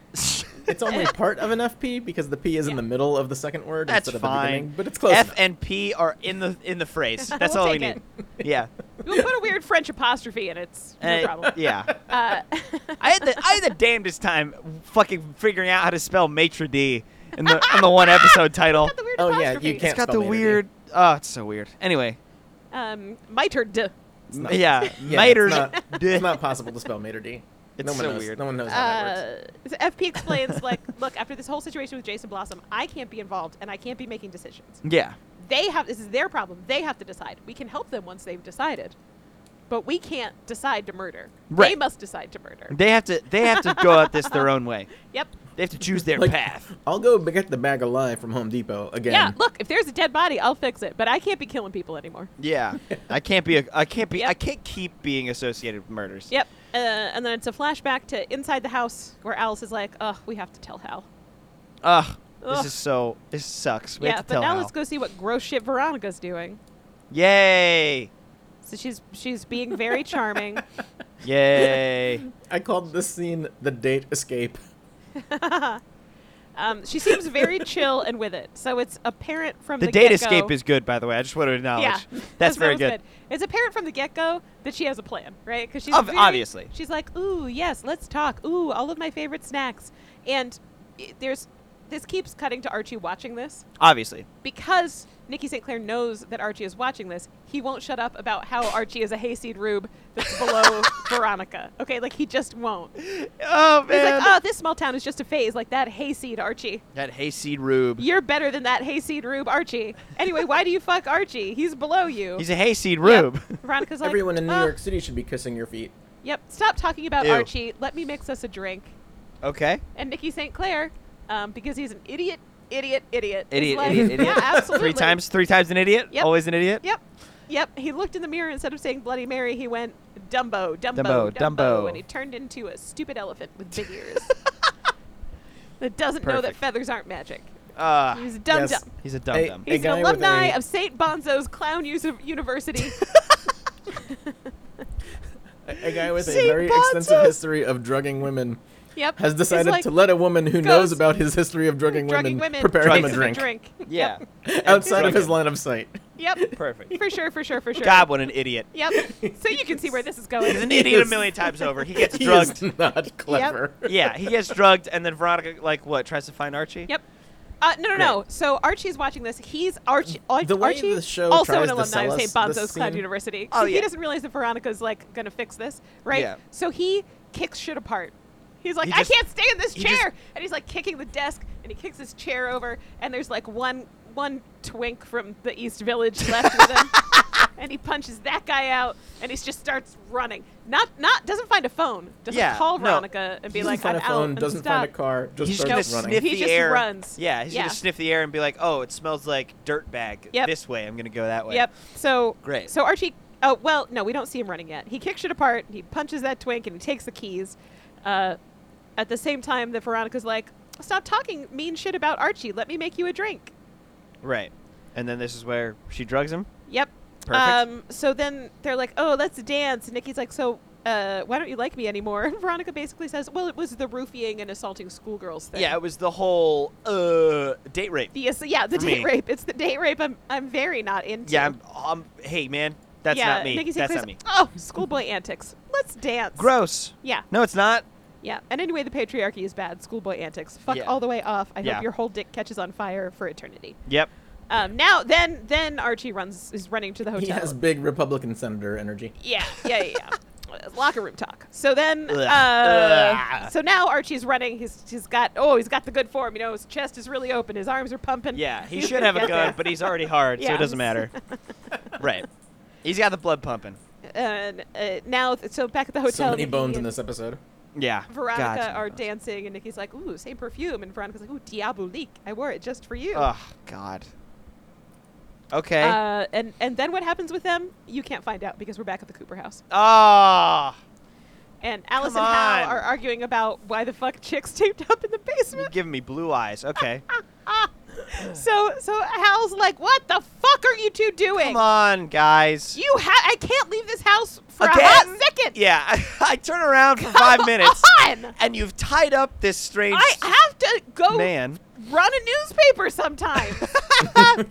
C: It's only part of an FP because the P is in the middle of the second word
A: That's
C: instead of the
A: fine.
C: beginning, but it's close.
A: F
C: enough.
A: and P are in the in the phrase. That's
B: We'll
A: all we
B: take
A: need. Yeah.
B: We'll put a weird French apostrophe in it. It's no
A: Uh,
B: problem.
A: Yeah.
B: Uh,
A: I had the I had the damnedest time fucking figuring out how to spell maitre d in the in the one episode title.
B: the weird
C: Oh, yeah,
B: apostrophe.
C: you
A: It's
C: can't-
A: got
C: spell
A: the
C: maitre d'.
A: weird. Oh, it's so weird. Anyway,
B: Um, miter d.
A: m-
C: not-
A: yeah,
C: Yeah,
A: maitre
C: it's not,
A: d.
C: it's not possible to spell mater d.
A: It's
C: no one
A: so
C: knows.
A: weird.
C: No one knows how that works.
B: Uh, so FP explains, like, look, after this whole situation with Jason Blossom, I can't be involved and I can't be making decisions.
A: Yeah,
B: They have this is their problem. They have to decide. We can help them once they've decided, but we can't decide to murder. They
A: Right.
B: must decide to murder.
A: they have to they have to go at this their own way.
B: Yep.
A: They have to choose their
C: Like-
A: path.
C: I'll go get the bag of lye from Home Depot again.
B: Yeah. Look, if there's a dead body, I'll fix it, but I can't be killing people anymore.
A: Yeah, I can't be a I can't be I
B: Yep.
A: can't keep being associated with murders.
B: Yep. Uh, and then it's a flashback to inside the house where Alice is like, "Ugh, we have to tell Hal."
A: Ugh,
B: Ugh.
A: This is so. This sucks. We
B: yeah,
A: have to
B: but
A: tell
B: now
A: Al.
B: let's go see what gross shit Veronica's doing.
A: Yay!
B: So she's she's being very charming.
A: Yay!
C: I called this scene the date escape.
B: Um, she seems very chill and with it. So it's apparent from
A: the
B: the,
A: date
B: get-go-
A: escape is good, by the way. I just want to acknowledge.
B: yeah,
A: That's
B: that
A: very
B: was
A: good.
B: It's apparent from the get go that she has a plan, right? Because she's
A: Ob-
B: very-
A: obviously.
B: she's like, ooh, yes, let's talk. Ooh, all of my favorite snacks, and i- there's this keeps cutting to Archie watching this
A: Obviously.
B: because Nikki St. Clair knows that Archie is watching this, he won't shut up about how Archie is a hayseed rube that's below Veronica. Okay, like he just won't. He's
A: Oh man!
B: like, oh, this small town is just a phase, like that hayseed Archie.
A: that hayseed rube.
B: You're better than that hayseed rube Archie. Anyway, why do you fuck Archie? He's below you.
A: He's a hayseed
B: Yep.
A: rube.
B: Veronica's like,
C: Everyone in New
B: "Oh,
C: York City should be kissing your feet.
B: Yep, stop talking about
A: Ew.
B: Archie. Let me mix us a drink.
A: okay.
B: And Nikki St. Clair, um, because he's an idiot, idiot, idiot. is
A: Idiot,
B: like,
A: idiot, idiot.
B: Yeah,
A: Three
B: absolutely.
A: times. Three times an idiot.
B: Yep.
A: Always an idiot.
B: Yep. Yep. He looked in the mirror instead of saying Bloody Mary, he went Dumbo, Dumbo,
A: Dumbo,
B: Dumbo,
A: Dumbo.
B: and he turned into a stupid elephant with big ears that doesn't know that
A: Perfect.
B: feathers aren't magic.
A: Ah,
B: He's a dumb
C: Yes.
B: dumb.
A: he's a dumb
C: Hey,
A: dumb.
C: hey,
B: He's
C: guy
B: an
C: with
B: alumni
C: a-
B: of St. Bonzo's Clown Use University.
C: A a guy with a
A: Saint
C: very
A: Bonzo.
C: extensive history of drugging women
B: yep.
C: has
B: He's
C: decided
B: like,
C: to let a woman who knows
B: goes-
C: about his history of drugging,
B: drugging women,
C: prepare him a
B: makes
C: drink,
A: Yeah.
C: outside of
A: Drug
C: his line of sight.
B: Yep.
A: Perfect.
B: For sure, for sure, for sure.
A: God, what an idiot.
B: Yep. So you can see where this is
A: He's an
B: going.
A: idiot a
C: is-
A: million times over. He gets
C: He
A: drugged.
C: is not clever.
A: yeah, he gets drugged, and then Veronica, like, what, tries to find Archie?
B: Yep. Uh, no, no, no. So Archie's watching this. He's Archie. Ar-
C: The way
B: Archie,
C: the show
B: also
C: tries
B: an
C: to
B: alumni
C: sell
B: of
C: us
B: St.
C: this
B: Bonzo's Cloud
C: scene-
B: University.
A: Oh,
B: so
A: yeah.
B: he doesn't realize that Veronica's like gonna fix this, right?
A: Yeah.
B: So he kicks shit apart. He's like,
A: He just-
B: I can't stay in this
A: he
B: chair,
A: just-
B: and he's like kicking the desk, and he kicks his chair over, and there's like one one twink from the East Village left with him. And he punches that guy out, and he just starts running. Not, not doesn't find a phone. Doesn't
A: Yeah,
B: call
A: no.
B: Veronica and be
C: He doesn't
B: like,
C: find
B: I'm
C: a phone,
B: out.
C: doesn't
B: and stop.
C: find a car, just
A: He's
C: starts
A: gonna
C: running.
A: sniff
B: He
A: the
B: just
A: air.
B: runs.
A: Yeah, he's
B: Yeah.
A: gonna sniff the air and be like, "Oh, it smells like dirt bag.
B: Yep.
A: This way, I'm gonna go that way."
B: Yep. So
A: Great.
B: So Archie. Oh well, no, we don't see him running yet. He kicks it apart. He punches that twink and he takes the keys. Uh, at the same time, that Veronica's like, "Stop talking mean shit about Archie. Let me make you a drink."
A: Right. And then this is where she drugs him.
B: Yep.
A: Perfect.
B: Um, so then they're like, "Oh, let's dance." And Nikki's like, "So." Uh, why don't you like me anymore? And Veronica basically says, "Well, it was the roofying and assaulting schoolgirls thing."
A: Yeah, it was the whole uh date rape.
B: the ass- yeah, the
A: For
B: date
A: me.
B: rape. It's the date rape. I'm I'm very not into.
A: yeah, I'm, um, hey man, that's
B: yeah,
A: not me.
B: Nikki St.
A: that's not me.
B: Clair's- Oh, schoolboy antics. Let's dance.
A: Gross.
B: Yeah.
A: No, it's not.
B: Yeah, and anyway, the patriarchy is bad. Schoolboy antics. Fuck
A: Yeah.
B: all the way off. I
A: Yeah.
B: hope your whole dick catches on fire for eternity.
A: Yep.
B: Um, now, then, then Archie runs is running to the
C: He
B: hotel.
C: has big Republican senator energy.
B: Yeah, yeah, yeah. yeah. Uh, Locker room talk. So then,
A: Ugh.
B: uh,
A: Ugh.
B: so now Archie's running. He's he's got oh he's got the good form. You know his chest is really open. His arms are pumping.
A: Yeah, he
B: He's
A: should
B: gonna
A: have a
B: get
A: gun, but he's already hard, so
B: Yeah.
A: it doesn't matter. right. He's got the blood pumping.
B: And uh, now, th- so back at the hotel,
C: So many
B: Nikki
C: bones in
B: and
C: this episode.
A: Yeah.
B: Veronica
A: God,
B: are
A: Jesus.
B: dancing, and Nikki's like, "Ooh, same perfume," and Veronica's like, "Ooh, diabolique. I wore it just for you."
A: Oh God. Okay.
B: Uh, and and then what happens with them, you can't find out because we're back at the Cooper house.
A: Ah.
B: And Alice
A: Come
B: and Hal
A: on.
B: are arguing about why the fuck chicks taped up in the
A: You're
B: basement. Ah.
A: giving me blue eyes. Okay.
B: so so Hal's like, "What the fuck are you two doing?
A: Come on, guys.
B: You ha- I can't leave this house for a
A: Again?
B: hot second.
A: yeah, I, turn around for five minutes,
B: on!
A: and you've tied up this strange
B: I have to go
A: man.
B: run a newspaper sometime.
A: I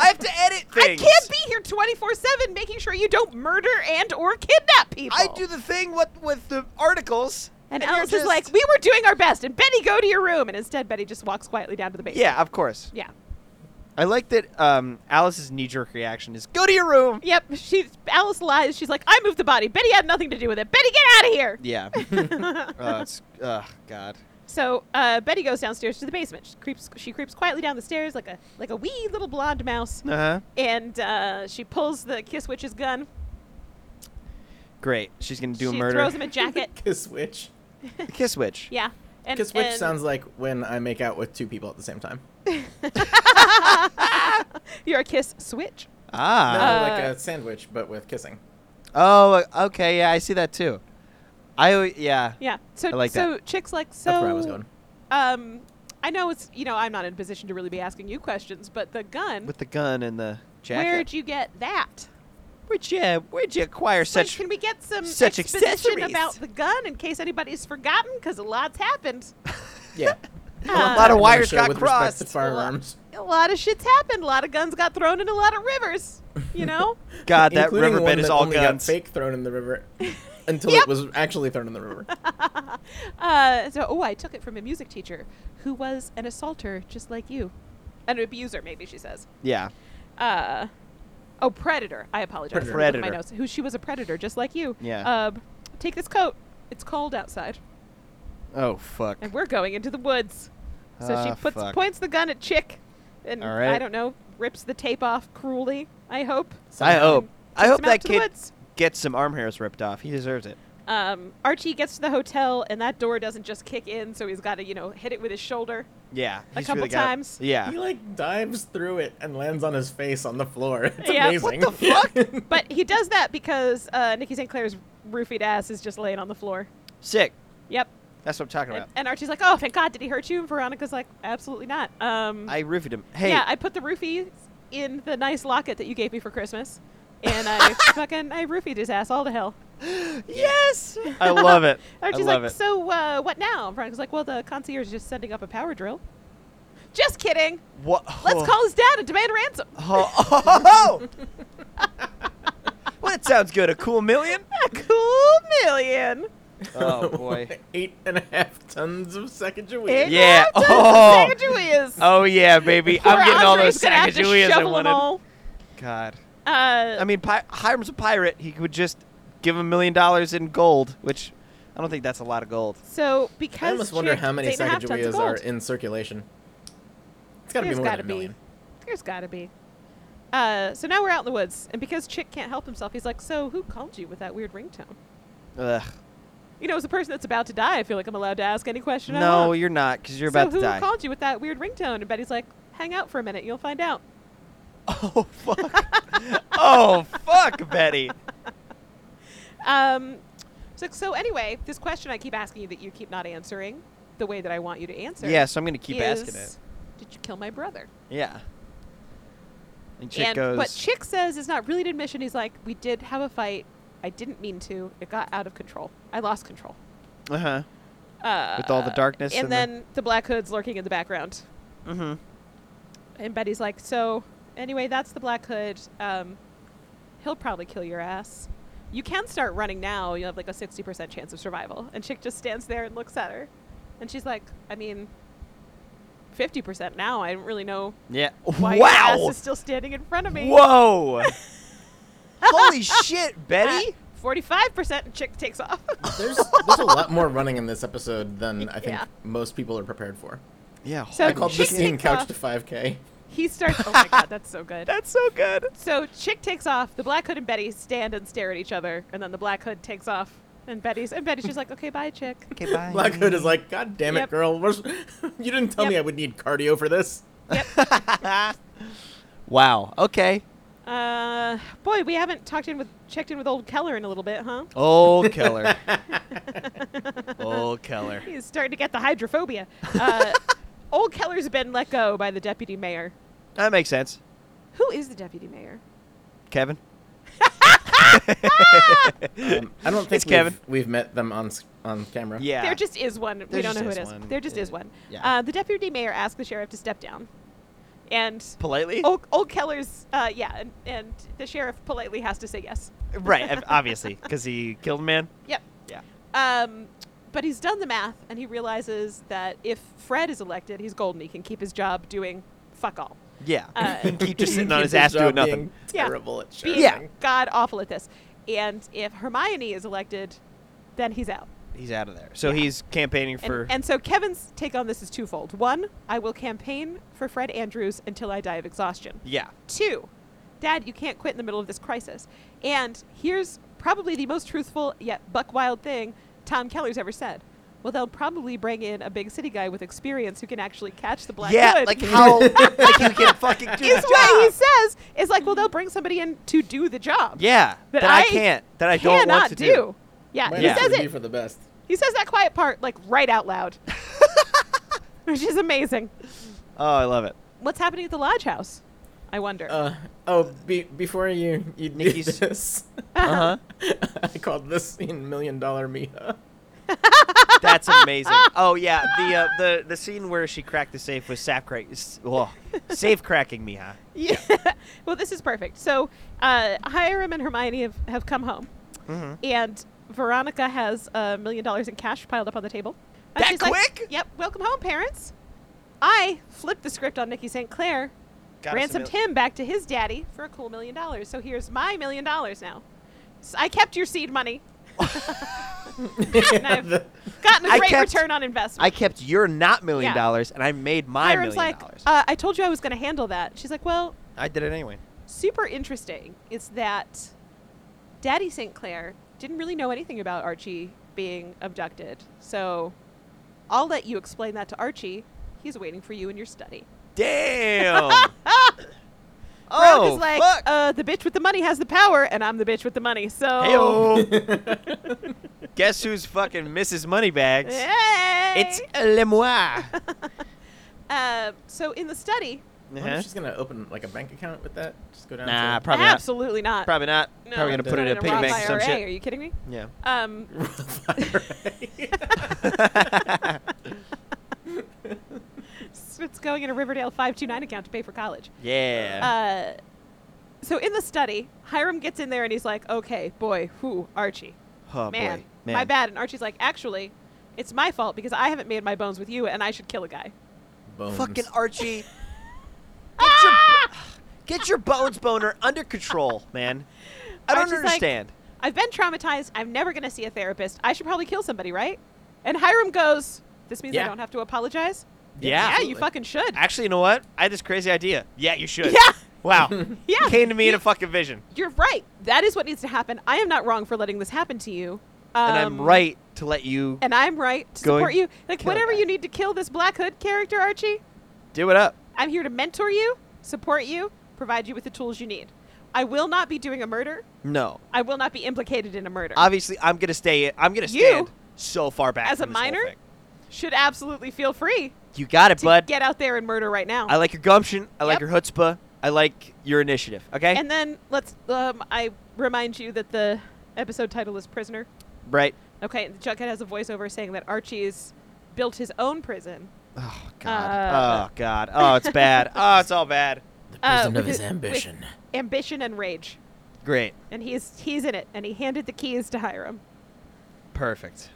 A: have to edit
B: I
A: things.
B: can't be here 24/7 making sure you don't murder and or kidnap people."
A: I do the thing with with the articles.
B: And,
A: you're
B: Alice
A: just-
B: is like, "We were doing our best." And Betty, go to your room. And instead, Betty just walks quietly down to the basement.
A: Yeah, of course.
B: Yeah.
A: I like that. Um, Alice's knee jerk reaction is go to your room.
B: Yep. She's Alice lies. She's like, I moved the body. Betty had nothing to do with it. Betty, get out of here.
A: Yeah. uh, it's uh, God.
B: So uh, Betty goes downstairs to the basement. She creeps. She creeps quietly down the stairs like a like a wee little blonde mouse.
A: Uh huh.
B: And uh, she pulls the kiss witch's gun.
A: Great. She's gonna do
B: she
A: a murder.
B: throws him a jacket.
C: Kiss witch.
A: Kiss witch.
B: yeah. And,
C: Kiss witch
B: and-
C: sounds like when I make out with two people at the same time.
B: You're a kiss switch.
C: No,
A: Ah.
C: like
B: Uh,
C: a sandwich, but with kissing.
A: oh, okay. Yeah, I see that too. I yeah.
B: Yeah. So
A: I like
B: so
A: that.
B: chicks like so.
C: That's where I was going.
B: Um, I know it's you know I'm not in a position to really be asking you questions, but the gun.
A: with the gun and the jacket.
B: where'd you get that?
A: Where'd you where'd you acquire
B: Like,
A: such
B: can we get some
A: such
B: exposition
A: accessories.
B: about the gun in case anybody's forgotten? Because a lot's happened.
C: Yeah.
B: Uh,
A: a lot of wires
C: Show
A: got
C: with respect
A: crossed?
C: to firearms.
B: a lot of shit's happened. A lot of guns got thrown in a lot of rivers. You know.
A: God, that
C: Including one
A: riverbed is
C: that
A: all
C: only
A: guns.
C: Got fake thrown in the river until
B: Yep.
C: it was actually thrown in the river.
B: Uh, so, oh, I took it from a music teacher who was an assaulter, just like you, an abuser, maybe she says.
A: Yeah.
B: Uh, oh, predator. I apologize. Let me look at My
A: Predator.
B: notes. Who she was a predator, just like you.
A: Yeah.
B: Um, take this coat. It's cold outside,
A: Oh fuck.
B: and we're going into the woods. So she
A: Ah,
B: puts
A: fuck.
B: points the gun at Chick, and
A: All right.
B: I don't know, rips the tape off cruelly. I hope.
A: I hope. I
B: Takes
A: hope
B: him out
A: that
B: to the
A: kid
B: woods.
A: gets some arm hairs ripped off. He deserves it.
B: Um, Archie gets to the hotel, and that door doesn't just kick in, so he's got to you know hit it with his shoulder.
A: Yeah.
B: A
A: he's
B: couple
A: really got-
B: times.
A: Yeah.
C: He like dives through it and lands on his face on the floor. It's
B: Yeah.
C: amazing.
A: What the
C: fuck?
B: But he does that because uh, Nikki St. Clair's roofied ass is just laying on the floor.
A: Sick.
B: Yep.
A: That's what I'm talking
B: And,
A: about.
B: and Archie's like, oh, thank God, did he hurt you? And Veronica's like, absolutely not. Um,
A: I roofied him. Hey,
B: Yeah, I put the roofies in the nice locket that you gave me for Christmas. And I fucking, I roofied his ass all to hell.
A: yes. I love it. I
B: Archie's
A: love
B: like,
A: it.
B: so uh, what now? And Veronica's like, well, the concierge is just sending up a power drill. Just kidding.
A: What?
B: Let's call his dad and demand ransom.
A: Oh, oh, oh, oh. well, that sounds good. A cool million.
B: A cool million.
A: Oh boy.
C: Eight and a half tons of Sacagawea.
B: Eight
A: Yeah.
B: and a half
A: Oh.
B: tons of Sacagaweas.
A: Oh yeah, baby.
B: Poor
A: I'm getting all
B: Andre's
A: those
B: gonna have to
A: Sacagaweas I
B: shovel 'em
A: wanted.
B: all.
A: God.
B: Uh,
A: I mean, pi- Hiram's a pirate. He could just give him a million dollars in gold, which I don't think that's a lot of gold.
B: so because
C: I almost wonder
B: Chick-
C: how many
B: eight and a half tons of
C: Sacagaweas are
B: gold.
C: in circulation. It's gotta
B: There's
C: be more
B: gotta
C: than a million.
B: There's gotta be. Uh, so now we're out in the woods, and because Chick can't help himself, he's like, "So who called you with that weird ringtone?"
A: Ugh.
B: You know, as a person that's about to die, I feel like I'm allowed to ask any question. I
A: No,
B: want.
A: you're not, because you're
B: so
A: about
B: who
A: to die.
B: called you with that weird ringtone? And Betty's like, "Hang out for a minute, you'll find out."
A: Oh fuck. oh fuck, Betty.
B: Um, so, so anyway, this question I keep asking you that you keep not answering the way that I want you to answer.
A: Yeah, so I'm gonna keep asking it.
B: is, Did you kill my brother?
A: Yeah. And Chick
B: and
A: goes.
B: what Chick says is not really an admission. He's like, we did have a fight. I didn't mean to. It got out of control. I lost control.
A: uh huh.
B: Uh,
A: With all the darkness
B: And,
A: and the-
B: then the... Black Hood's lurking in the background.
A: Mm
B: And Betty's like, so anyway, that's the Black Hood. Um, he'll probably kill your ass. You can start running now. You have like a 60% chance of survival. And Chick just stands there and looks at her. And she's like, I mean, 50% now. I don't really know
A: hmm. Yeah.
B: why your ass
A: wow.
B: is still standing in front of me.
A: Whoa. Holy shit, Betty.
B: Forty-five percent, and chick takes off.
C: There's there's a lot more running in this episode than I think
B: Yeah.
C: most people are prepared for.
A: Yeah.
B: So
C: I called
B: Chick
C: this scene
B: takes
C: couch
B: off.
C: to 5k.
B: he starts. Oh my god, that's so good.
A: that's so good.
B: So chick takes off. The black hood and Betty stand and stare at each other, and then the black hood takes off, and Betty's and Betty's just like, okay, bye, chick.
A: Okay, bye.
C: Black Hood is like, God damn it,
B: Yep.
C: girl. Where's... you didn't tell me
B: Yep.
C: I would need cardio for this.
A: wow. Okay.
B: Uh, boy, we haven't talked in with checked in with old Keller in a little bit, huh?
A: Old Keller.
C: Um,
A: Old Keller.
B: He's starting to get the hydrophobia. Uh, old Keller's been let go by the deputy mayor.
A: That makes sense.
B: Who is the deputy mayor?
A: Kevin.
C: Um, I don't think
A: It's
C: we've,
A: Kevin.
C: we've met them on s- on camera.
A: Yeah.
B: There just is one. we
A: There
B: don't
A: just
B: know who it
A: is
B: is.
A: one.
B: There just is
A: Uh,
B: one.
A: yeah.
B: Uh, the deputy mayor asked the sheriff to step down, and
A: politely.
B: old, old Keller's uh, yeah, and, and the sheriff politely has to say yes.
A: Right, ob- obviously, because he killed a man.
B: Yep.
A: Yeah.
B: Um, but he's done the math, and he realizes that if Fred is elected, he's golden. He can keep his job doing fuck all.
A: Yeah.
B: Uh,
A: Keep just sitting on
C: Keep
A: his ass doing
C: job
A: nothing.
C: being
B: Yeah.
C: Terrible at
B: Being
C: sheriffing.
A: Yeah.
B: god awful at this. And if Hermione is elected, then he's out.
A: He's out of there. So he's campaigning
B: And,
A: for.
B: and so Kevin's take on this is twofold. One, I will campaign for Fred Andrews until I die of exhaustion.
A: yeah.
B: Two, Dad, you can't quit in the middle of this crisis. And here's probably the most truthful yet buck wild thing Tom Keller's ever said. Well, they'll probably bring in a big city guy with experience who can actually catch the black
A: yeah,
B: hood.
A: like how like you can fucking do
B: is
A: the
B: what he
A: job.
B: says is like, well, they'll bring somebody in to do the job.
A: Yeah,
B: That
A: that, I,
B: I
A: can't. That I don't
B: cannot
A: want to do.
B: Yeah,
A: Yeah.
C: Might
B: he
C: actually
B: says
C: be
B: it.
C: for the best.
B: He says that quiet part like right out loud. which is amazing.
A: Oh, I love it.
B: What's happening at the Lodge House? I wonder.
C: Uh, oh, be- before you you did
A: Nikki's-
C: this,
A: Uh
C: I called this scene Million Dollar Mia.
A: huh. That's amazing. Oh yeah, the uh, the the scene where she cracked the safe was sap crack. s- Whoa, safe cracking, Mija.
B: yeah. well, this is perfect. So uh, Hiram and Hermione have, have come home,
A: Mhm.
B: and Veronica has a million dollars in cash piled up on the table. And
A: That
B: she's like,
A: quick?
B: yep. Welcome home, parents. I flipped the script on Nikki St. Clair,
A: Got us a
B: ransomed
A: mil-
B: him back to his daddy for a cool million dollars. So here's my million dollars now. S I I kept your seed money.
C: Yeah,
B: I've-
C: the-
B: Gotten a
A: I
B: great
A: kept-
B: return on investment.
A: I kept your not million
B: Yeah.
A: dollars, and I made my
B: Hiram's
A: million
B: like,
A: dollars.
B: uh, I told you I was going to handle that. She's like, well,
A: I did it anyway.
B: super interesting is that Daddy St. Clair didn't really know anything about Archie being abducted. So I'll let you explain that to Archie. He's waiting for you in your study.
A: Damn.
B: Veronica's
A: oh,
B: like,
A: fuck.
B: Uh, the bitch with the money has the power, and I'm the bitch with the money. So
A: Heyo. Guess who's fucking Mrs. Moneybags?
B: Hey!
A: It's Lemoir.
B: Uh, so in the study,
C: I wonder if she's gonna open like a bank account with that. Just go down.
A: Uh-huh. Nah,
C: to
A: probably not.
B: absolutely not.
A: Probably not.
B: No,
A: Probably gonna
B: it's
A: put it
B: not
A: in a piggy
B: Roth
A: bank or some
B: IRA.
A: shit.
B: Are you kidding me?
A: Yeah.
B: Um, so it's going in a Riverdale 529 account to pay for college.
A: yeah.
B: Uh, so in the study, Hiram gets in there and he's like, "Okay, boy, who Archie?
A: oh
B: man,
A: boy. Man.
B: my bad." And Archie's like, "Actually, it's my fault because I haven't made my bones with you, and I should kill a guy."
C: Bones.
A: Fucking Archie. Get
B: Ah!
A: your, get your bones boner under control, man. I don't
B: Archie's like,
A: understand.
B: I've been traumatized. I'm never going to see a therapist. I should probably kill somebody, right? And Hiram goes, "This means I
C: Yeah.
B: don't have to apologize."
A: yeah.
B: yeah, you fucking should.
A: Actually, you know what? I had this crazy idea. Yeah, you should.
B: Yeah.
A: Wow.
B: Yeah.
A: Came to me in
B: You-
A: a fucking vision.
B: You're right. That is what needs to happen. I am not wrong for letting this happen to you. Um,
A: and I'm right to let you
B: And I'm right to
A: Going-
B: support you. Like
A: kill a
B: whatever
A: guy.
B: you need to kill this Black Hood character, Archie.
A: do it up.
B: I'm here to mentor you, support you, provide you with the tools you need. I will not be doing a murder.
A: No.
B: I will not be implicated in a murder.
A: Obviously, I'm going to stay. I'm going to
B: You,
A: stand so far back.
B: as a
A: from this whole
B: minor,
A: thing.
B: Should absolutely feel free
A: You got it,
B: to
A: bud.
B: get out there and murder right now.
A: I like your gumption. I like
B: Yep.
A: your chutzpah. I like your initiative. Okay?
B: and then let's. Um, I remind you that the episode title is Prisoner.
A: right.
B: Okay, and Jughead has a voiceover saying that Archie's built his own prison.
A: Oh,
B: Uh,
A: God. oh, God. Oh, it's bad. oh, it's all bad.
C: The
B: Uh,
C: prison of
B: with
C: his
B: it- with-
C: ambition.
B: Ambition and rage,
A: Great.
B: and he's he's in it, and he handed the keys to Hiram.
A: Perfect.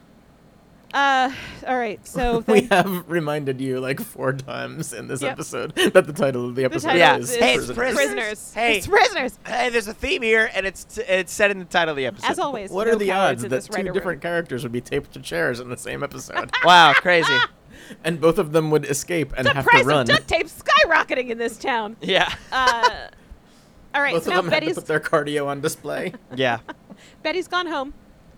B: Uh, all right. So
C: we
B: then
C: have reminded you like four times in this
B: Yep.
C: episode that the title of the episode
B: title
A: Yeah.
C: is
B: is
A: Hey, it's
C: Prisoners.
A: Prisoners.
B: prisoners.
A: Hey.
B: It's prisoners.
A: Hey, there's a theme here, and it's t- and it's said in the title of the episode.
B: As always,
C: What
B: no
C: are the
B: cowards
C: odds
B: in
C: that
B: this writer
C: two
B: room.
C: different characters would be taped to chairs in the same episode,
A: wow, crazy.
C: and both of them would escape and
B: The
C: have
B: price
C: to run?
B: of duct tape skyrocketing in this town.
A: Yeah,
B: Uh, all right,
C: both
B: so
C: of
B: now
C: them had
B: Betty's
C: to put their cardio on display.
A: yeah.
B: Betty's gone home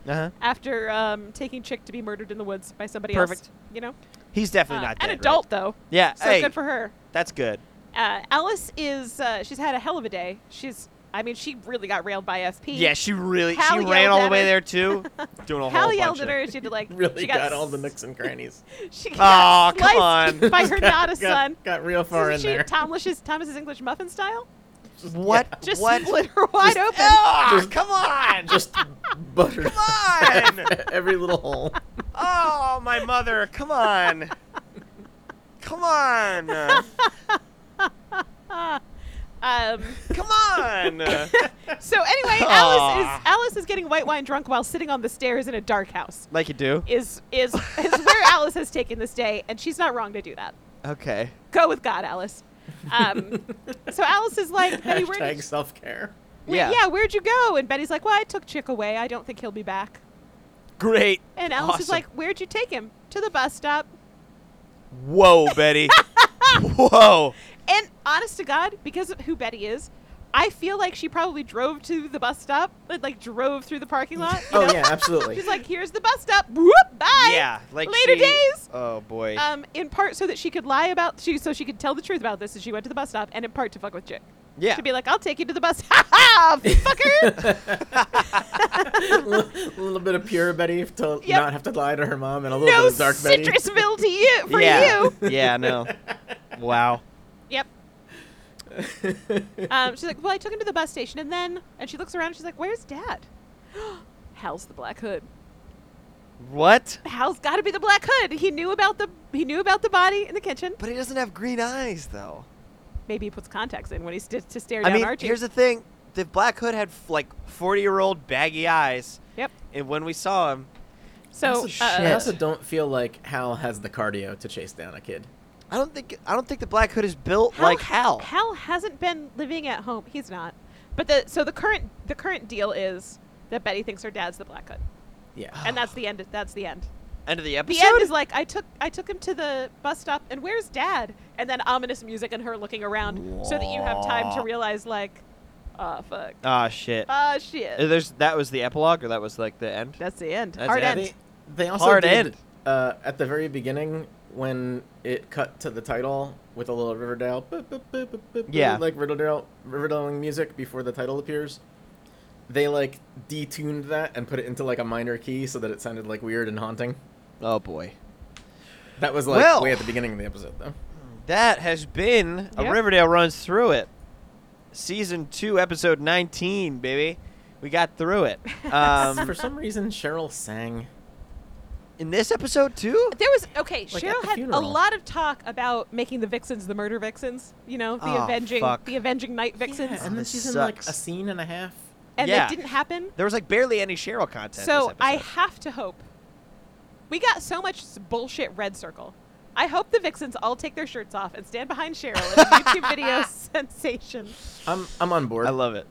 A: Uh huh.
B: after um, taking Chick to be murdered in the woods by somebody
A: Perfect.
B: else. You know,
A: He's
B: Uh,
A: definitely not
B: an
A: dead,
B: adult
A: Right?
B: though,
A: Yeah.
B: so
A: hey,
B: good for her.
A: that's good.
B: Uh, Alice is uh, she's had a hell of a day. She's I mean she really got railed by FP.
A: Yeah, she really
B: Hal
A: she
B: yelled
A: ran all the
B: at
A: way
B: her.
A: there too, doing a whole
B: Hal
A: bunch
B: yelled
A: of-
B: at her. She had to like
C: really
B: she got,
C: got, all the
B: s-
C: nooks and crannies.
B: She
A: Aw,
B: got
A: come
B: sliced
A: on.
B: by her not a
C: Got-
B: son.
C: Got real far in
B: she
C: there.
B: Thomas's Thomas's English muffin style
A: What?
B: just
A: what?
B: split her wide open.
A: Ah, come on!
C: Just buttered
A: Come on!
C: every little hole.
A: oh, my mother! Come on! Come on!
B: Ah. Um,
A: Come on!
B: so anyway, Alice is Alice is getting white wine drunk while sitting on the stairs in a dark house.
A: like you do.
B: Is is is where Alice has taken this day, and she's not wrong to do that.
A: Okay.
B: Go with God, Alice. Um, so Alice is like, Betty, where did
C: Hashtag self care.
B: Wait,
A: Yeah.
B: yeah, where'd you go? And Betty's like, well, I took Chick away. I don't think he'll be back.
A: Great.
B: And Alice is
A: Awesome.
B: like, where'd you take him? To the bus stop.
A: Whoa, Betty. Whoa.
B: And honest to God, because of who Betty is, I feel like she probably drove to the bus stop, like, like drove through the parking lot. you
C: Oh
B: know?
C: yeah, absolutely.
B: She's like, here's the bus stop. Whoop, bye.
A: Yeah. Like
B: Later
A: she-
B: days.
A: Oh boy.
B: Um, in part so that she could lie about, she so she could tell the truth about this, and she went to the bus stop, and in part to fuck with Chick.
A: Yeah.
B: to be like, I'll take you to the bus. Ha ha, fucker.
C: a little bit of pure Betty to
B: Yep.
C: not have to lie to her mom, and a little
B: no
C: bit of dark Betty.
B: citrus bill to you for
A: yeah.
B: you.
A: yeah, I know. Wow.
B: Yep. Um, she's like, well, I took him to the bus station, and then, and she looks around, and she's like, where's Dad? Hal's the Black Hood.
A: What?
B: Hal's got to be the Black Hood. He knew about the he knew about the body in the kitchen.
A: But he doesn't have green eyes, though.
B: Maybe he puts contacts in when he's st- to stare
A: I
B: down
A: mean,
B: Archie.
A: here's the thing: the Black Hood had f- like forty-year-old baggy eyes,
B: yep.
A: and when we saw him,
B: So
C: I also-
B: uh,
C: I also don't feel like Hal has the cardio to chase down a kid.
A: I don't think I don't think the Black Hood is built
B: Hal-
A: like Hal.
B: Hal hasn't been living at home. He's not. But the so the current the current deal is that Betty thinks her dad's the Black Hood,
C: Yeah.
B: and that's the end. That's the end.
A: End of the
B: The
A: episode.
B: end is like I took I took him to the bus stop, and where's Dad? And then ominous music and her looking around, so that you have time to realize like, oh fuck,
A: Ah, shit.
B: ah shit.
A: Uh, There's that was the epilogue, or that was like the end.
B: that's the end.
A: That's
B: Hard
A: it.
C: Yeah,
B: end.
C: They, they also
A: Hard
C: did,
A: end.
C: Uh, at the very beginning, when it cut to the title with a little Riverdale, boop, boop, boop, boop, boop,
A: Yeah.
C: like Riverdale, Riverdale music before the title appears, they like detuned that and put it into like a minor key so that it sounded like weird and haunting.
A: Oh boy.
C: That was like
A: Well-
C: way at the beginning of the episode, though.
A: That has been a
B: Yep.
A: Riverdale runs through it. Season two, episode nineteen, baby. We got through it.
C: For
A: Um,
C: some reason, Cheryl sang.
A: in this episode too.
B: There was okay.
C: Like, at
B: Cheryl
C: the
B: had
C: funeral.
B: a lot of talk about making the vixens the murder vixens. You know, the
A: Oh,
B: avenging
A: fuck.
B: the avenging night vixens,
C: Yeah, and then
A: this
C: she's in like
A: sucks.
C: a scene and a half.
B: and
A: Yeah.
B: that didn't happen.
A: There was like barely any Cheryl content.
B: So
A: this
B: I
A: episode.
B: have to hope. We got so much s- bullshit red circle. I hope the vixens all take their shirts off and stand behind Cheryl in a YouTube video sensation.
C: I'm I'm on board.
A: I love it.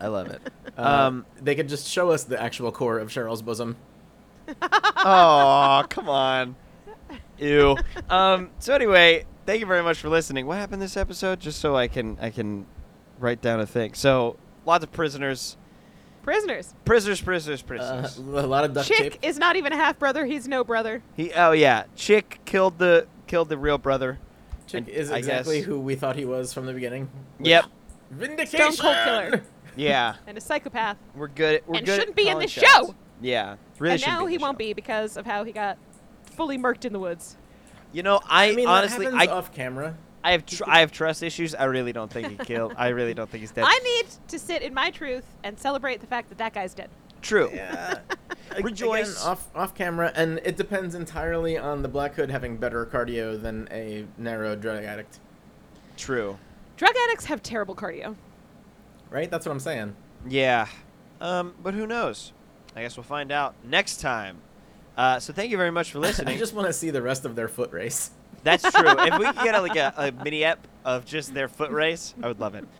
A: I love it.
C: um,
A: Um,
C: they could just show us the actual core of Cheryl's bosom.
A: oh, come on. Ew. Um, so anyway, thank you very much for listening. What happened this episode? Just so I can I can write down a thing. So lots of prisoners,
B: Prisoners.
A: prisoners, prisoners,
C: Uh,
A: prisoners.
C: a lot of duct
B: Chick
C: tape.
B: is not even a half brother. He's no brother.
A: he oh yeah, chick killed the killed the real brother.
C: Chick
A: And
C: is
A: I
C: exactly
A: guess-
C: who we thought he was from the beginning.
A: Yep.
C: Vindication.
B: Stone Cold Killer.
A: Yeah.
B: And a psychopath.
A: We're good. At, we're
B: And
A: good. at
B: shouldn't be in
A: calling
B: this
A: shots.
B: show.
A: Yeah. Really
B: and
A: shouldn't be
B: now
A: in
B: he
A: this
B: won't
A: show.
B: be because of how he got fully murked in the woods.
A: You know, I,
C: I mean,
A: honestly,
C: that happens
A: I,
C: off camera.
A: I have tr- I have trust issues. I really don't think he killed. I really don't think he's dead.
B: I need to sit in my truth and celebrate the fact that that guy's dead.
A: True.
C: Yeah. Ag-
A: Rejoice.
C: again, off off camera, and it depends entirely on the Black Hood having better cardio than a narrow drug addict.
A: True.
B: Drug addicts have terrible cardio.
C: Right? That's what I'm saying.
A: Yeah. Um, but who knows? I guess we'll find out next time. Uh, so thank you very much for
C: I
A: listening.
C: just want to see the rest of their foot race.
A: That's true. If we could get like a, a mini ep of just their foot race, I would love it.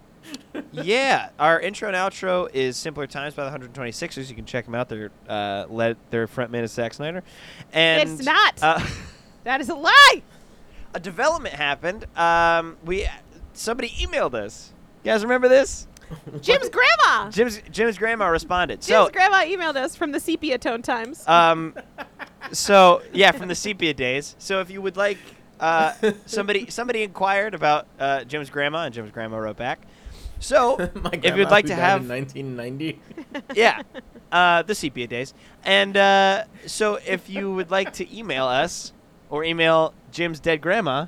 A: Yeah, our intro and outro is "Simpler Times" by the 126ers. You can check them out. Their uh, led their frontman is Zack Snyder, and
B: It's not.
A: Uh,
B: That is a lie.
A: a development happened. Um, we somebody emailed us. You guys remember this?
B: Jim's grandma.
A: Jim's Jim's grandma responded.
B: Jim's
A: so
B: grandma emailed us from the sepia tone times.
A: Um, so yeah, from the sepia days. So if you would like, uh, somebody somebody inquired about uh, Jim's grandma, and Jim's grandma wrote back. So
C: My
A: if
C: grandma
A: you'd like
C: who
A: to
C: died
A: have,
C: in 1990.
A: yeah, uh, the sepia days, and uh, so if you would like to email us or email Jim's dead grandma,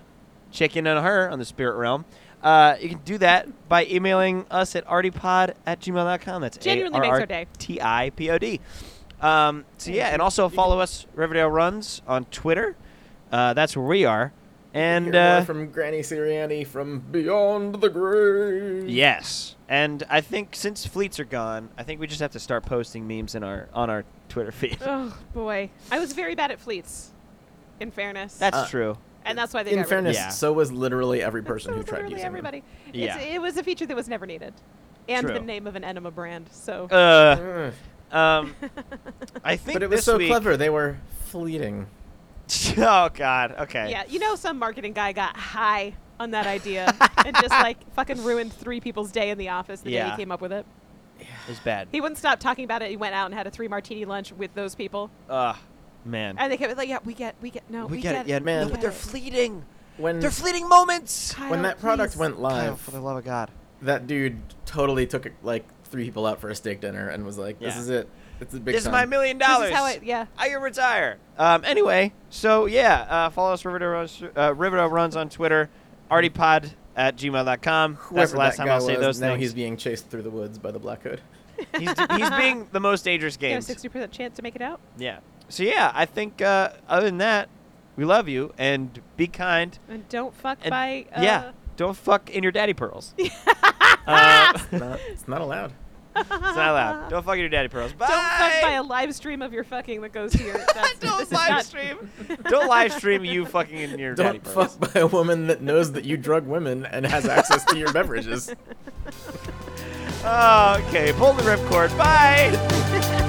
A: check in on her on the spirit realm. Uh, you can do that by emailing us at artipod at gmail.com. That's
B: Genuinely makes our day.
A: T I P O D. Um, so yeah, and also follow us Riverdale Runs on Twitter. Uh, that's where we are. And
C: Hear more
A: uh,
C: from Granny Siriani from Beyond the Grave.
A: yes, and I think since fleets are gone, I think we just have to start posting memes in our on our Twitter feed.
B: oh boy, I was very bad at fleets. In fairness,
A: That's
C: Uh,
A: true.
B: and that's why they
C: In
B: got rid of
C: fairness,
A: Yeah.
C: so was literally every
B: it.
C: person
B: So
C: who
B: it's
C: tried
B: literally
C: using them.
B: everybody.
A: Yeah.
B: It's, it was a feature that was never needed, and the
A: True.
B: name of an enema brand. So
A: Uh,
C: Ugh.
A: um, I think
C: But it was
A: this
C: so
A: week-
C: clever. They were fleeting.
A: oh God. Okay.
B: yeah, you know, some marketing guy got high on that idea and just like fucking ruined three people's day in the office the day
A: Yeah.
B: he came up with it.
A: It was bad.
B: He wouldn't stop talking about it. He went out and had a three martini lunch with those people,
A: Ah, man.
B: and they kept like, "Yeah, we get, we get, no,
A: we, get it, yeah,
B: we
A: man.
B: get
A: but they're
B: it."
A: fleeting.
C: when
A: They're fleeting moments.
B: Kyle,
C: when that product
B: please.
C: went
A: Kyle,
C: live,
A: for the love of God.
C: that dude totally took like three people out for a steak dinner and was like, "This
A: Yeah.
C: is it. It's a big.
A: This is
C: time.
A: my million
B: This
A: dollars.
B: is how it, yeah.
A: I can retire. Um, anyway, so yeah, uh, follow us Riverdale Runs, uh, Riverdale Runs on Twitter, artypod at gmail.com. That's
C: Whoever
A: the last
C: that
A: time
C: guy
A: I'll say
C: was,
A: those
C: now
A: things.
C: he's being chased through the woods by the Black Hood.
A: he's, he's being the most dangerous
B: You have
A: games.
B: a 60% chance to make it out.
A: Yeah. So yeah, I think uh, other than that, we love you and be kind.
B: And don't fuck
A: And
B: by. Uh,
A: yeah, don't fuck in your daddy pearls. uh, it's
C: It's not, it's not allowed.
A: not allowed. Don't fuck in your daddy pearls. Bye.
B: Don't fuck by a live stream of your fucking that goes here. That's, this
A: don't
B: is not-
A: live stream. don't live stream you fucking in your daddy
C: Don't
A: pearls.
C: fuck by a woman that knows that you drug women and has access to your beverages.
A: okay, pull the ripcord. Bye.